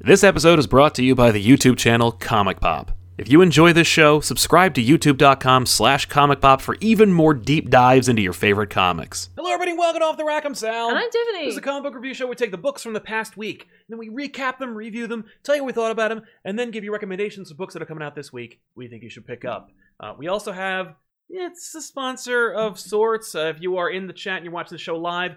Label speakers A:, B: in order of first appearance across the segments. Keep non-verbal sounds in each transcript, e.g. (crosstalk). A: This episode is brought to you by the YouTube channel Comic Pop. If you enjoy this show, subscribe to youtube.com slash comic pop for even more deep dives into your favorite comics. Hello everybody, welcome to Off the Rack, I'm Sal.
B: And I'm Tiffany.
A: This is a comic book review show. We take the books from the past week, and then we recap them, review them, tell you what we thought about them, and then give you recommendations of books that are coming out this week we think you should pick up. Uh, we also have, it's a sponsor of sorts. Uh, if you are in the chat and you're watching the show live,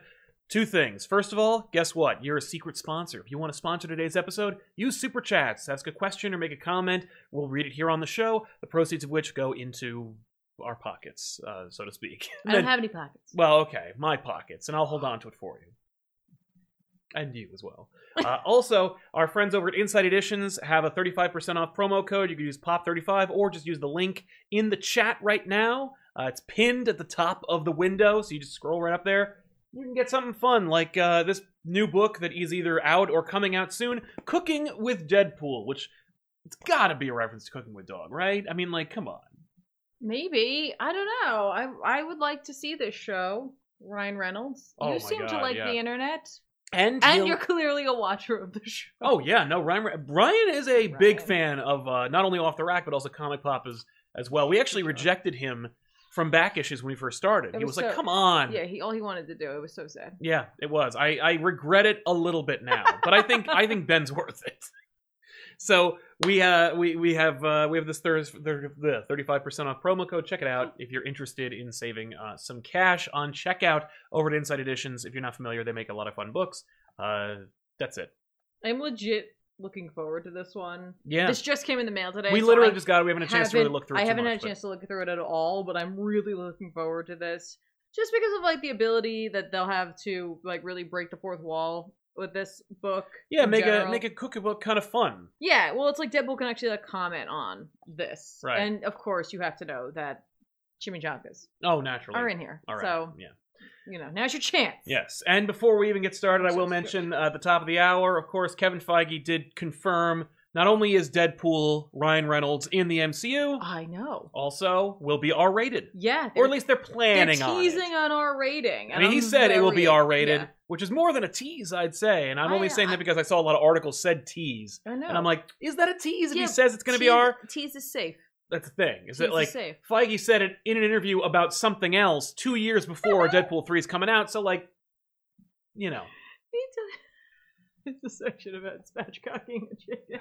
A: two things. First of all, guess what? You're a secret sponsor. If you want to sponsor today's episode, use Super Chats, ask a question, or make a comment. We'll read it here on the show, the proceeds of which go into our pockets, uh, so to speak. (laughs)
B: I don't have any pockets.
A: Well, okay, my pockets, and I'll hold on to it for you. And you as well. Uh, also, our friends over at Inside Editions have a 35% off promo code. You can use POP35 or just use the link in the chat right now. Uh, it's pinned at the top of the window, so you just scroll right up there. You can get something fun like uh, this new book that is either out or coming out soon Cooking with Deadpool, which it's gotta be a reference to Cooking with Dog, right? I mean, like, come on.
B: Maybe I don't know. I I would like to see this show. Ryan Reynolds.
A: Oh my
B: you seem to
A: God,
B: like
A: yeah.
B: the internet,
A: And,
B: and
A: he'll-
B: you're clearly a watcher of the show.
A: Oh yeah, no, Ryan. Re- Brian is a big
B: Ryan.
A: fan of uh, not only off the rack but also comic pop as as well. We actually rejected him from back issues when we first started.
B: That
A: he was
B: was
A: like,
B: so-
A: "Come on."
B: Yeah, he all he wanted to do. It was so sad.
A: Yeah, it was. I, I regret it a little bit now, but I think I think Ben's (laughs) worth it. So we uh we we have uh, we have this Thurs the thirty five percent off promo code. Check it out if you're interested in saving uh, some cash on checkout over at Inside Editions. If you're not familiar, they make a lot of fun books. Uh, that's it.
B: I'm legit looking forward to this one.
A: Yeah,
B: This just came in the mail today.
A: we
B: so
A: literally
B: I
A: just got. it. We haven't had a chance to really
B: haven't-
A: look through. it
B: I
A: too
B: haven't
A: much,
B: had a
A: but-
B: chance to look through it at all, but I'm really looking forward to this, just because of like the ability that they'll have to like really break the fourth wall with this book.
A: Yeah,
B: in
A: make a
B: general.
A: make a cookbook kind of fun.
B: Yeah, well, it's like Deadpool can actually like comment on this,
A: Right.
B: And of course, you have to know that chimichangas
A: Oh, naturally.
B: are in here.
A: All right.
B: So
A: Yeah.
B: you know, now's your chance.
A: Yes. And before we even get started, I will
B: Sounds good.
A: mention uh, at the top of the hour, of course, Kevin Feige did confirm not only is Deadpool Ryan Reynolds in the MCU,
B: I know.
A: also will be R rated,
B: Yeah,
A: or at least they're
B: Ah. they're
A: planning on it.
B: teasing on, our rating.
A: I
B: and
A: mean, he
B: I'm
A: said it will be
B: very-
A: R rated,
B: yeah,
A: which is more than a tease, I'd say. And I'm
B: I-
A: only saying
B: I-
A: that because I saw a lot of articles said tease,
B: I know.
A: and I'm like, is that a tease? If
B: Yeah,
A: he says it's going to be
B: Tease-
A: R,
B: Tease is safe.
A: that's the thing. Is
B: tease
A: it like
B: is safe? (laughs)
A: Feige said it in an interview about something else two years before Deadpool 3 is coming out. So, like, you know,
B: He did- (laughs) It's a section about spatchcocking and chicken.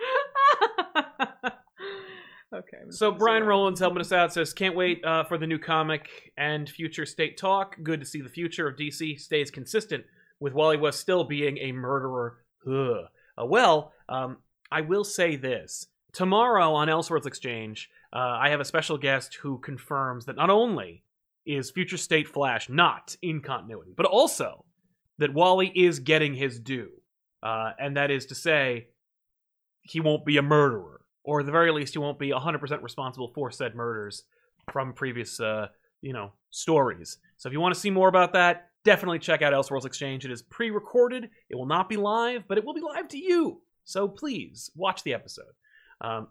B: Oh God. (laughs) okay. I'm
A: So
B: so
A: Brian
B: sorry.
A: Rowland's helping us out. Says, "Can't wait uh, for the new comic and future state talk. Good to see the future of DC stays consistent with Wally West still being a murderer." Ugh. Uh, well, um, I will say this: tomorrow on Elseworlds Exchange, uh, I have a special guest who confirms that not only is future state Flash not in continuity, but also that Wally is getting his due, uh, and that is to say, he won't be a murderer, or at the very least, he won't be 100% responsible for said murders from previous, uh, you know, stories. So if you want to see more about that, definitely check out Elseworlds Exchange. It is pre-recorded. It will not be live, but it will be live to you. So please watch the episode. Um,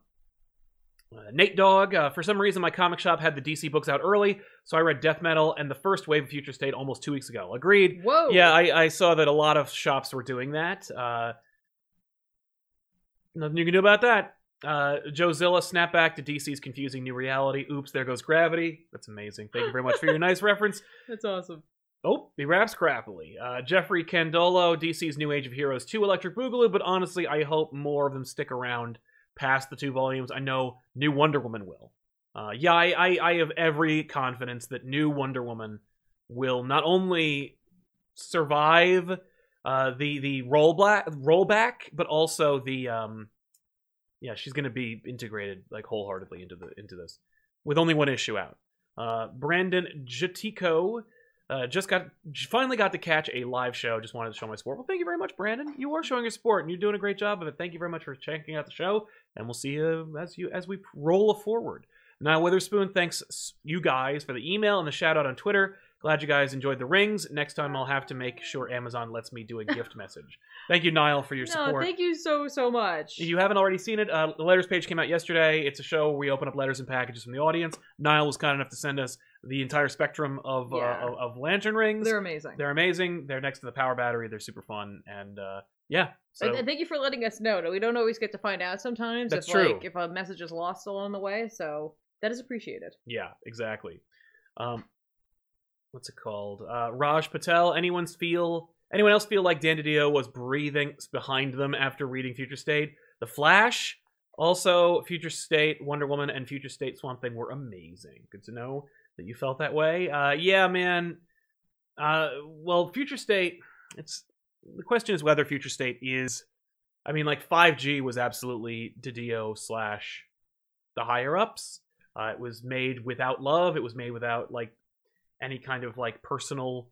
A: uh, Nate Dog, uh, for some reason, my comic shop had the DC books out early, so I read Death Metal and the first wave of Future State almost two weeks ago. Agreed.
B: Whoa.
A: Yeah, I, I saw that a lot of shops were doing that. Uh, nothing you can do about that. Uh, Jozilla, snap back to DC's confusing new reality. Oops, there goes gravity. That's amazing. Thank you very much for your nice reference.
B: That's awesome.
A: Oh, he raps crappily. Uh, Jeffrey Candolo, DC's New Age of Heroes 2 Electric Boogaloo, but honestly, I hope more of them stick around past the two volumes. I know New Wonder Woman will. Uh, yeah, I, I, I have every confidence that New Wonder Woman will not only survive uh, the the roll black, rollback, but also the um, yeah, she's going to be integrated like wholeheartedly into the into this with only one issue out. Uh, Brandon Jatico uh, just got j- finally got to catch a live show. Just wanted to show my support. Well, thank you very much, Brandon. You are showing your support, and you're doing a great job of it. Thank you very much for checking out the show, and we'll see you as you as we roll forward. Now, Witherspoon, thanks s- you guys for the email and the shout out on Twitter. Glad you guys enjoyed the rings. Next time, I'll have to make sure Amazon lets me do a gift message. Thank you, Niall, for your
B: no,
A: support.
B: thank you so so much.
A: If you haven't already seen it, uh, the letters page came out yesterday. It's a show where we open up letters and packages from the audience. Niall was kind enough to send us the entire spectrum of
B: Yeah.
A: uh, of, of lantern rings.
B: They're amazing.
A: They're amazing. They're next to the power battery. They're super fun, and uh, Yeah. So
B: And- and thank you for letting us know. that We don't always get to find out sometimes
A: That's
B: if
A: true.
B: like if a message is lost along the way, so that is appreciated.
A: yeah, exactly. Um, what's it called? Uh, Raj Patel. Anyone feel? Anyone else feel like Dan DiDio was breathing behind them after reading Future State? The Flash. Also, Future State, Wonder Woman, and Future State Swamp Thing were amazing. Good to know that you felt that way. Uh, yeah, man. Uh, well, Future State. It's the question is whether Future State is. I mean, like 5G was absolutely DiDio slash the higher ups. Uh, it was made without love. It was made without like any kind of like personal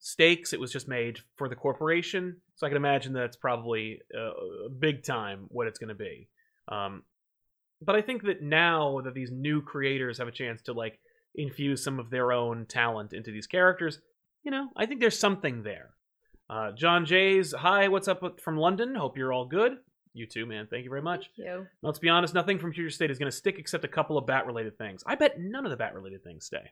A: stakes. It was just made for the corporation. So I can imagine that's probably uh, big time what it's going to be. Um, but I think that now that these new creators have a chance to like infuse some of their own talent into these characters, you know, I think there's something there. Uh, John Jays, hi, what's up uh, from London? Hope you're all good. You too, man. Thank you very much.
B: Thank you.
A: Let's be honest, nothing from Future State is going to stick except a couple of bat related things. I bet none of the bat related things stay.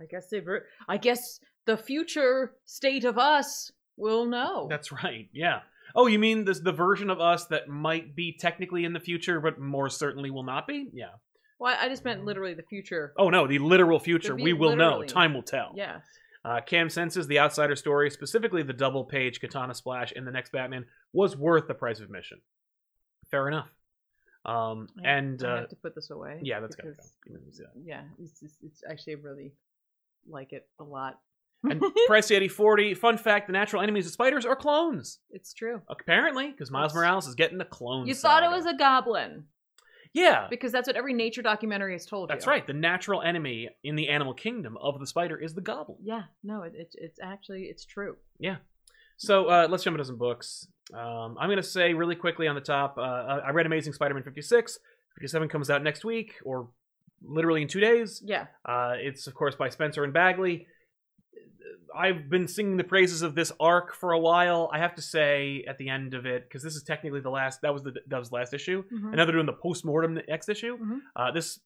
B: I guess they were- I guess the future state of us will know.
A: That's right. Yeah. Oh, you mean this the version of us that might be technically in the future but more certainly will not be? Yeah.
B: Why I just meant literally the future.
A: Oh no, the literal future.
B: The
A: we will know.
B: literally.
A: Time will tell.
B: Yes.
A: Uh, Cam senses the outsider story, specifically the double page katana splash in the next Batman, was worth the price of admission. Fair enough. Um,
B: I-
A: and
B: I
A: uh,
B: have to put this away.
A: yeah, that's gotta
B: because-
A: go. Let me see that.
B: Yeah, it's, it's it's actually really like it a lot.
A: And Pricey Eddie forty. Fun fact: the natural enemies of spiders are clones.
B: (laughs) It's true.
A: Apparently, because Miles
B: Yes.
A: Morales is getting the clone.
B: You thought it
A: saga.
B: was a goblin
A: yeah.
B: because that's what every nature documentary has told
A: That's
B: you.
A: right. The natural enemy in the animal kingdom of the spider is the goblin.
B: Yeah, no, it, it, it's actually it's true.
A: So uh, let's jump into some books. Um, I'm gonna say really quickly on the top. Uh, I read Amazing Spider-Man 56. 57 comes out next week, or literally in two days.
B: Yeah,
A: Uh, it's of course by Spencer and Bagley. I've been singing the praises of this arc for a while. I have to say at the end of it, because this is technically the last. That was the that was the last issue.
B: Mhm.
A: and now they're doing the post-mortem next issue
B: Mhm.
A: uh, this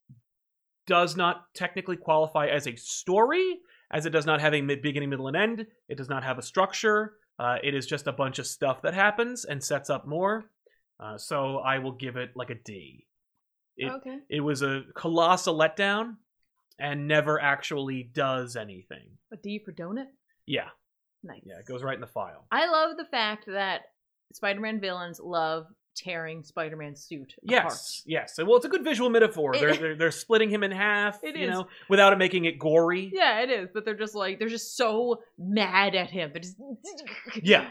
A: does not technically qualify as a story as it does not have a mid- beginning middle and end it does not have a structure uh, it is just a bunch of stuff that happens and sets up more uh, so i will give it like a d it,
B: okay.
A: it was a colossal letdown and never actually does anything
B: A D for donut.
A: yeah
B: Nice.
A: yeah it goes right in the file
B: I love the fact that Spider-Man villains love tearing Spider-Man's suit.
A: Yes, yes. Well, it's a good visual metaphor.
B: (laughs) It-
A: they're, they're they're splitting him in half,
B: It
A: you
B: is.
A: know, without it making it gory.
B: Apart. Yeah, it is, but they're just like they're just so mad at him. They're just
A: (laughs) Yeah.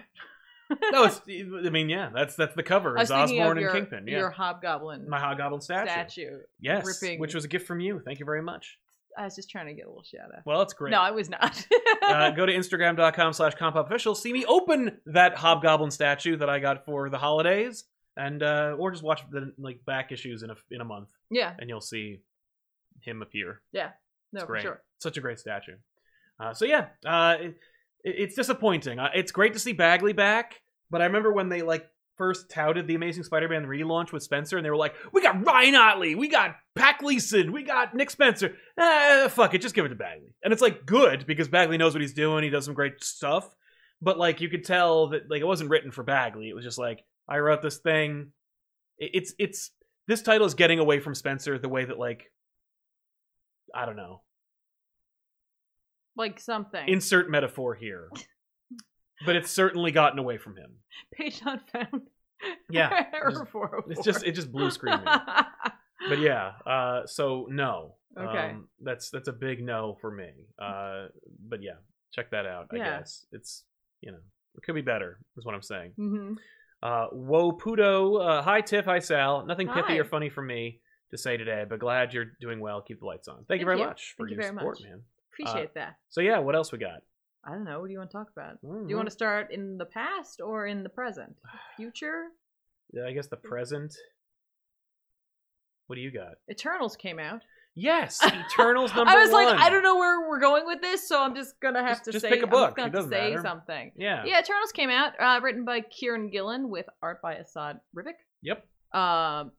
A: No, it's. I mean, yeah, that's that's the cover.
B: I
A: It's
B: was thinking
A: Osborne
B: of your,
A: and Kingpin. Yeah,
B: your hobgoblin
A: my Hobgoblin statue.
B: statue.
A: yes,
B: ripping-
A: which was a gift from you. Thank you very much.
B: I was just trying to get a little shout out.
A: Well, it's great.
B: No, I was not.
A: uh, go to instagram.com slash compopofficial. See me open that Hobgoblin statue that I got for the holidays, and uh, or just watch the like back issues in a in a month,
B: (laughs) yeah,
A: and you'll see him appear.
B: no, for
A: great.
B: sure.
A: such a great statue. Uh, so yeah, uh, it, it's disappointing. Uh, it's great to see Bagley back, but I remember when they like first touted the Amazing Spider-Man relaunch with Spencer, and they were like, "We got Ryan Otley, we got Pack Leeson, we got Nick Spencer." Ah, fuck it, just give it to Bagley. And it's like good because Bagley knows what he's doing. He does some great stuff, but like you could tell that like it wasn't written for Bagley. It was just like I wrote this thing. It, it's it's this title is getting away from Spencer the way that like I don't know
B: Like something.
A: insert metaphor here but it's certainly gotten away from him
B: Page not found. (laughs) oh
A: Yeah,
B: Error
A: just-
B: 404.
A: it's just it just blew screaming
B: (laughs)
A: but yeah uh so no
B: Okay.
A: um, that's that's a big no for me uh but yeah check that out i
B: Yeah.
A: guess it's you know it could be better is what i'm saying
B: Mhm.
A: uh whoa pudo uh hi tiff hi sal nothing
B: Hi.
A: pithy or funny for me to say today but glad you're doing well keep the lights on thank, you
B: Thank
A: very
B: you.
A: much for
B: Thank you
A: your
B: very
A: support
B: much.
A: man
B: Appreciate that.
A: so yeah what else we got
B: I don't know. What do you want to talk about? Do you want to start in the past or in the present? Future?
A: to Mm-hmm. i guess the present what do you got
B: Eternals came out. (laughs)
A: Yes, Eternals number one.
B: I was like, I don't know where we're going with this, so I'm just gonna have
A: Just-
B: to
A: just
B: say,
A: pick a
B: I'm just
A: book. It
B: gonna have to
A: doesn't
B: say
A: matter.
B: something.
A: Yeah.
B: Yeah, Eternals came out, uh, written by Kieran Gillen with art by Assad Rivik.
A: Yep.
B: Um,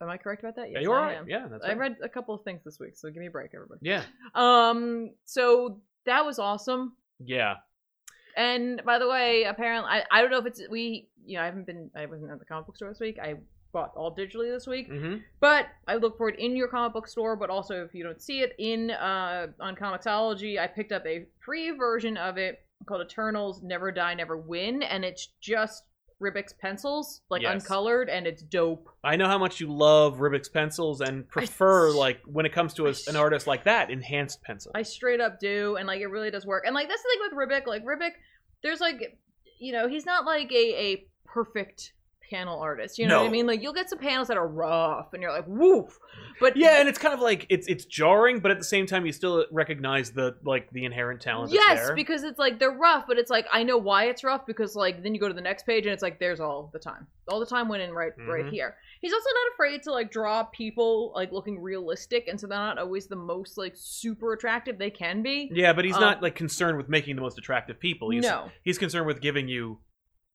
B: am I correct about that? Yes,
A: yeah, you're
B: I
A: right.
B: am.
A: Yeah, that's
B: I
A: right.
B: read a couple of things this week, so give me a break, everybody.
A: Yeah,
B: Um, so that was awesome.
A: yeah.
B: And by the way, apparently, I, I don't know if it's we. You know, I haven't been. I wasn't at the comic book store this week. I bought all digitally this week.
A: hmm
B: But I look for it in your comic book store. But also, if you don't see it in uh, on Comixology, I picked up a free version of it called Eternals: Never Die, Never Win, and it's just Ribick's pencils, like
A: Yes.
B: uncolored, and it's dope.
A: I know how much you love Ribick's pencils and prefer,
B: s-
A: like, when it comes to
B: I
A: a,
B: s-
A: an artist like that, enhanced pencil.
B: I straight up do, and like it really does work. And like that's the thing with Ribic. Like Ribic, there's like, you know, he's not like a a perfect panel artist. You know what I
A: No.
B: mean? Like you'll get some panels that are rough, and you're like, woof. But
A: yeah, and it's kind of like it's it's jarring, but at the same time, you still recognize the like the inherent talent. that's
B: yes,
A: there.
B: because it's like they're rough, but it's like I know why it's rough because like then you go to the next page and it's like there's all the time, all the time went in right right
A: Mhm.
B: here. He's also not afraid to like draw people like looking realistic, and so they're not always the most like super attractive they can be.
A: yeah, but he's
B: um,
A: not like concerned with making the most attractive people. He's
B: no,
A: he's concerned with giving you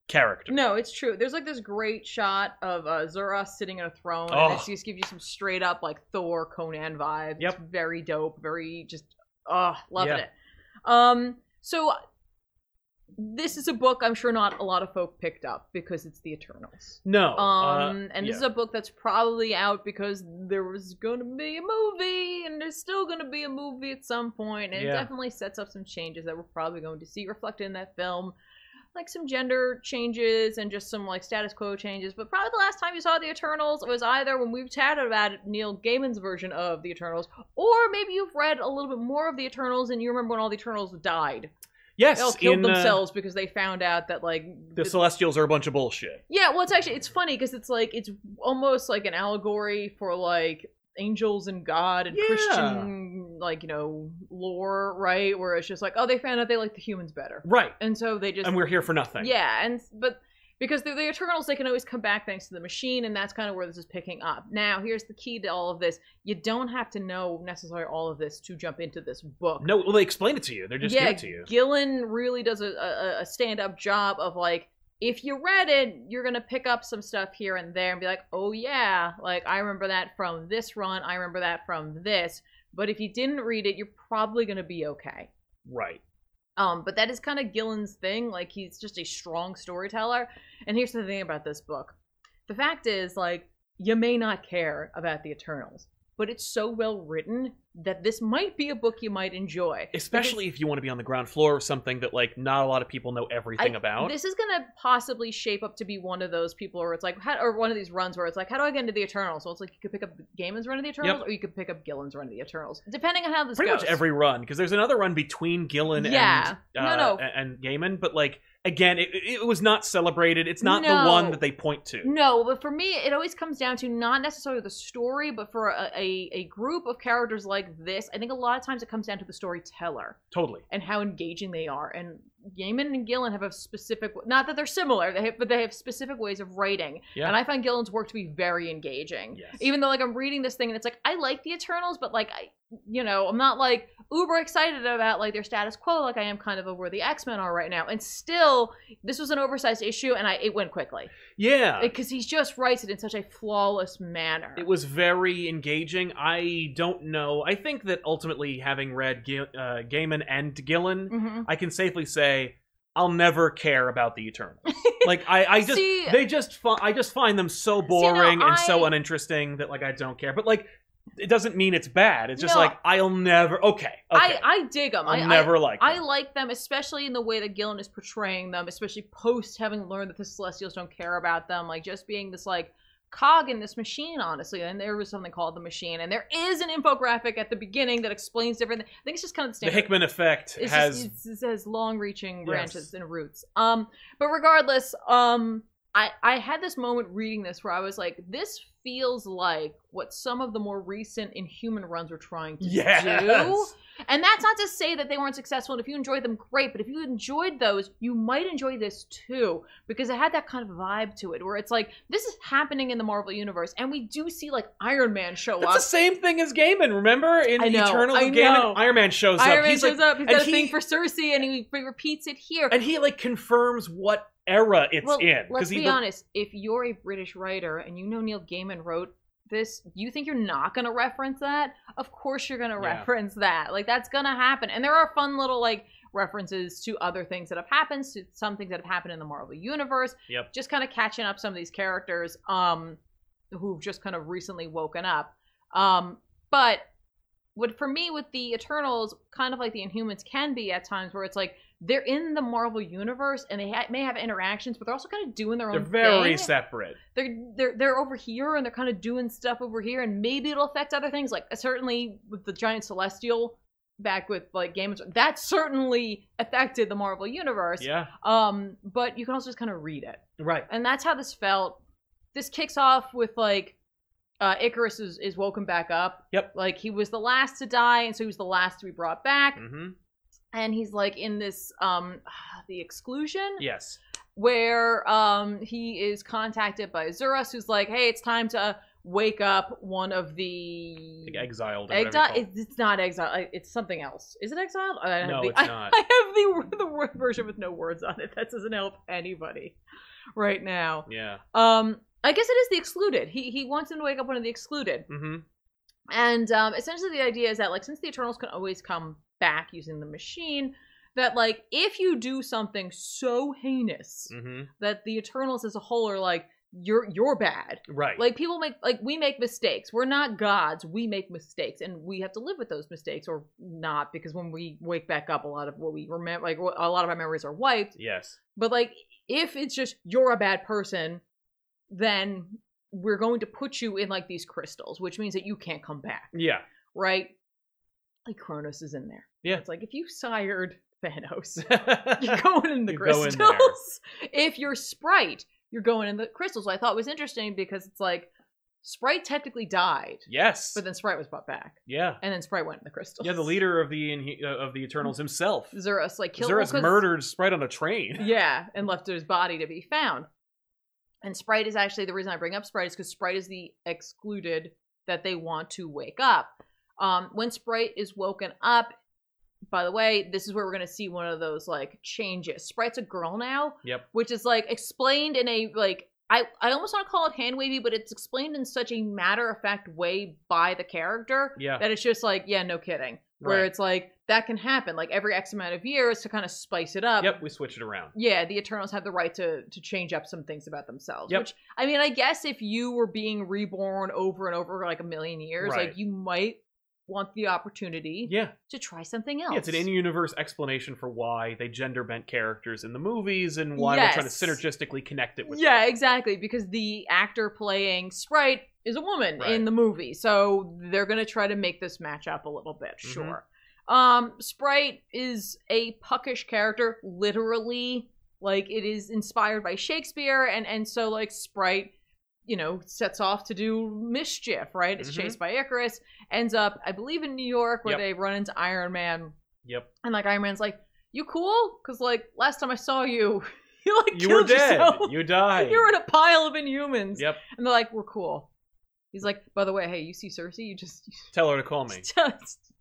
A: character.
B: No, it's true. There's like this great shot of uh, Zura sitting on a throne,
A: Oh.
B: and it just gives you some straight up like Thor Conan vibe.
A: Yep.
B: It's very dope. Very just, oh, loving
A: Yeah.
B: it. Um, so this is a book I'm sure not a lot of folk picked up because it's the Eternals.
A: No, uh,
B: Um, and this
A: yeah.
B: is a book that's probably out because there was going to be a movie, and there's still going to be a movie at some point, and it
A: Yeah.
B: definitely sets up some changes that we're probably going to see reflected in that film, like some gender changes and just some like status quo changes. But probably the last time you saw the Eternals was either when we've chatted about it, Neil Gaiman's version of the Eternals, or maybe you've read a little bit more of the Eternals and you remember when all the Eternals died.
A: yes,
B: They all killed
A: in, uh,
B: themselves because they found out that like
A: the
B: this-
A: Celestials are a bunch of bullshit.
B: yeah, well, it's actually it's funny because it's like it's almost like an allegory for like angels and God and
A: Yeah.
B: Christian like you know lore, right? Where it's just like, oh, they found out they like the humans better,
A: Right,
B: and so they just
A: and we're here for nothing.
B: yeah, and but because they're the Eternals, they can always come back thanks to the machine, and that's kind of where this is picking up. Now, here's the key to all of this: you don't have to know necessarily all of this to jump into this book
A: No, well, they explain it to you. They're just
B: yeah,
A: give it to you.
B: Gillen really does a, a, a stand up job of like, if you read it, you're gonna pick up some stuff here and there and be like, oh yeah, like I remember that from this run, I remember that from this. But if you didn't read it, you're probably gonna be okay.
A: Right.
B: Um, but that is kind of Gillen's thing. Like he's just a strong storyteller. And here's the thing about this book: the fact is, like, you may not care about the Eternals, but it's so well written that this might be a book you might enjoy.
A: Especially if you want to be on the ground floor of something that like not a lot of people know everything
B: I-
A: about.
B: This is gonna possibly shape up to be one of those people where it's like, how, or one of these runs where it's like, how do I get into the Eternals? So it's like you could pick up Gaiman's run of the Eternals, or you could pick up Gillen's run of the Eternals, depending on how this
A: Pretty
B: goes.
A: much every run, because there's another run between Gillen
B: Yeah.
A: and
B: No,
A: uh,
B: no.
A: a- and Gaiman, but like again, it, it was not celebrated. It's not
B: No.
A: the one that they point to.
B: No, but for me, it always comes down to not necessarily the story, but for a, a, a group of characters like this, I think a lot of times it comes down to the storyteller
A: Totally.
B: and how engaging they are. And Gaiman and Gillen have a specific, not that they're similar, they have, but they have specific ways of writing.
A: Yeah.
B: And I find Gillen's work to be very engaging.
A: Yes.
B: Even though, like, I'm reading this thing and it's like, I like the Eternals, but, like, I, you know, I'm not, like, uber excited about, like, their status quo, like I am kind of over the X Men are right now. And still, this was an oversized issue and I it went quickly
A: yeah. It,
B: because he just writes it in such a flawless manner.
A: Uh, was very engaging. I don't know. I think that ultimately, having read Gil- uh, Gaiman and Gillen,
B: Mhm.
A: I can safely say I'll never care about the
B: (laughs)
A: Eternals. like I, I just
B: See-
A: they just fi- I just find them so
B: you know,
A: boring and so
B: I-
A: uninteresting that like I don't care. But like it doesn't mean it's bad. It's just
B: No.
A: like I'll never okay. okay.
B: I, I dig them.
A: will
B: I,
A: never like
B: I, I
A: them.
B: like them, especially in the way that Gillen is portraying them, especially post having learned that the Celestials don't care about them, like just being this like cog in this machine, honestly. And there was something called the machine, and there is an infographic at the beginning that explains different. I think it's just kind of the
A: the
B: standard.
A: Hickman effect
B: it's
A: has (laughs)
B: just, it's, it has long-reaching branches
A: Yes.
B: and roots. Um, but regardless, um, I I had this moment reading this where I was like, this feels like what some of the more recent Inhuman runs were trying to do.
A: yes.
B: And that's not to say that they weren't successful. And if you enjoyed them, great. But if you enjoyed those, you might enjoy this too, because it had that kind of vibe to it, where it's like this is happening in the Marvel universe, and we do see like Iron Man show
A: That's the
B: up.
A: same thing as Gaiman. Remember in
B: I know,
A: Eternal
B: I know.
A: Gaiman, Iron Man shows
B: Iron
A: up.
B: Man
A: He's
B: shows
A: like,
B: up. He's
A: and
B: got a
A: he-
B: thing for Cersei, and he, he repeats it here.
A: and he like confirms what era it's
B: well,
A: in
B: let's
A: he
B: be
A: the-
B: honest. If you're a British writer and you know Neil Gaiman wrote this, you think you're not going to reference that? Of course you're going to
A: Yeah.
B: reference that. Like that's going to happen. And there are fun little like references to other things that have happened, to some things that have happened in the Marvel universe.
A: Yep.
B: Just kind of catching up some of these characters um who've just kind of recently woken up. Um but what for me with the Eternals, kind of like the Inhumans can be at times where it's like they're in the Marvel universe and they ha- may have interactions, but they're also kind of doing their own
A: They're very
B: thing
A: separate.
B: they're they're they're over here and they're kind of doing stuff over here and maybe it'll affect other things like certainly with the giant celestial back with like game of Thrones, that certainly affected the marvel universe
A: Yeah.
B: um but you can also just kind of read it
A: Right.
B: and that's how this felt this kicks off with like uh icarus is, is woken back up
A: Yep.
B: like he was the last to die and so he was the last to be brought back
A: Mm-hmm.
B: and he's like in this um (sighs) the exclusion
A: Yes.
B: where um, he is contacted by Zurus, who's like, "Hey, it's time to wake up one of the
A: Like exiled. Or whatever you
B: exile.
A: call it.
B: It's, it's not exile. I- It's something else. Is it exile? I have
A: No,
B: the,
A: it's
B: (laughs) I-
A: not.
B: I have the the word version with no words on it. That doesn't help anybody right now.
A: Yeah.
B: Um, I guess it is the excluded. He he wants him to wake up one of the excluded.
A: Mm-hmm.
B: And um, essentially, the idea is that like since the Eternals can always come back using the machine, that like if you do something so heinous
A: Mm-hmm.
B: that the Eternals as a whole are like you're you're bad.
A: Right.
B: Like people make like we make mistakes. We're not gods. We make mistakes, and we have to live with those mistakes or not because when we wake back up, a lot of what we remember, like wh- a lot of our memories are wiped.
A: yes.
B: But like if it's just you're a bad person, then we're going to put you in like these crystals, which means that you can't come back, (laughs)
A: Yeah.
B: right? Like Kronos is in there.
A: Yeah.
B: it's like if you sired
A: (laughs)
B: Thanos (laughs) you're
A: yeah.
B: going in the
A: You go in
B: crystals. (laughs)
A: there.
B: if you're Sprite, you're going in the crystals. I thought it was interesting because it's like Sprite technically died,
A: Yes.
B: but then Sprite was brought back,
A: yeah.
B: and then Sprite went in the crystals.
A: Yeah. The leader of the Inhu- uh, of the Eternals himself.
B: Zerus like killed
A: Zerus
B: well, 'cause-
A: murdered Sprite on a train. (laughs)
B: Yeah, and left his body to be found. And Sprite is actually the reason I bring up Sprite is because Sprite is the excluded that they want to wake up. Um, when Sprite is woken up, by the way, this is where we're gonna see one of those like changes. Sprite's a girl now,
A: Yep.
B: which is like explained in a like I, I almost want to call it hand wavy, but it's explained in such a matter of fact way by the character
A: Yeah.
B: that it's just like, yeah, no kidding. Where
A: Right.
B: it's like that can happen like every X amount of years to kind of spice it up.
A: Yep. We switch it around.
B: Yeah, the Eternals have the right to to change up some things about themselves.
A: Yep.
B: Which I mean, I guess if you were being reborn over and over for like a million years,
A: Right.
B: like you might want the opportunity
A: Yeah.
B: to try something else.
A: Yeah, it's an in-universe explanation for why they gender-bent characters in the movies and why we're trying
B: Yes.
A: to synergistically connect it with.
B: Yeah, exactly. Because the actor playing Sprite is a woman in
A: Right.
B: the movie, so they're gonna try to make this match up a little bit.
A: Mhm.
B: Sure. Um, Sprite is a puckish character, literally. Like it is inspired by Shakespeare, and and so like Sprite, you know, sets off to do mischief. Right? It's
A: Mhm.
B: chased by Icarus, ends up, I believe, in New York, where
A: Yep.
B: they run into Iron Man,
A: Yep.
B: and like Iron Man's like, "You cool? Because like last time I saw you." (laughs) You like
A: You were
B: killed
A: dead.
B: yourself."
A: You
B: (laughs)
A: died.
B: You're in a pile of inhumans.
A: Yep.
B: And they're like, we're cool. He's like, by the way, hey, you see Cersei? You just.
A: Tell her to call me.
B: (laughs)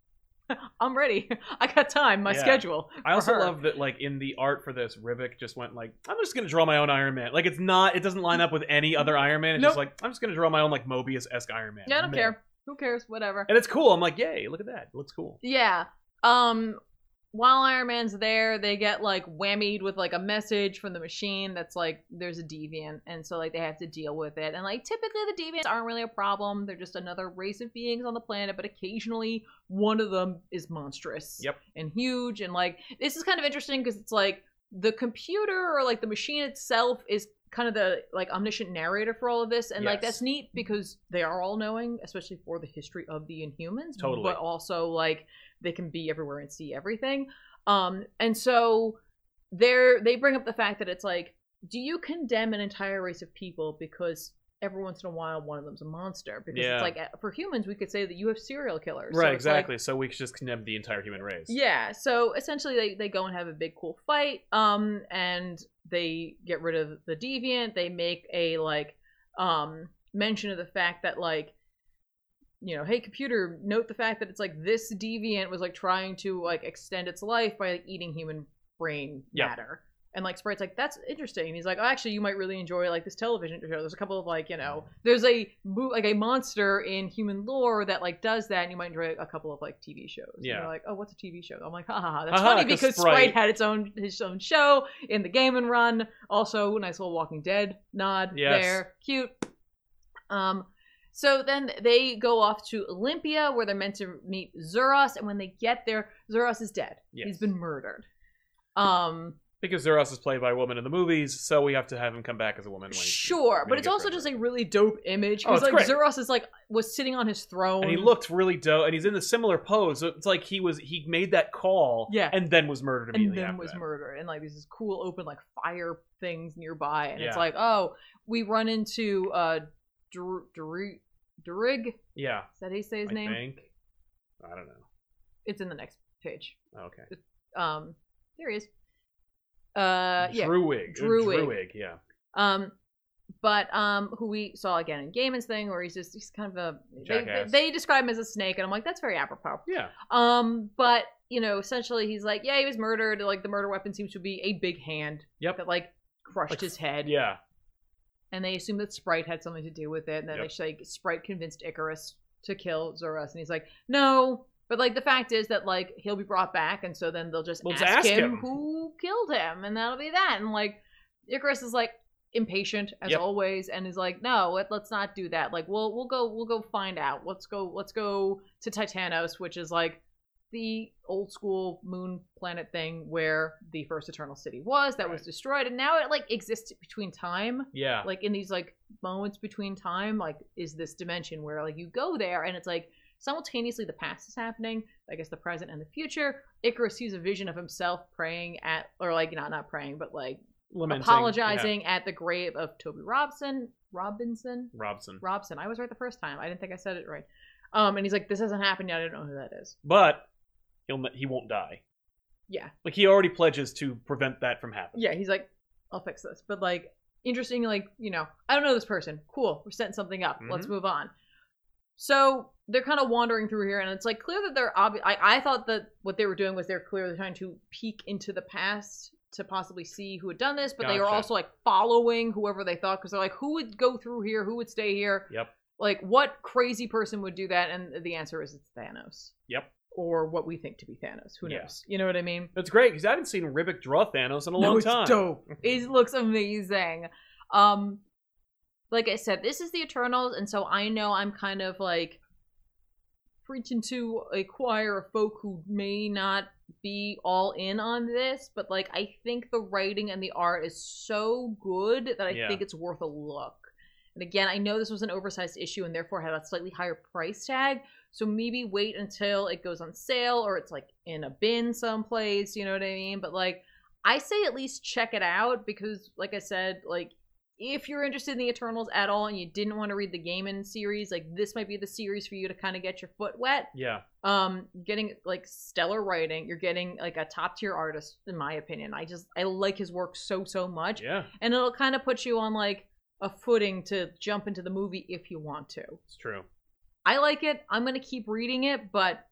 B: I'm ready. (laughs) I got time. My
A: Yeah.
B: schedule.
A: I also
B: her.
A: love that, like in the art for this, Rivik just went like, "I'm just gonna draw my own Iron Man." Like it's not, it doesn't line up with any other Iron Man. It's just
B: Nope.
A: like, I'm just gonna draw my own like Mobius-esque Iron Man.
B: Yeah, I don't
A: Meh.
B: care. Who cares? Whatever.
A: And it's cool. I'm like, yay! Look at that. It looks cool.
B: Yeah. Um. While Iron Man's there, they get like whammied with like a message from the machine that's like there's a deviant, and so like they have to deal with it. And like typically the deviants aren't really a problem; they're just another race of beings on the planet. But occasionally one of them is monstrous,
A: Yep.
B: and huge. And like this is kind of interesting because it's like the computer or like the machine itself is kind of the like omniscient narrator for all of this, and like
A: Yes.
B: that's neat because they are all knowing, especially for the history of the Inhumans,
A: Totally.
B: but also like they can be everywhere and see everything. Um, and so they're they bring up the fact that it's like, do you condemn an entire race of people because every once in a while one of them's a monster? Because
A: Yeah.
B: it's like uh, for humans we could say that you have serial killers, So
A: right.
B: it's like,
A: Exactly. so we should just condemn the entire human race.
B: yeah, so essentially they, they go and have a big cool fight, um, and they get rid of the deviant. They make a like um mention of the fact that like you know, hey computer, note the fact that it's like this deviant was like trying to like extend its life by like, eating human brain
A: Yeah.
B: matter. And like Sprite's like, that's interesting. And he's like, oh, actually, you might really enjoy like this television show. There's a couple of like, you know, there's a mo- like a monster in human lore that like does that, and you might enjoy a couple of like TV shows. And
A: Yeah.
B: they're like, oh, what's a TV show? I'm like, ha ha ha. That's
A: Ha ha,
B: funny
A: 'cause
B: because
A: Sprite-
B: Sprite. had its own his own show in the Game and Run. Also, nice little Walking Dead nod
A: Yes.
B: there. Cute. Um, so then they go off to Olympia where they're meant to meet Zuros, and when they get there, Zuros is dead.
A: Yes.
B: He's been murdered. Um,
A: Because Zeros is played by a woman in the movies, so we have to have him come back as a woman. When he's-
B: sure,
A: when
B: but
A: he
B: it's
A: gets
B: also
A: rid of
B: just
A: her.
B: a really dope image
A: Oh,
B: because
A: it's
B: like
A: great.
B: Zuros is like was sitting on his throne.
A: And he looked really dope, and he's in a similar pose. So it's like he was he made that call,
B: Yeah.
A: and then was murdered
B: and
A: immediately
B: then
A: after
B: was
A: that.
B: murdered and like there's this cool open like fire things nearby and it's
A: Yeah.
B: like oh we run into uh Dr- Dr- Drig is
A: Yeah,
B: that how you say his
A: I
B: name
A: think. I don't know.
B: it's in the next page
A: Okay.
B: um there he is uh yeah
A: Druig.
B: Druig.
A: Druig. Yeah.
B: um but um who we saw again in Gaiman's thing where he's just he's kind of a they, they,
A: Jackass.
B: they describe him as a snake and I'm like that's very apropos
A: Yeah.
B: um but you know essentially he's like yeah he was murdered like the murder weapon seems to be a big hand
A: Yep.
B: that like crushed
A: Like,
B: his head
A: Yeah.
B: and they assume that Sprite had something to do with it. And then
A: Yep.
B: they like Sprite convinced Icarus to kill Zoras, and he's like, no. But like the fact is that like he'll be brought back, and so then they'll just
A: Well,
B: ask,
A: just ask
B: him,
A: him.
B: who killed him, and that'll be that. And like Icarus is like impatient as
A: Yep.
B: always, and is like, no, let, let's not do that. Like we'll we'll go we'll go find out. Let's go let's go to Titanos, which is like the old school moon planet thing where the first Eternal City was that was
A: Right.
B: destroyed, and now it like exists between time
A: Yeah.
B: like in these like moments between time like is this dimension where like you go there and it's like simultaneously the past is happening i guess the present and the future icarus sees a vision of himself praying at or like not not praying but like
A: Lamenting. Yeah.
B: apologizing at the grave of toby robson robinson
A: Robson.
B: robson i was right the first time i didn't think i said it right um and he's like this hasn't happened yet i don't know who that is
A: But he'll n- he won't die.
B: yeah
A: Like he already pledges to prevent that from happening.
B: yeah he's like i'll fix this but like interesting like you know i don't know this person cool we're setting something up let's
A: Mm-hmm.
B: move on so they're kind of wandering through here and it's like clear that they're obvi- I, I thought that what they were doing was they're clearly trying to peek into the past to possibly see who had done this but they were
A: Gotcha.
B: also like following whoever they thought because they're like who would go through here who would stay here
A: Yep.
B: like what crazy person would do that and the answer is it's thanos
A: Yep.
B: or what we think to be thanos who
A: Yeah.
B: knows you know what i mean
A: That's great because I haven't seen Ribic draw Thanos in a long
B: no, it's
A: time. (laughs)
B: dope. it looks amazing. Um, like I said, this is the Eternals, and so I know I'm kind of like preaching to a choir of folk who may not be all in on this, but like I think the writing and the art is so good that I
A: Yeah.
B: think it's worth a look. And again, I know this was an oversized issue and therefore had a slightly higher price tag. So maybe wait until it goes on sale or it's like in a bin someplace, you know what I mean? But like I say at least check it out because like I said, like if you're interested in the Eternals at all and you didn't want to read the Gaiman series, like this might be the series for you to kind of get your foot wet
A: Yeah.
B: um getting like stellar writing you're getting like a top tier artist in my opinion i just i like his work so so much
A: Yeah.
B: and it'll kind of put you on like a footing to jump into the movie if you want to
A: It's true.
B: i like it i'm gonna keep reading it but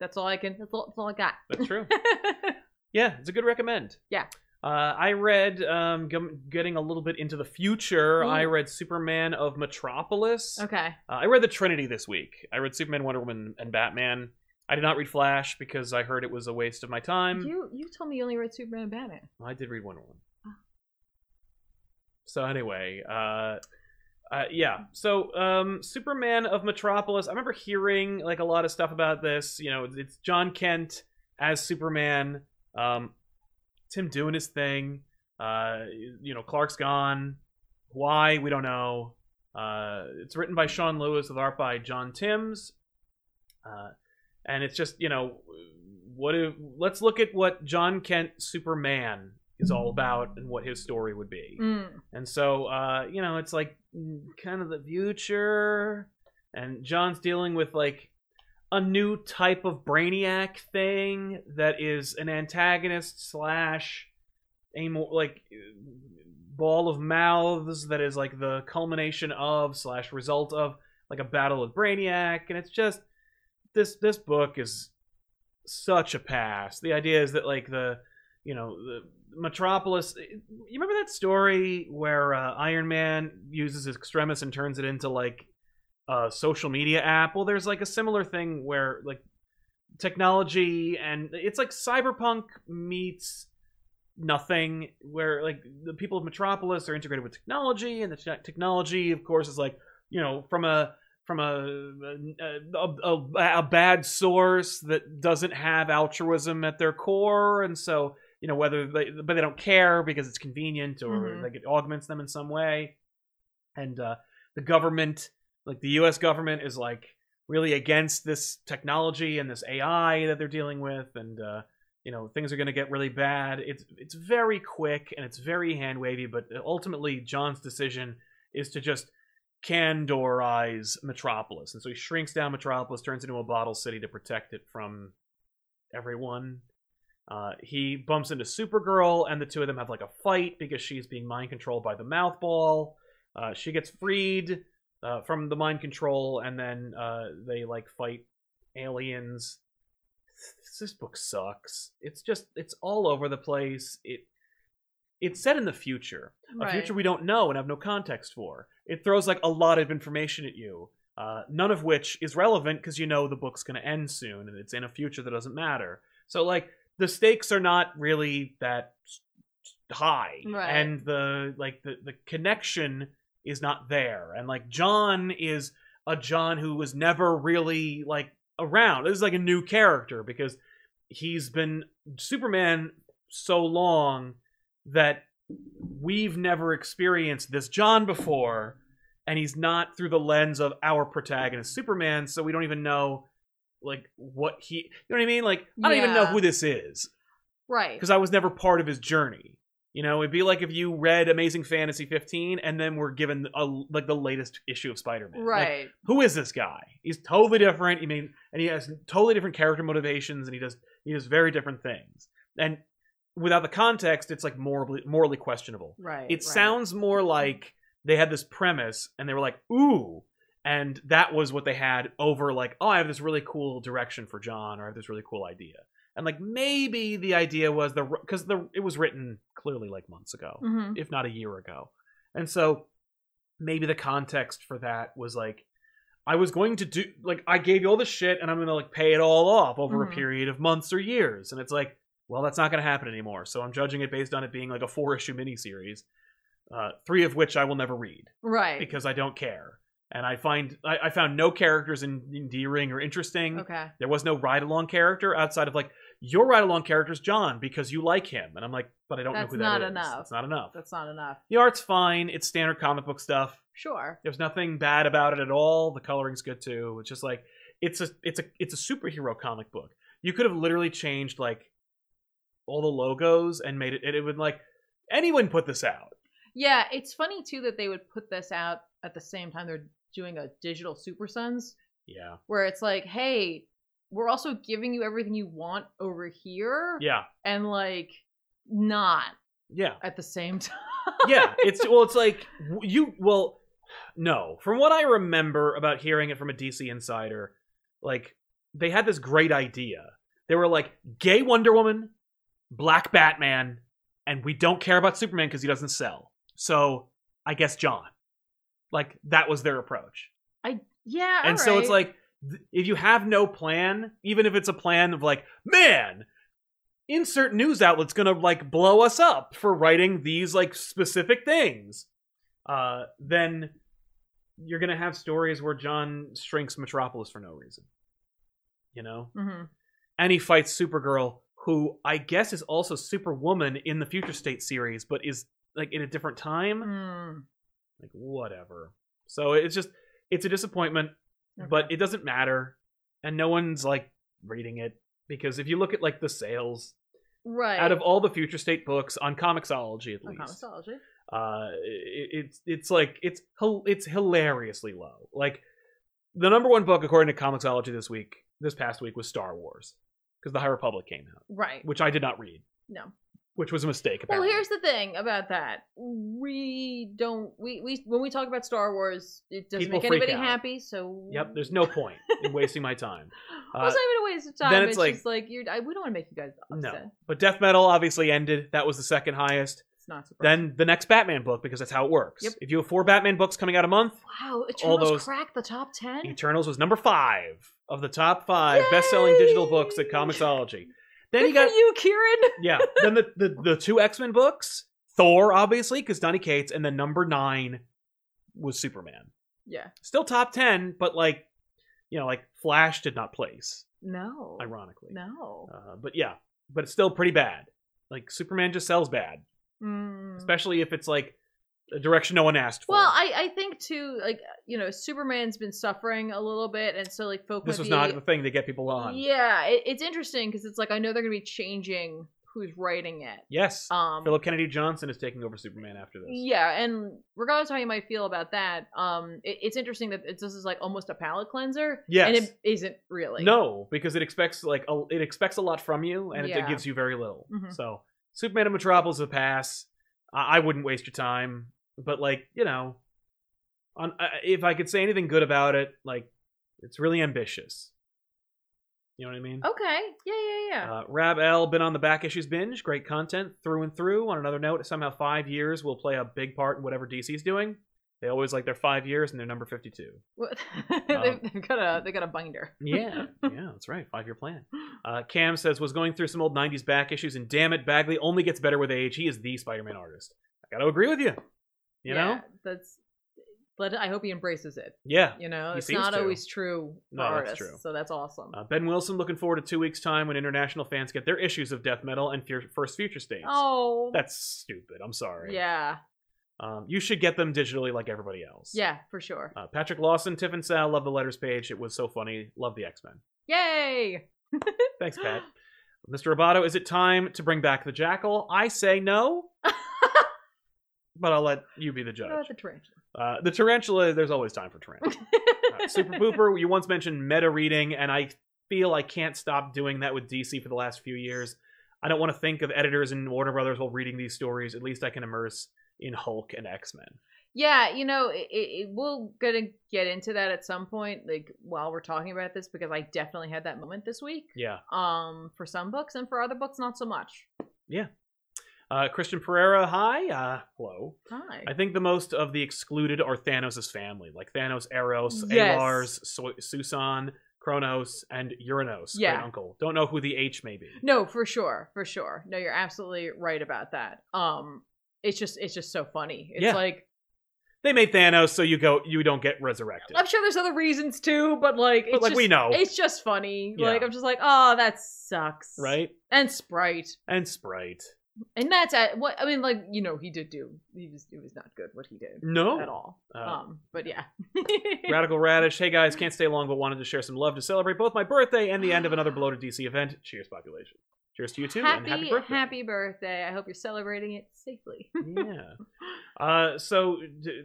B: that's all i can that's all, that's all i got (laughs)
A: That's true. Yeah, it's a good recommend.
B: Yeah.
A: Uh, I read, um, gum getting a little bit into the future,
B: Ooh.
A: I read Superman of Metropolis.
B: okay
A: Uh, I read the Trinity this week. I read Superman, Wonder Woman, and Batman. I did not read Flash because I heard it was a waste of my time.
B: you you told me you only read superman and batman
A: Well, I did read Wonder Woman.
B: Oh.
A: So anyway, uh, uh, yeah. So um, Superman of Metropolis. I remember hearing like a lot of stuff about this. You know, it's John Kent as Superman. Um, it's him doing his thing. Uh, you know, Clark's gone. Why we don't know. Uh, it's written by Sean Lewis with art by John Timms. Uh, and it's just you know what if let's look at what john kent superman is all about and what his story would be
B: Mm.
A: and so uh you know it's like mm, kind of the future and john's dealing with like a new type of brainiac thing that is an antagonist slash a more like ball of mouths that is like the culmination of slash result of like a battle with brainiac and it's just this this book is such a pass the idea is that like the you know the metropolis eh, you remember that story where uh, iron man uses extremis and turns it into like a social media app well there's like a similar thing where like technology and it's like cyberpunk meets nothing where like the people of metropolis are integrated with technology and the te- technology of course is like you know from a from a a, a a bad source that doesn't have altruism at their core and so you know whether they but they don't care because it's convenient or
B: Mhm.
A: like it augments them in some way and uh the government like the US government is like really against this technology and this AI that they're dealing with and uh you know things are going to get really bad it's it's very quick and it's very hand wavy but ultimately John's decision is to just candorize Metropolis and so he shrinks down Metropolis turns into a bottle city to protect it from everyone uh, he bumps into Supergirl, and the two of them have like a fight because she's being mind controlled by the mouth ball. Uh, she gets freed uh, from the mind control, and then uh, they like fight aliens. This book sucks. It's just it's all over the place. It it's set in the future, a
B: Right.
A: future we don't know and have no context for. It throws like a lot of information at you, uh, none of which is relevant because you know the book's going to end soon and it's in a future that doesn't matter. So like the stakes are not really that s- high,
B: Right.
A: and the like the the connection is not there, and like John is a John who was never really like around. This is like a new character because he's been Superman so long that we've never experienced this John before, and he's not through the lens of our protagonist Superman, so we don't even know like what he you know what I mean? Like I don't even know
B: Yeah.
A: who this is.
B: Right.
A: Because I was never part of his journey. You know, it'd be like if you read Amazing Fantasy 15 and then were given a, like the latest issue of Spider-Man. Like,
B: Right.
A: who is this guy? He's totally different. I mean, and he has totally different character motivations, and he does he does very different things. And without the context, it's like morally morally questionable.
B: right.
A: It
B: right.
A: sounds more like they had this premise, and they were like, ooh, and that was what they had over like, oh, I have this really cool direction for John, or I have this really cool idea, and like maybe the idea was the because the it was written clearly like months ago
B: Mhm.
A: if not a year ago. And so maybe the context for that was like I was going to do like I gave you all this shit and I'm going to like pay it all off over
B: Mhm.
A: a period of months or years and it's like well that's not going to happen anymore. So I'm judging it based on it being like a four issue miniseries. Uh, three of which I will never read
B: Right.
A: because I don't care, and I find I, I found no characters en- endearing or interesting.
B: okay.
A: There was no ride along character outside of like your ride along character's John because you like him, and I'm like, but I don't
B: That's
A: know who
B: not
A: that is.
B: enough.
A: That's not enough.
B: That's not enough.
A: The art's fine. It's standard comic book stuff.
B: Sure.
A: There's nothing bad about it at all. The coloring's good too. It's just like it's a it's a it's a superhero comic book. You could have literally changed like all the logos and made it it, it would like anyone put this out.
B: Yeah, it's funny too that they would put this out at the same time they're doing a digital Super Sons,
A: Yeah.
B: where it's like, hey, we're also giving you everything you want over here,
A: Yeah.
B: and like not
A: Yeah.
B: at the same (laughs) time.
A: yeah, it's well, it's like w- you. Well, no. From what I remember about hearing it from a DC insider, like they had this great idea. They were like gay Wonder Woman, black Batman, and we don't care about Superman because he doesn't sell. So I guess John. Like that was their approach,
B: Yeah,
A: and so it's
B: alright.
A: like th- if you have no plan, even if it's a plan of like, man. Insert news outlet's gonna like blow us up for writing these like specific things uh, then you're gonna have stories where John shrinks Metropolis for no reason. You know?
B: Mhm.
A: And he fights Supergirl, who I guess is also Superwoman in the Future State series, but is like in a different time.
B: Mm.
A: Like whatever. So it's just it's a disappointment, but
B: Okay.
A: it doesn't matter. And no one's like reading it. Because if you look at like the sales,
B: right
A: out of all the Future State books on Comixology at
B: Oh,
A: least,
B: comicsology.
A: uh it, it's it's like it's hil- it's hilariously low like the number one book according to comixology this week this past week was star wars because the high republic came out
B: right,
A: which i did not read
B: No.
A: which was a mistake.
B: Well,
A: Apparently.
B: here's the thing about that. We don't we, we when we talk about Star Wars, it doesn't
A: People
B: make anybody
A: freak out.
B: happy. So
A: Yep,
B: (laughs)
A: there's no point in wasting my time.
B: well, it's not even a waste of time.
A: Uh, then
B: it's,
A: it's like-
B: just like you're. I, we don't want to make you guys
A: No.
B: upset.
A: But death metal obviously ended. That was the second highest.
B: It's not surprising.
A: Then the next Batman book because that's how it works.
B: Yep.
A: If you have four Batman books coming out a month,
B: wow, Eternals
A: those-
B: cracked the top ten.
A: Eternals was number five of the top five best-selling digital books at
B: Yay!
A: Comixology. Then
B: Good
A: you got
B: for you,
A: (laughs)
B: Kieran.
A: yeah. Then the, the the two X Men books, Thor obviously because Donny Cates, and then number nine was Superman.
B: Yeah.
A: Still top ten, but like you know, like Flash did not place,
B: No.
A: ironically.
B: No.
A: Uh, but yeah, but it's still pretty bad. Like Superman just sells bad,
B: Mm.
A: especially if it's like a direction no one asked for.
B: Well, I, I think too, like you know, Superman's been suffering a little bit, and so like folk
A: this
B: might
A: was
B: be-
A: not the thing to get people on.
B: Yeah, it, it's interesting because it's like I know they're gonna be changing who's writing it.
A: Yes,
B: Um,
A: Philip Kennedy Johnson is taking over Superman after this.
B: yeah, and regardless of how you might feel about that, um, it, it's interesting that it's, this is like almost a palate cleanser.
A: Yes.
B: and it isn't really.
A: no, because it expects like a, it expects a lot from you, and it,
B: Yeah.
A: gives you very little.
B: Mhm.
A: So Superman and Metropolis is a pass. I, I wouldn't waste your time, but like you know, on uh, if I could say anything good about it, like it's really ambitious. You know what I mean?
B: Okay. Yeah, yeah, yeah.
A: Uh, Rab L been on the back issues binge. Great content through and through. On another note, somehow five years will play a big part in whatever DC's doing. They always like their five years and they're number fifty-two.
B: What- (laughs) they've, they've got a they got a binder.
A: Uh, (laughs)
B: (laughs)
A: Yeah, yeah, that's right. Five year plan. Uh, Cam says was going through some old '90s back issues, and damn it, Bagley only gets better with age. He is the Spider-Man artist. I got to agree with you. You know?
B: Yeah, that's. But I hope he embraces it.
A: Yeah.
B: You know,
A: He
B: it's
A: seems
B: not
A: to.
B: always true for
A: No, that's
B: artists,
A: true.
B: so that's awesome.
A: Uh, ben Wilson looking forward to two weeks time when international fans get their issues of death metal and Fear- first future states.
B: oh,
A: That's stupid. I'm sorry.
B: yeah,
A: Um, you should get them digitally like everybody else.
B: yeah, for sure.
A: Uh, Patrick Lawson, Tiff and Sal, love the letters page. It was so funny. Love the X Men.
B: Yay!
A: Thanks,
B: (gasps)
A: Pat. Mr. Roboto, is it time to bring back the Jackal? I say no, but I'll let you be the
B: What
A: judge.
B: about the tarantula?
A: Uh, the tarantula, there's always time for
B: (laughs)
A: tarantula. Uh, Super Pooper, you once mentioned meta reading, and I feel I can't stop doing that with DC for the last few years. I don't want to think of editors and Warner Brothers while reading these stories. At least I can immerse in Hulk and X Men.
B: Yeah, you know, it, it, it- we're gonna get into that at some point, like while we're talking about this, because I definitely had that moment this week.
A: Yeah.
B: Um, for some books and for other books, not so much.
A: Uh, Christian Pereira, hi. Uh, hello.
B: Hi.
A: I think the most of the excluded are Thanos' family, like Thanos, Eros,
B: Yes.
A: Alars, so- Susan, Kronos, and Uranos,
B: Yeah.
A: great uncle. Don't know who the H may be.
B: no, for sure, for sure. No, you're absolutely right about that. Um, it's just, it's just so funny. It's
A: Yeah.
B: like
A: They made Thanos, so you go, you don't get resurrected.
B: I'm sure there's other reasons too, but like, it's
A: but like
B: just,
A: we know,
B: it's just funny.
A: Yeah.
B: Like I'm just like, oh, that sucks.
A: right?
B: And Sprite,
A: And Sprite.
B: and that's at, what I mean. Like you know, he did do. He was it was not good what he did at
A: No.
B: all.
A: Uh,
B: um, but yeah. (laughs)
A: Radical Radish. Hey guys, can't stay long, but wanted to share some love to celebrate both my birthday and the end of another bloated DC event. Cheers, population. Cheers to you too, and
B: happy,
A: happy birthday.
B: happy birthday. I hope you're celebrating it safely.
A: yeah. Uh, so d-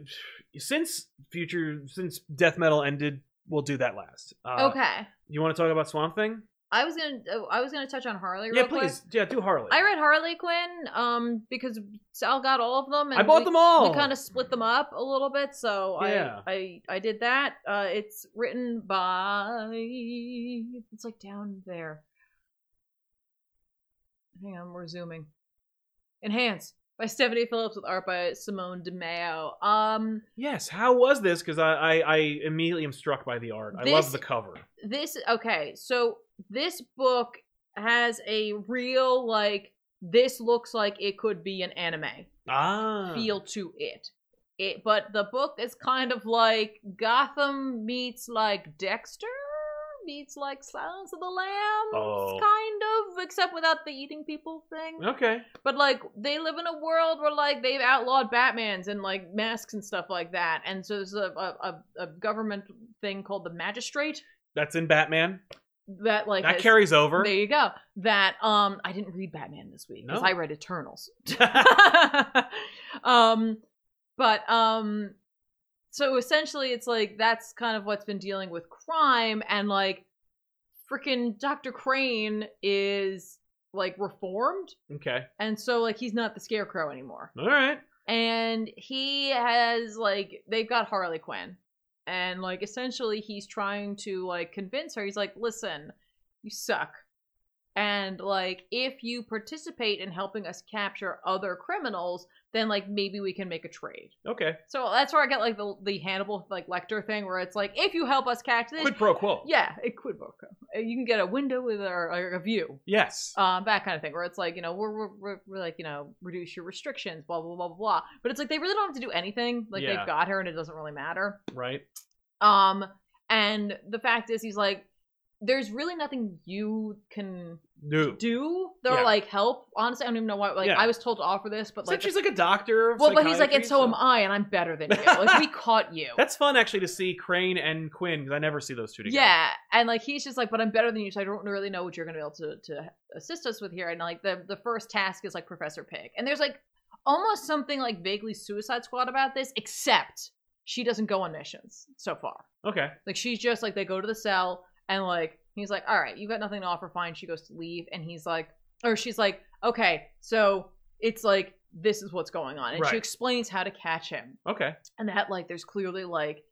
A: since future, since death metal ended, we'll do that last. Uh,
B: okay,
A: You want to talk about Swamp Thing?
B: I was gonna oh, I was gonna touch on Harley.
A: yeah,
B: real quick.
A: please. Yeah, do Harley.
B: I read Harley Quinn um because Sal got all of them. And
A: I bought
B: we-
A: them all.
B: we kind of split them up a little bit so
A: Yeah.
B: I, I i did that uh it's written by it's like down there hang on we're zooming enhance by stephanie phillips with art by simone demeo um
A: Yes. How was this? Because I, I, I immediately am struck by the art. I love
B: This-
A: the cover.
B: this okay so this book has a real like this looks like it could be an anime
A: Ah.
B: feel to it. It but the book is kind of like Gotham meets like Dexter meets like Silence of the Lambs
A: Oh.
B: kind of except without the eating people thing.
A: Okay.
B: But like they live in a world where like they've outlawed Batmans and like masks and stuff like that. And so there's a a, a, a government thing called the Magistrate
A: That's in Batman.
B: that like
A: that
B: has-
A: carries over.
B: There you go. That um I didn't read Batman this week because
A: No.
B: I
A: (laughs)
B: read Eternals. (laughs) um but um so essentially it's like that's kind of what's been dealing with crime and like freaking Dr. Crane is like reformed,
A: Okay.
B: and so like he's not the Scarecrow anymore.
A: All right.
B: And he has like they've got Harley Quinn, and like essentially he's trying to like convince her. He's like, listen, you suck. And like, if you participate in helping us capture other criminals, then like maybe we can make a trade.
A: Okay.
B: So that's where I get like the the Hannibal like Lecter thing, where it's like if you help us catch this,
A: Quid pro quo.
B: yeah, it quid pro quo. Uh, You can get a window with or, or a view,
A: Yes.
B: um, that kind of thing, where it's like you know we're, we're we're we're like you know reduce your restrictions, blah blah blah blah blah. But it's like they really don't have to do anything. Like
A: Yeah.
B: they've got her, and it doesn't really matter.
A: right.
B: Um, and the fact is, he's like, there's really nothing you can
A: No.
B: do or
A: Yeah.
B: like help. Honestly, I don't even know why. Like
A: Yeah.
B: I was told to offer this, but
A: Except
B: like.
A: she's like a doctor. Of
B: well, but he's like,
A: psychiatry,
B: and so, am I, and I'm better
A: (laughs)
B: than you. Like, we caught you.
A: That's fun actually to see Crane and Quinn because I never see those two together.
B: Yeah, and like he's just like, but I'm better than you, so I don't really know what you're gonna be able to to assist us with here. And like the the first task is like Professor Pig, and there's like almost something like vaguely Suicide Squad about this, except she doesn't go on missions so far.
A: Okay.
B: Like she's just like they go to the cell, and like he's like, all right, you got nothing to offer, fine. She goes to leave, and he's like, or she's like, okay, so it's like this is what's going on, and
A: Right.
B: she explains how to catch him
A: Okay.
B: and that like there's clearly like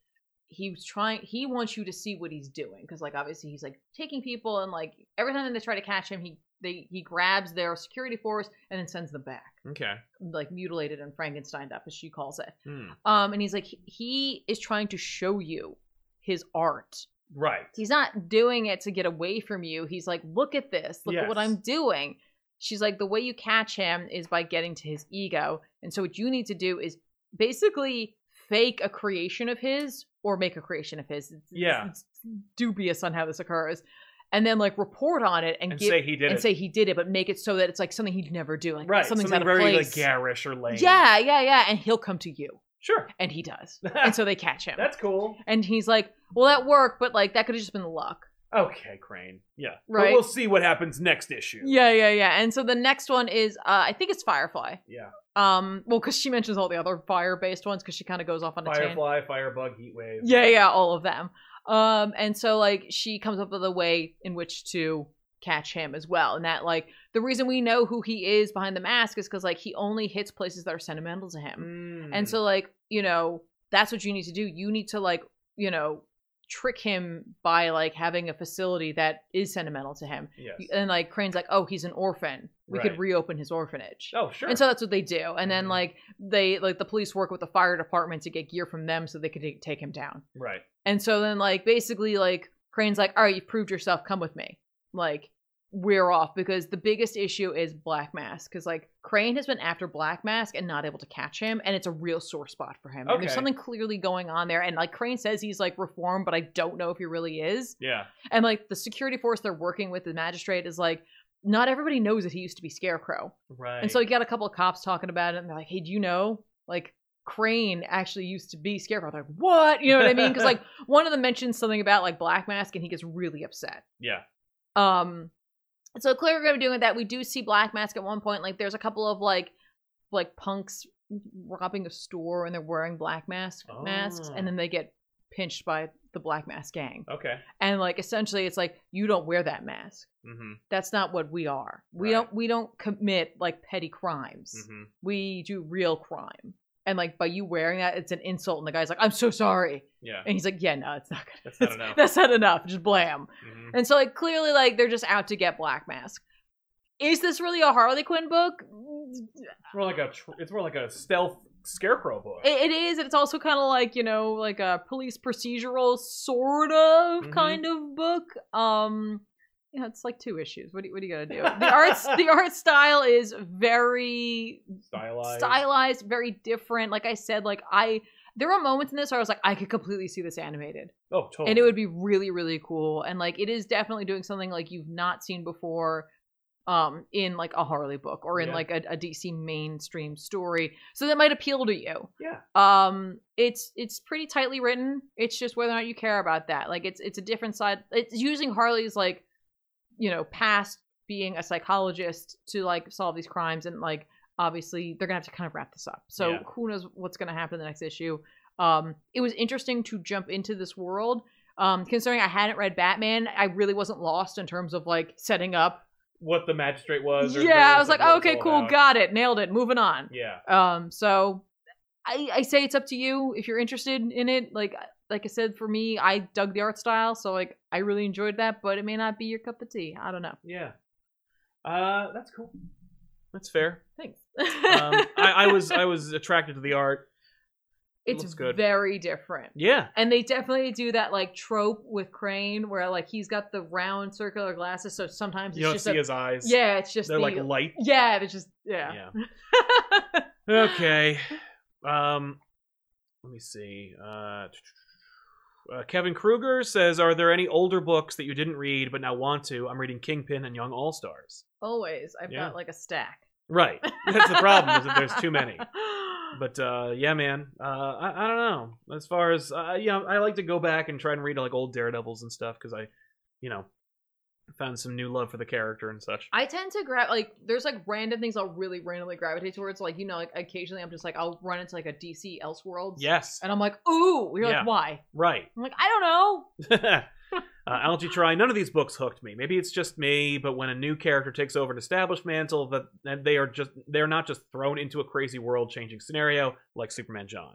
B: he was trying he wants you to see what he's doing because like obviously he's like taking people and like every time they try to catch him he they he grabs their security force and then sends them back
A: Okay.
B: like mutilated and frankenstein up as she calls it
A: Hmm.
B: um and he's like he- he is trying to show you his art
A: Right.
B: he's not doing it to get away from you he's like look at this look at what
A: Yes.
B: i'm doing she's like the way you catch him is by getting to his ego and so what you need to do is basically fake a creation of his or make a creation of his It's-
A: Yeah.
B: it's dubious on how this occurs and then like report on it and,
A: And
B: give
A: say he did
B: and
A: it.
B: say he did it but make it so that it's like something he'd never do like
A: right.
B: something's
A: Something
B: out of
A: very
B: place
A: like garish or lame.
B: yeah yeah yeah and he'll come to you
A: Sure.
B: and he does and so they
A: (laughs)
B: catch him
A: That's cool.
B: and he's like well that worked but like that could have just been luck
A: Okay, Crane. Yeah. But
B: Right.
A: we'll see what happens next issue.
B: Yeah, yeah, yeah. And so the next one is, uh, I think it's Firefly.
A: Yeah.
B: Um, well, because she mentions all the other fire-based ones, because she kind of goes off on a tangent.
A: Firefly, Firebug, Heatwave.
B: Yeah, yeah, all of them. Um, and so like she comes up with a way in which to catch him as well, and that like the reason we know who he is behind the mask is because like he only hits places that are sentimental to him.
A: Mm.
B: And so like, you know, that's what you need to do. You need to like, you know, trick him by like having a facility that is sentimental to him.
A: Yes.
B: And like Crane's like, "Oh, he's an orphan. We
A: Right.
B: could reopen his orphanage."
A: Oh, sure.
B: And so that's what they do. And then
A: Mhm.
B: like they like the police work with the fire department to get gear from them so they could take- take him down.
A: right.
B: And so then like basically like Crane's like, "All right, you've proved yourself. Come with me." Like we're off because the biggest issue is Black Mask because like Crane has been after Black Mask and not able to catch him, and it's a real sore spot for him. And
A: Okay.
B: there's something clearly going on there, and like Crane says he's like reformed, but I don't know if he really is.
A: Yeah.
B: And like the security force they're working with, the magistrate is like, not everybody knows that he used to be Scarecrow.
A: Right.
B: And so you got a couple of cops talking about it, and they're like, "Hey, do you know like Crane actually used to be Scarecrow?" They're like, "What?" You know what I mean? Because like one of them mentions something about like Black Mask, and he gets really upset.
A: yeah.
B: Um, so clearly we're gonna be doing that. We do see Black Mask at one point. Like there's a couple of like like punks robbing a store, and they're wearing Black Mask masks,
A: Oh.
B: and then they get pinched by the Black Mask gang.
A: Okay.
B: And like essentially, it's like you don't wear that mask.
A: Mm-hmm.
B: That's not what we are. We
A: Right.
B: don't we don't commit like petty crimes
A: Mm-hmm.
B: we do real crime. And like by you wearing that, it's an insult. And the guy's like, I'm so sorry.
A: Yeah.
B: And he's like, Yeah, no, it's not gonna
A: That's
B: (laughs)
A: not enough.
B: That's not enough. Just blam.
A: Mhm.
B: And so like clearly like they're just out to get Black Mask. Is this really a Harley Quinn book?
A: It's more like a. Tr- it's more like a stealth scarecrow book.
B: It, it is, and it's also kind of like you know, like a police procedural sort of
A: Mhm.
B: kind of book. Um, yeah, it's like two issues. What do you, what are you gonna do? The arts, the art style is very
A: Stylized.
B: stylized, very different. Like I said, like I there were moments in this where I was like, I could completely see this animated.
A: Oh, totally.
B: And it would be really, really cool. And like it is definitely doing something like you've not seen before um in like a Harley book or in
A: Yeah.
B: like a, a DC mainstream story. So that might appeal to you.
A: Yeah.
B: Um it's it's pretty tightly written. It's just whether or not you care about that. Like it's it's a different side. It's using Harley's like, you know, past being a psychologist to like solve these crimes and like obviously they're gonna have to kind of wrap this up. So
A: Yeah.
B: who knows what's gonna happen in the next issue. Um it was interesting to jump into this world. Um considering I hadn't read Batman, I really wasn't lost in terms of like setting up
A: what the magistrate was. or
B: yeah, I
A: knows
B: was like,
A: what
B: oh,
A: it's
B: okay,
A: all
B: cool,
A: about.
B: got it, nailed it, moving on.
A: Yeah,
B: Um, so I, I say it's up to you if you're interested in it. Like like I said, for me, I dug the art style, so like I really enjoyed that, but it may not be your cup of tea. I don't know.
A: yeah. Uh, that's cool. That's
B: (laughs)
A: fair.
B: Thanks.
A: Um, I, I was I was attracted to the art. it
B: it's
A: looks good.
B: very different.
A: Yeah,
B: And they definitely do that like trope with Crane where like he's got the round circular glasses, so sometimes
A: you
B: it's
A: don't
B: just
A: see
B: a,
A: his eyes.
B: Yeah, it's just
A: they're
B: the,
A: like light.
B: Yeah, it's just yeah.
A: Yeah.
B: (laughs)
A: okay. Um, let me see. Uh, uh, Kevin Kruger says, "Are there any older books that you didn't read but now want to?" I'm reading Kingpin and Young All Stars.
B: Always. I've
A: Yeah.
B: got like a stack.
A: Right. That's the problem. Is that there's too
B: (laughs)
A: many. But uh, yeah, man. Uh, I, I don't know. As far as uh, you know, I like to go back and try and read like old Daredevils and stuff because I, you know, found some new love for the character and such.
B: I tend to grab like there's like random things I'll really randomly gravitate towards. Like, you know, like occasionally I'm just like I'll run into like a DC Elseworlds.
A: Yes.
B: And I'm like, ooh, you're
A: Yeah.
B: like, why?
A: Right. (laughs)
B: I'm like, I don't know.
A: uh,
B: (laughs)
A: Algae Try, none of these books hooked me. Maybe it's just me, but when a new character takes over an established mantle, that that they are just they're not just thrown into a crazy world-changing scenario like Superman John.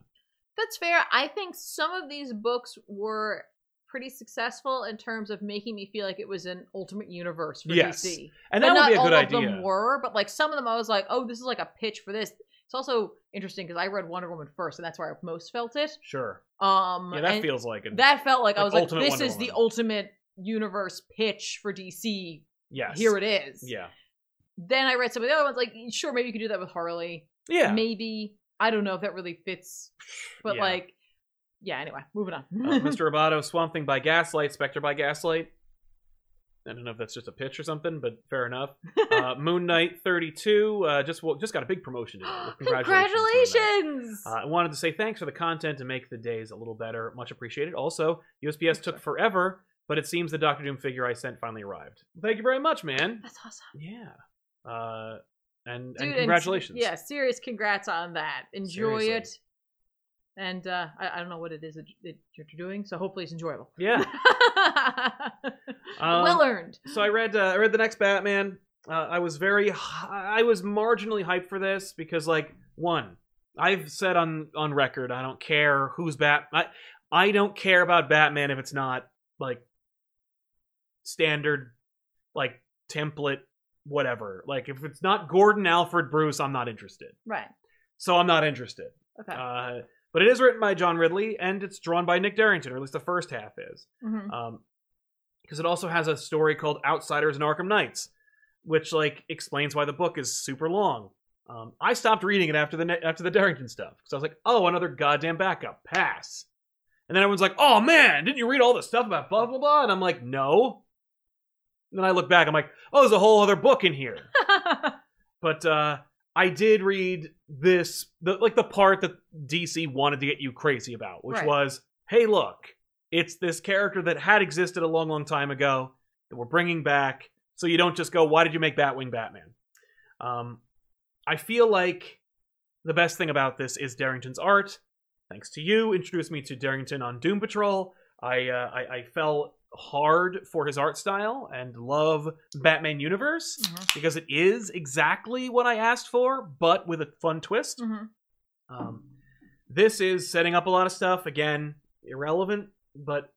B: That's fair. I think some of these books were pretty successful in terms of making me feel like it was an ultimate universe for
A: Yes.
B: DC.
A: And that
B: but
A: would
B: not
A: be a good
B: all of
A: idea.
B: them were, but like some of them I was like, oh, this is like a pitch for this. It's also interesting because I read Wonder Woman first, and that's where I most felt it.
A: Sure.
B: Um,
A: Yeah, that
B: and
A: feels like it.
B: that felt like, I
A: like
B: was like,
A: ultimate
B: this
A: Wonder
B: is the
A: Woman.
B: ultimate universe pitch for DC.
A: yes.
B: Here it is.
A: Yeah.
B: Then I read some of the other ones, like sure, maybe you could do that with Harley.
A: Yeah.
B: Maybe I don't know if that really fits, but
A: Yeah.
B: like, yeah. Anyway, moving on. (laughs)
A: Uh, Mr. Roboto, Swamp Thing by Gaslight, Spectre by Gaslight. I don't know if that's just a pitch or something, but fair
B: (laughs)
A: enough. Uh, Moon Knight 32 uh, just well, just got a big promotion.
B: (gasps)
A: today. Congratulations! Moon Knight.
B: Congratulations!
A: Uh, I wanted to say thanks for the content to make the days a little better. Much appreciated. Also, USPS took forever, but it seems the Doctor Doom figure I sent finally arrived. Thank you very much,
B: (sighs)
A: man.
B: That's awesome,
A: Yeah. Uh, and,
B: dude.
A: and congratulations.
B: yeah, serious congrats on that. Enjoy
A: Seriously.
B: it. And uh, I, I don't know what it is that, that you're doing, so hopefully it's enjoyable. (laughs)
A: Yeah. Um,
B: well earned.
A: So I read uh, I read the next Batman. Uh, I was very h- I was marginally hyped for this because like one I've said on on record I don't care who's Bat I I don't care about Batman if it's not like standard like template whatever like if it's not Gordon Alfred Bruce I'm not interested
B: Right.
A: so I'm not interested.
B: Okay.
A: Uh, but it is written by John Ridley and it's drawn by Nick Darrington or at least the first half is
B: (laughs) Mhm.
A: um because it also has a story called outsiders and arkham knights which like explains why the book is super long um i stopped reading it after the ne- after the darrington stuff because i was like oh another goddamn backup pass and then everyone's like oh man didn't you read all the stuff about blah blah blah and i'm like no and then i look back i'm like oh there's a whole other book in here but uh I did read this the like the part that DC wanted to get you crazy about, which
B: Right.
A: was, hey, look, it's this character that had existed a long, long time ago that we're bringing back, so you don't just go, why did you make Batwing Batman? Um, I feel like the best thing about this is Darrington's art. Thanks to you, introduced me to Darrington on Doom Patrol. I uh, I, I fell hard for his art style and love Batman universe
B: Mhm.
A: because it is exactly what I asked for, but with a fun twist.
B: Mhm.
A: Um, this is setting up a lot of stuff. Again, irrelevant, but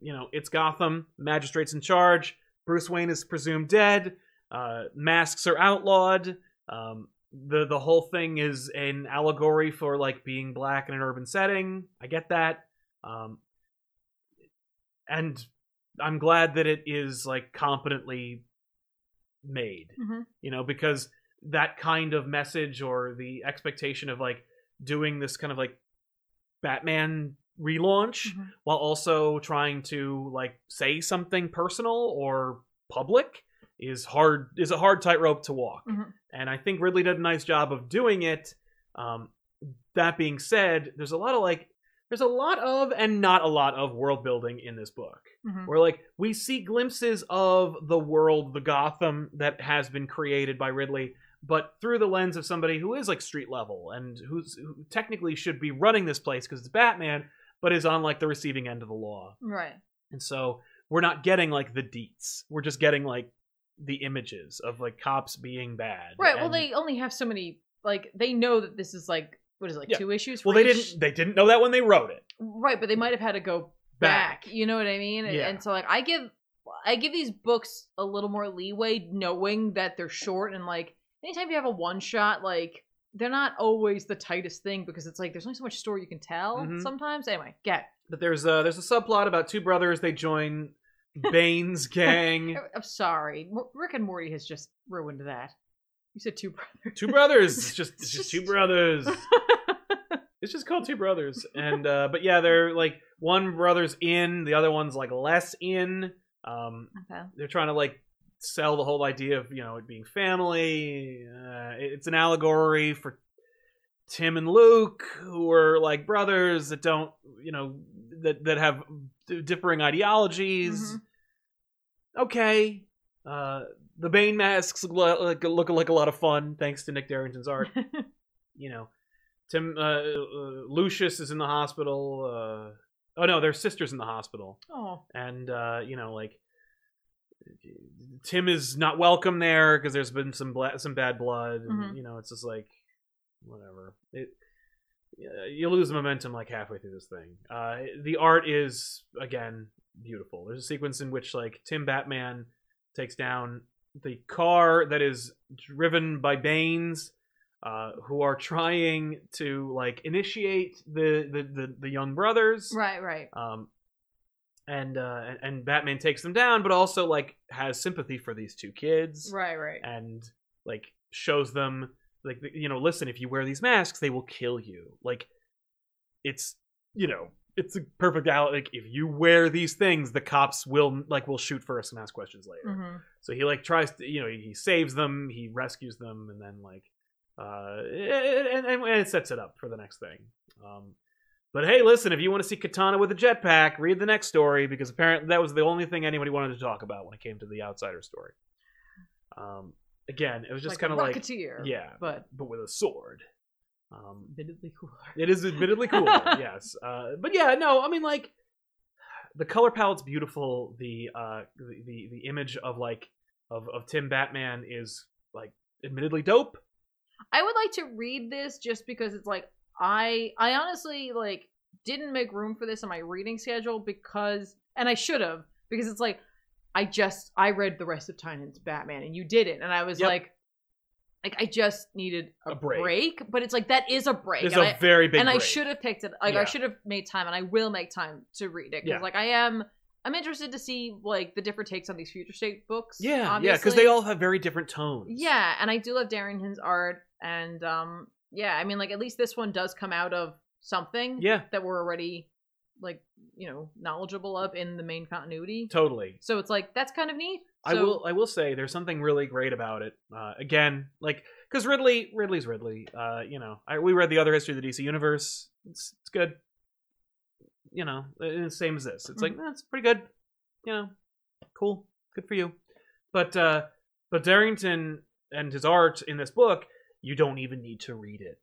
A: you know it's Gotham. Magistrates in charge. Bruce Wayne is presumed dead. Uh, masks are outlawed. Um, the the whole thing is an allegory for like being black in an urban setting. I get that. Um, and I'm glad that it is like competently made
B: Mhm.
A: you know because that kind of message or the expectation of like doing this kind of like batman relaunch
B: Mhm.
A: while also trying to like say something personal or public is hard is a hard tightrope to walk
B: Mhm.
A: and i think ridley did a nice job of doing it um, that being said there's a lot of like there's a lot of and not a lot of world building in this book
B: Mhm.
A: where like we see glimpses of the world the gotham that has been created by ridley but through the lens of somebody who is like street level and who's who technically should be running this place because it's batman but is on like the receiving end of the law
B: Right.
A: and so we're not getting like the deets we're just getting like the images of like cops being bad.
B: Right. Well,
A: and-
B: they only have so many. Like they know that this is like what is it, like
A: Yeah.
B: two issues. For
A: well they
B: each-
A: didn't they didn't know that when they wrote it.
B: Right, but they might have had to go back. You know what I mean? And,
A: Yeah.
B: and so like I give I give these books a little more leeway knowing that they're short and like anytime you have a one shot like they're not always the tightest thing because it's like there's only so much story you can tell
A: Mhm.
B: sometimes. Anyway, get.
A: But there's a there's a subplot about two brothers. They join
B: (laughs)
A: Bane's gang.
B: I'm sorry. Mo- Rick and Morty has just ruined that. You
A: (laughs)
B: said two (laughs) brothers.
A: Two brothers. It's just it's just two (laughs) brothers. It's just called two brothers. And uh, but yeah, they're like one brother's in, the other one's like less in. Um,
B: okay.
A: they're trying to like sell the whole idea of you know it being family. Uh, it- it's an allegory for Tim and Luke, who are like brothers that don't you know that that have d- differing ideologies.
B: Mhm.
A: Mm-hmm. Okay, uh, the Bane masks look like, look like a lot of fun thanks to Nick Darrington's
B: (laughs)
A: art. you know, Tim uh, uh, Lucius is in the hospital. Uh, oh no, their sister's in the hospital
B: Oh.
A: and uh, you know like Tim is not welcome there because there's been some bla- some bad blood, and
B: Mhm.
A: you know it's just like whatever. It yeah, you lose momentum like halfway through this thing. Uh, the art is again beautiful. There's a sequence in which like Tim Batman takes down the car that is driven by Banes, uh, who are trying to like initiate the the the, the young brothers
B: Right, right.
A: um, and uh, and- and Batman takes them down, but also like has sympathy for these two kids
B: Right, right.
A: and like shows them like you know listen if you wear these masks they will kill you like it's you know it's a perfect out like if you wear these things the cops will like will shoot first and ask questions later
B: hmm
A: so he like tries to, you know, he saves them, he rescues them, and then like, uh, and, and, and it sets it up for the next thing. Um, but hey, listen, if you want to see Katana with a jetpack, read the next story because apparently that was the only thing anybody wanted to talk about when it came to the Outsider story. Um, again, it was just kind of like,
B: Rocketeer.
A: yeah,
B: But
A: but with a sword. Um,
B: admittedly cooler.
A: it is admittedly cool,
B: (laughs)
A: yes. Uh, but yeah, no, I mean like the color palette's beautiful. The uh, the, the the image of like of of Tim Batman is like admittedly dope.
B: I would like to read this just because it's like I I honestly like didn't make room for this in my reading schedule because and I should have because it's like I just I read the rest of Tynan's Batman and you didn't and I was
A: Yep.
B: like like I just needed a,
A: A break.
B: but it's like that is a break
A: It's
B: and
A: a
B: I-
A: very big
B: and I
A: break.
B: should have picked it. Like
A: Yeah.
B: I should have made time, and I will make time to read it because
A: Yeah.
B: like I am, I'm interested to see like the different takes on these future state books.
A: yeah, yeah, because
B: obviously.
A: they all have very different tones.
B: Yeah, and I do love Darrington's art, and um, yeah, I mean like at least this one does come out of something
A: yeah,
B: that we're already like you know knowledgeable of in the main continuity.
A: totally.
B: So it's like that's kind of neat.
A: I
B: So-
A: will I will say there's something really great about it. Uh, again, like because Ridley Ridley's Ridley. Uh, you know, I, we read the other history of the DC universe. It's it's good. You know, uh, same as this. It's
B: Mm-hmm.
A: like that's pretty good. You know, cool, good for you. But uh, but Darrington and his art in this book, you don't even need to read it.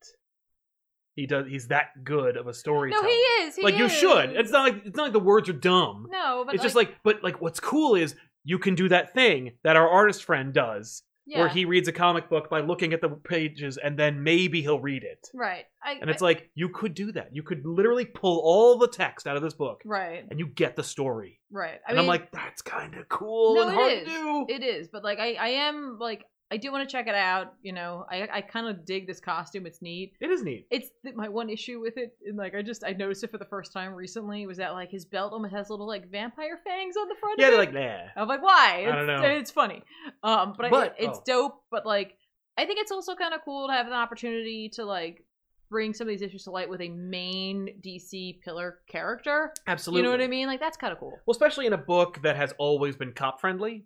A: He does. He's that good of a storyteller.
B: No, he is. He
A: Like you should.
B: is.
A: It's not like it's not like the words are dumb
B: no, but
A: it's just like but like what's cool is you can do that thing that our artist friend does
B: yeah,
A: where he reads a comic book by looking at the pages and then maybe he'll read it
B: right. I,
A: and it's like you could do that you could literally pull all the text out of this book
B: right,
A: and you get the story
B: right. I
A: and
B: mean,
A: i'm like that's kind of cool
B: No,
A: and
B: it
A: hard
B: is.
A: to do
B: it is but like i i am like i do want to check it out you know i i kind of dig this costume it's neat
A: it is neat
B: it's th- my one issue with it and like i just i noticed it for the first time recently was that like his belt almost has little like vampire fangs on the front
A: yeah
B: of
A: they're
B: it
A: like nah
B: i'm like why
A: I don't
B: It's-
A: know.
B: it's funny um but,
A: But-
B: I, it's
A: oh.
B: dope but like i think it's also kind of cool to have an opportunity to like bring some of these issues to light with a main dc pillar character
A: absolutely
B: you know what i mean like that's kind of cool
A: well especially in a book that has always been cop friendly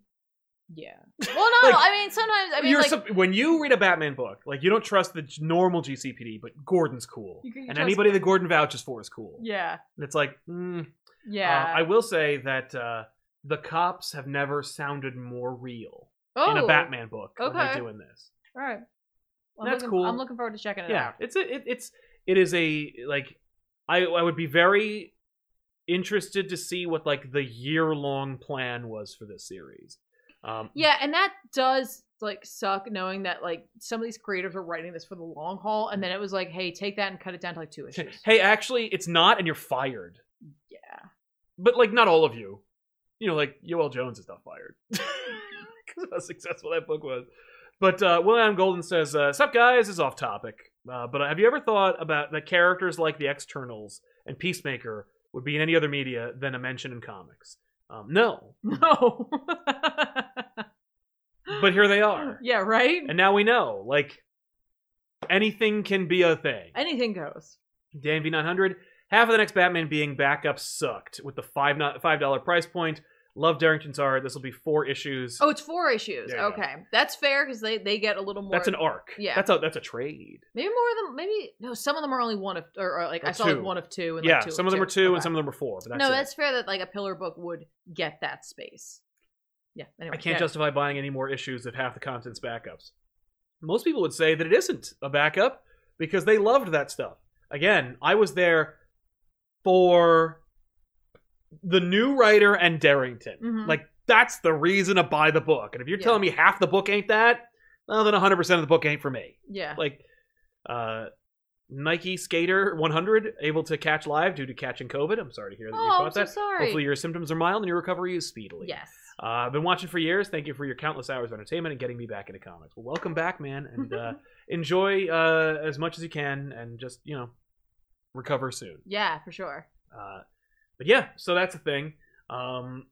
B: yeah well
A: (laughs)
B: no
A: Like,
B: i mean sometimes i mean
A: You're
B: like,
A: sup- when you read a Batman book, like you don't trust the g- normal GCPD, but Gordon's cool,
B: You can- you
A: and
B: trust-
A: anybody that Gordon vouches for is cool.
B: yeah
A: And it's like, mm,
B: yeah
A: Uh, I will say that uh, the cops have never sounded more real
B: oh.
A: in a Batman book than
B: Okay.
A: they're doing this.
B: All right. Well,
A: That's
B: looking,
A: cool.
B: I'm looking forward to checking it
A: Yeah,
B: out.
A: it's a, it, it's it is a like I I would be very interested to see what like the year long plan was for this series Um,
B: Yeah, and that does like suck knowing that like some of these creators are writing this for the long haul and then it was like, hey, take that and cut it down to like two issues.
A: (laughs) Hey, actually, it's not, and you're fired.
B: Yeah.
A: But like, not all of you. You know, like Yoel Jones is not fired (laughs) because of how successful that book was. But uh, William Golden says, uh, "Sup guys, this is off topic, uh, but have you ever thought about that characters like the Externals and Peacemaker would be in any other media than a mention in comics? Um, no,
B: (laughs) No.
A: but here they
B: (laughs)
A: are,
B: yeah, right?
A: and now we know. Like, anything can be a thing.
B: Anything goes.
A: Dan V900. Half of the next Batman being backup sucked with the five not five dollar price point. Love Darrington's art. This will be four issues.
B: Oh, it's four issues.
A: There you go.
B: okay. That's fair because they, they get a little more
A: that's an arc.
B: Yeah.
A: that's a that's a trade.
B: maybe more than maybe no, some of them are only one of or, or, like
A: Or
B: I saw
A: two.
B: like one of two and
A: yeah,
B: like two
A: some of them are two
B: Okay.
A: and some of them are four. But that's
B: No,
A: it.
B: that's fair that like a pillar book would get that space. Yeah. Anyway,
A: I can't
B: yeah.
A: justify buying any more issues if half the content's backups. Most people would say that it isn't a backup because they loved that stuff. Again, I was there for the new writer and Darrington.
B: Mhm.
A: Like that's the reason to buy the book. And if you're
B: Yeah.
A: telling me half the book ain't that, well then 100% of the book ain't for me.
B: Yeah.
A: Like uh Nike Skater 100 able to catch live due to catching COVID. I'm sorry to hear that you
B: oh,
A: caught
B: I'm so
A: that.
B: sorry.
A: Hopefully your symptoms are mild and your recovery is speedily.
B: yes.
A: Uh, I've been watching for years. Thank you for your countless hours of entertainment and getting me back into comics. Well, welcome back, man, and
B: (laughs)
A: uh, enjoy uh, as much as you can, and just you know, recover soon.
B: Yeah, for sure.
A: Uh, but yeah, so that's a thing. Um,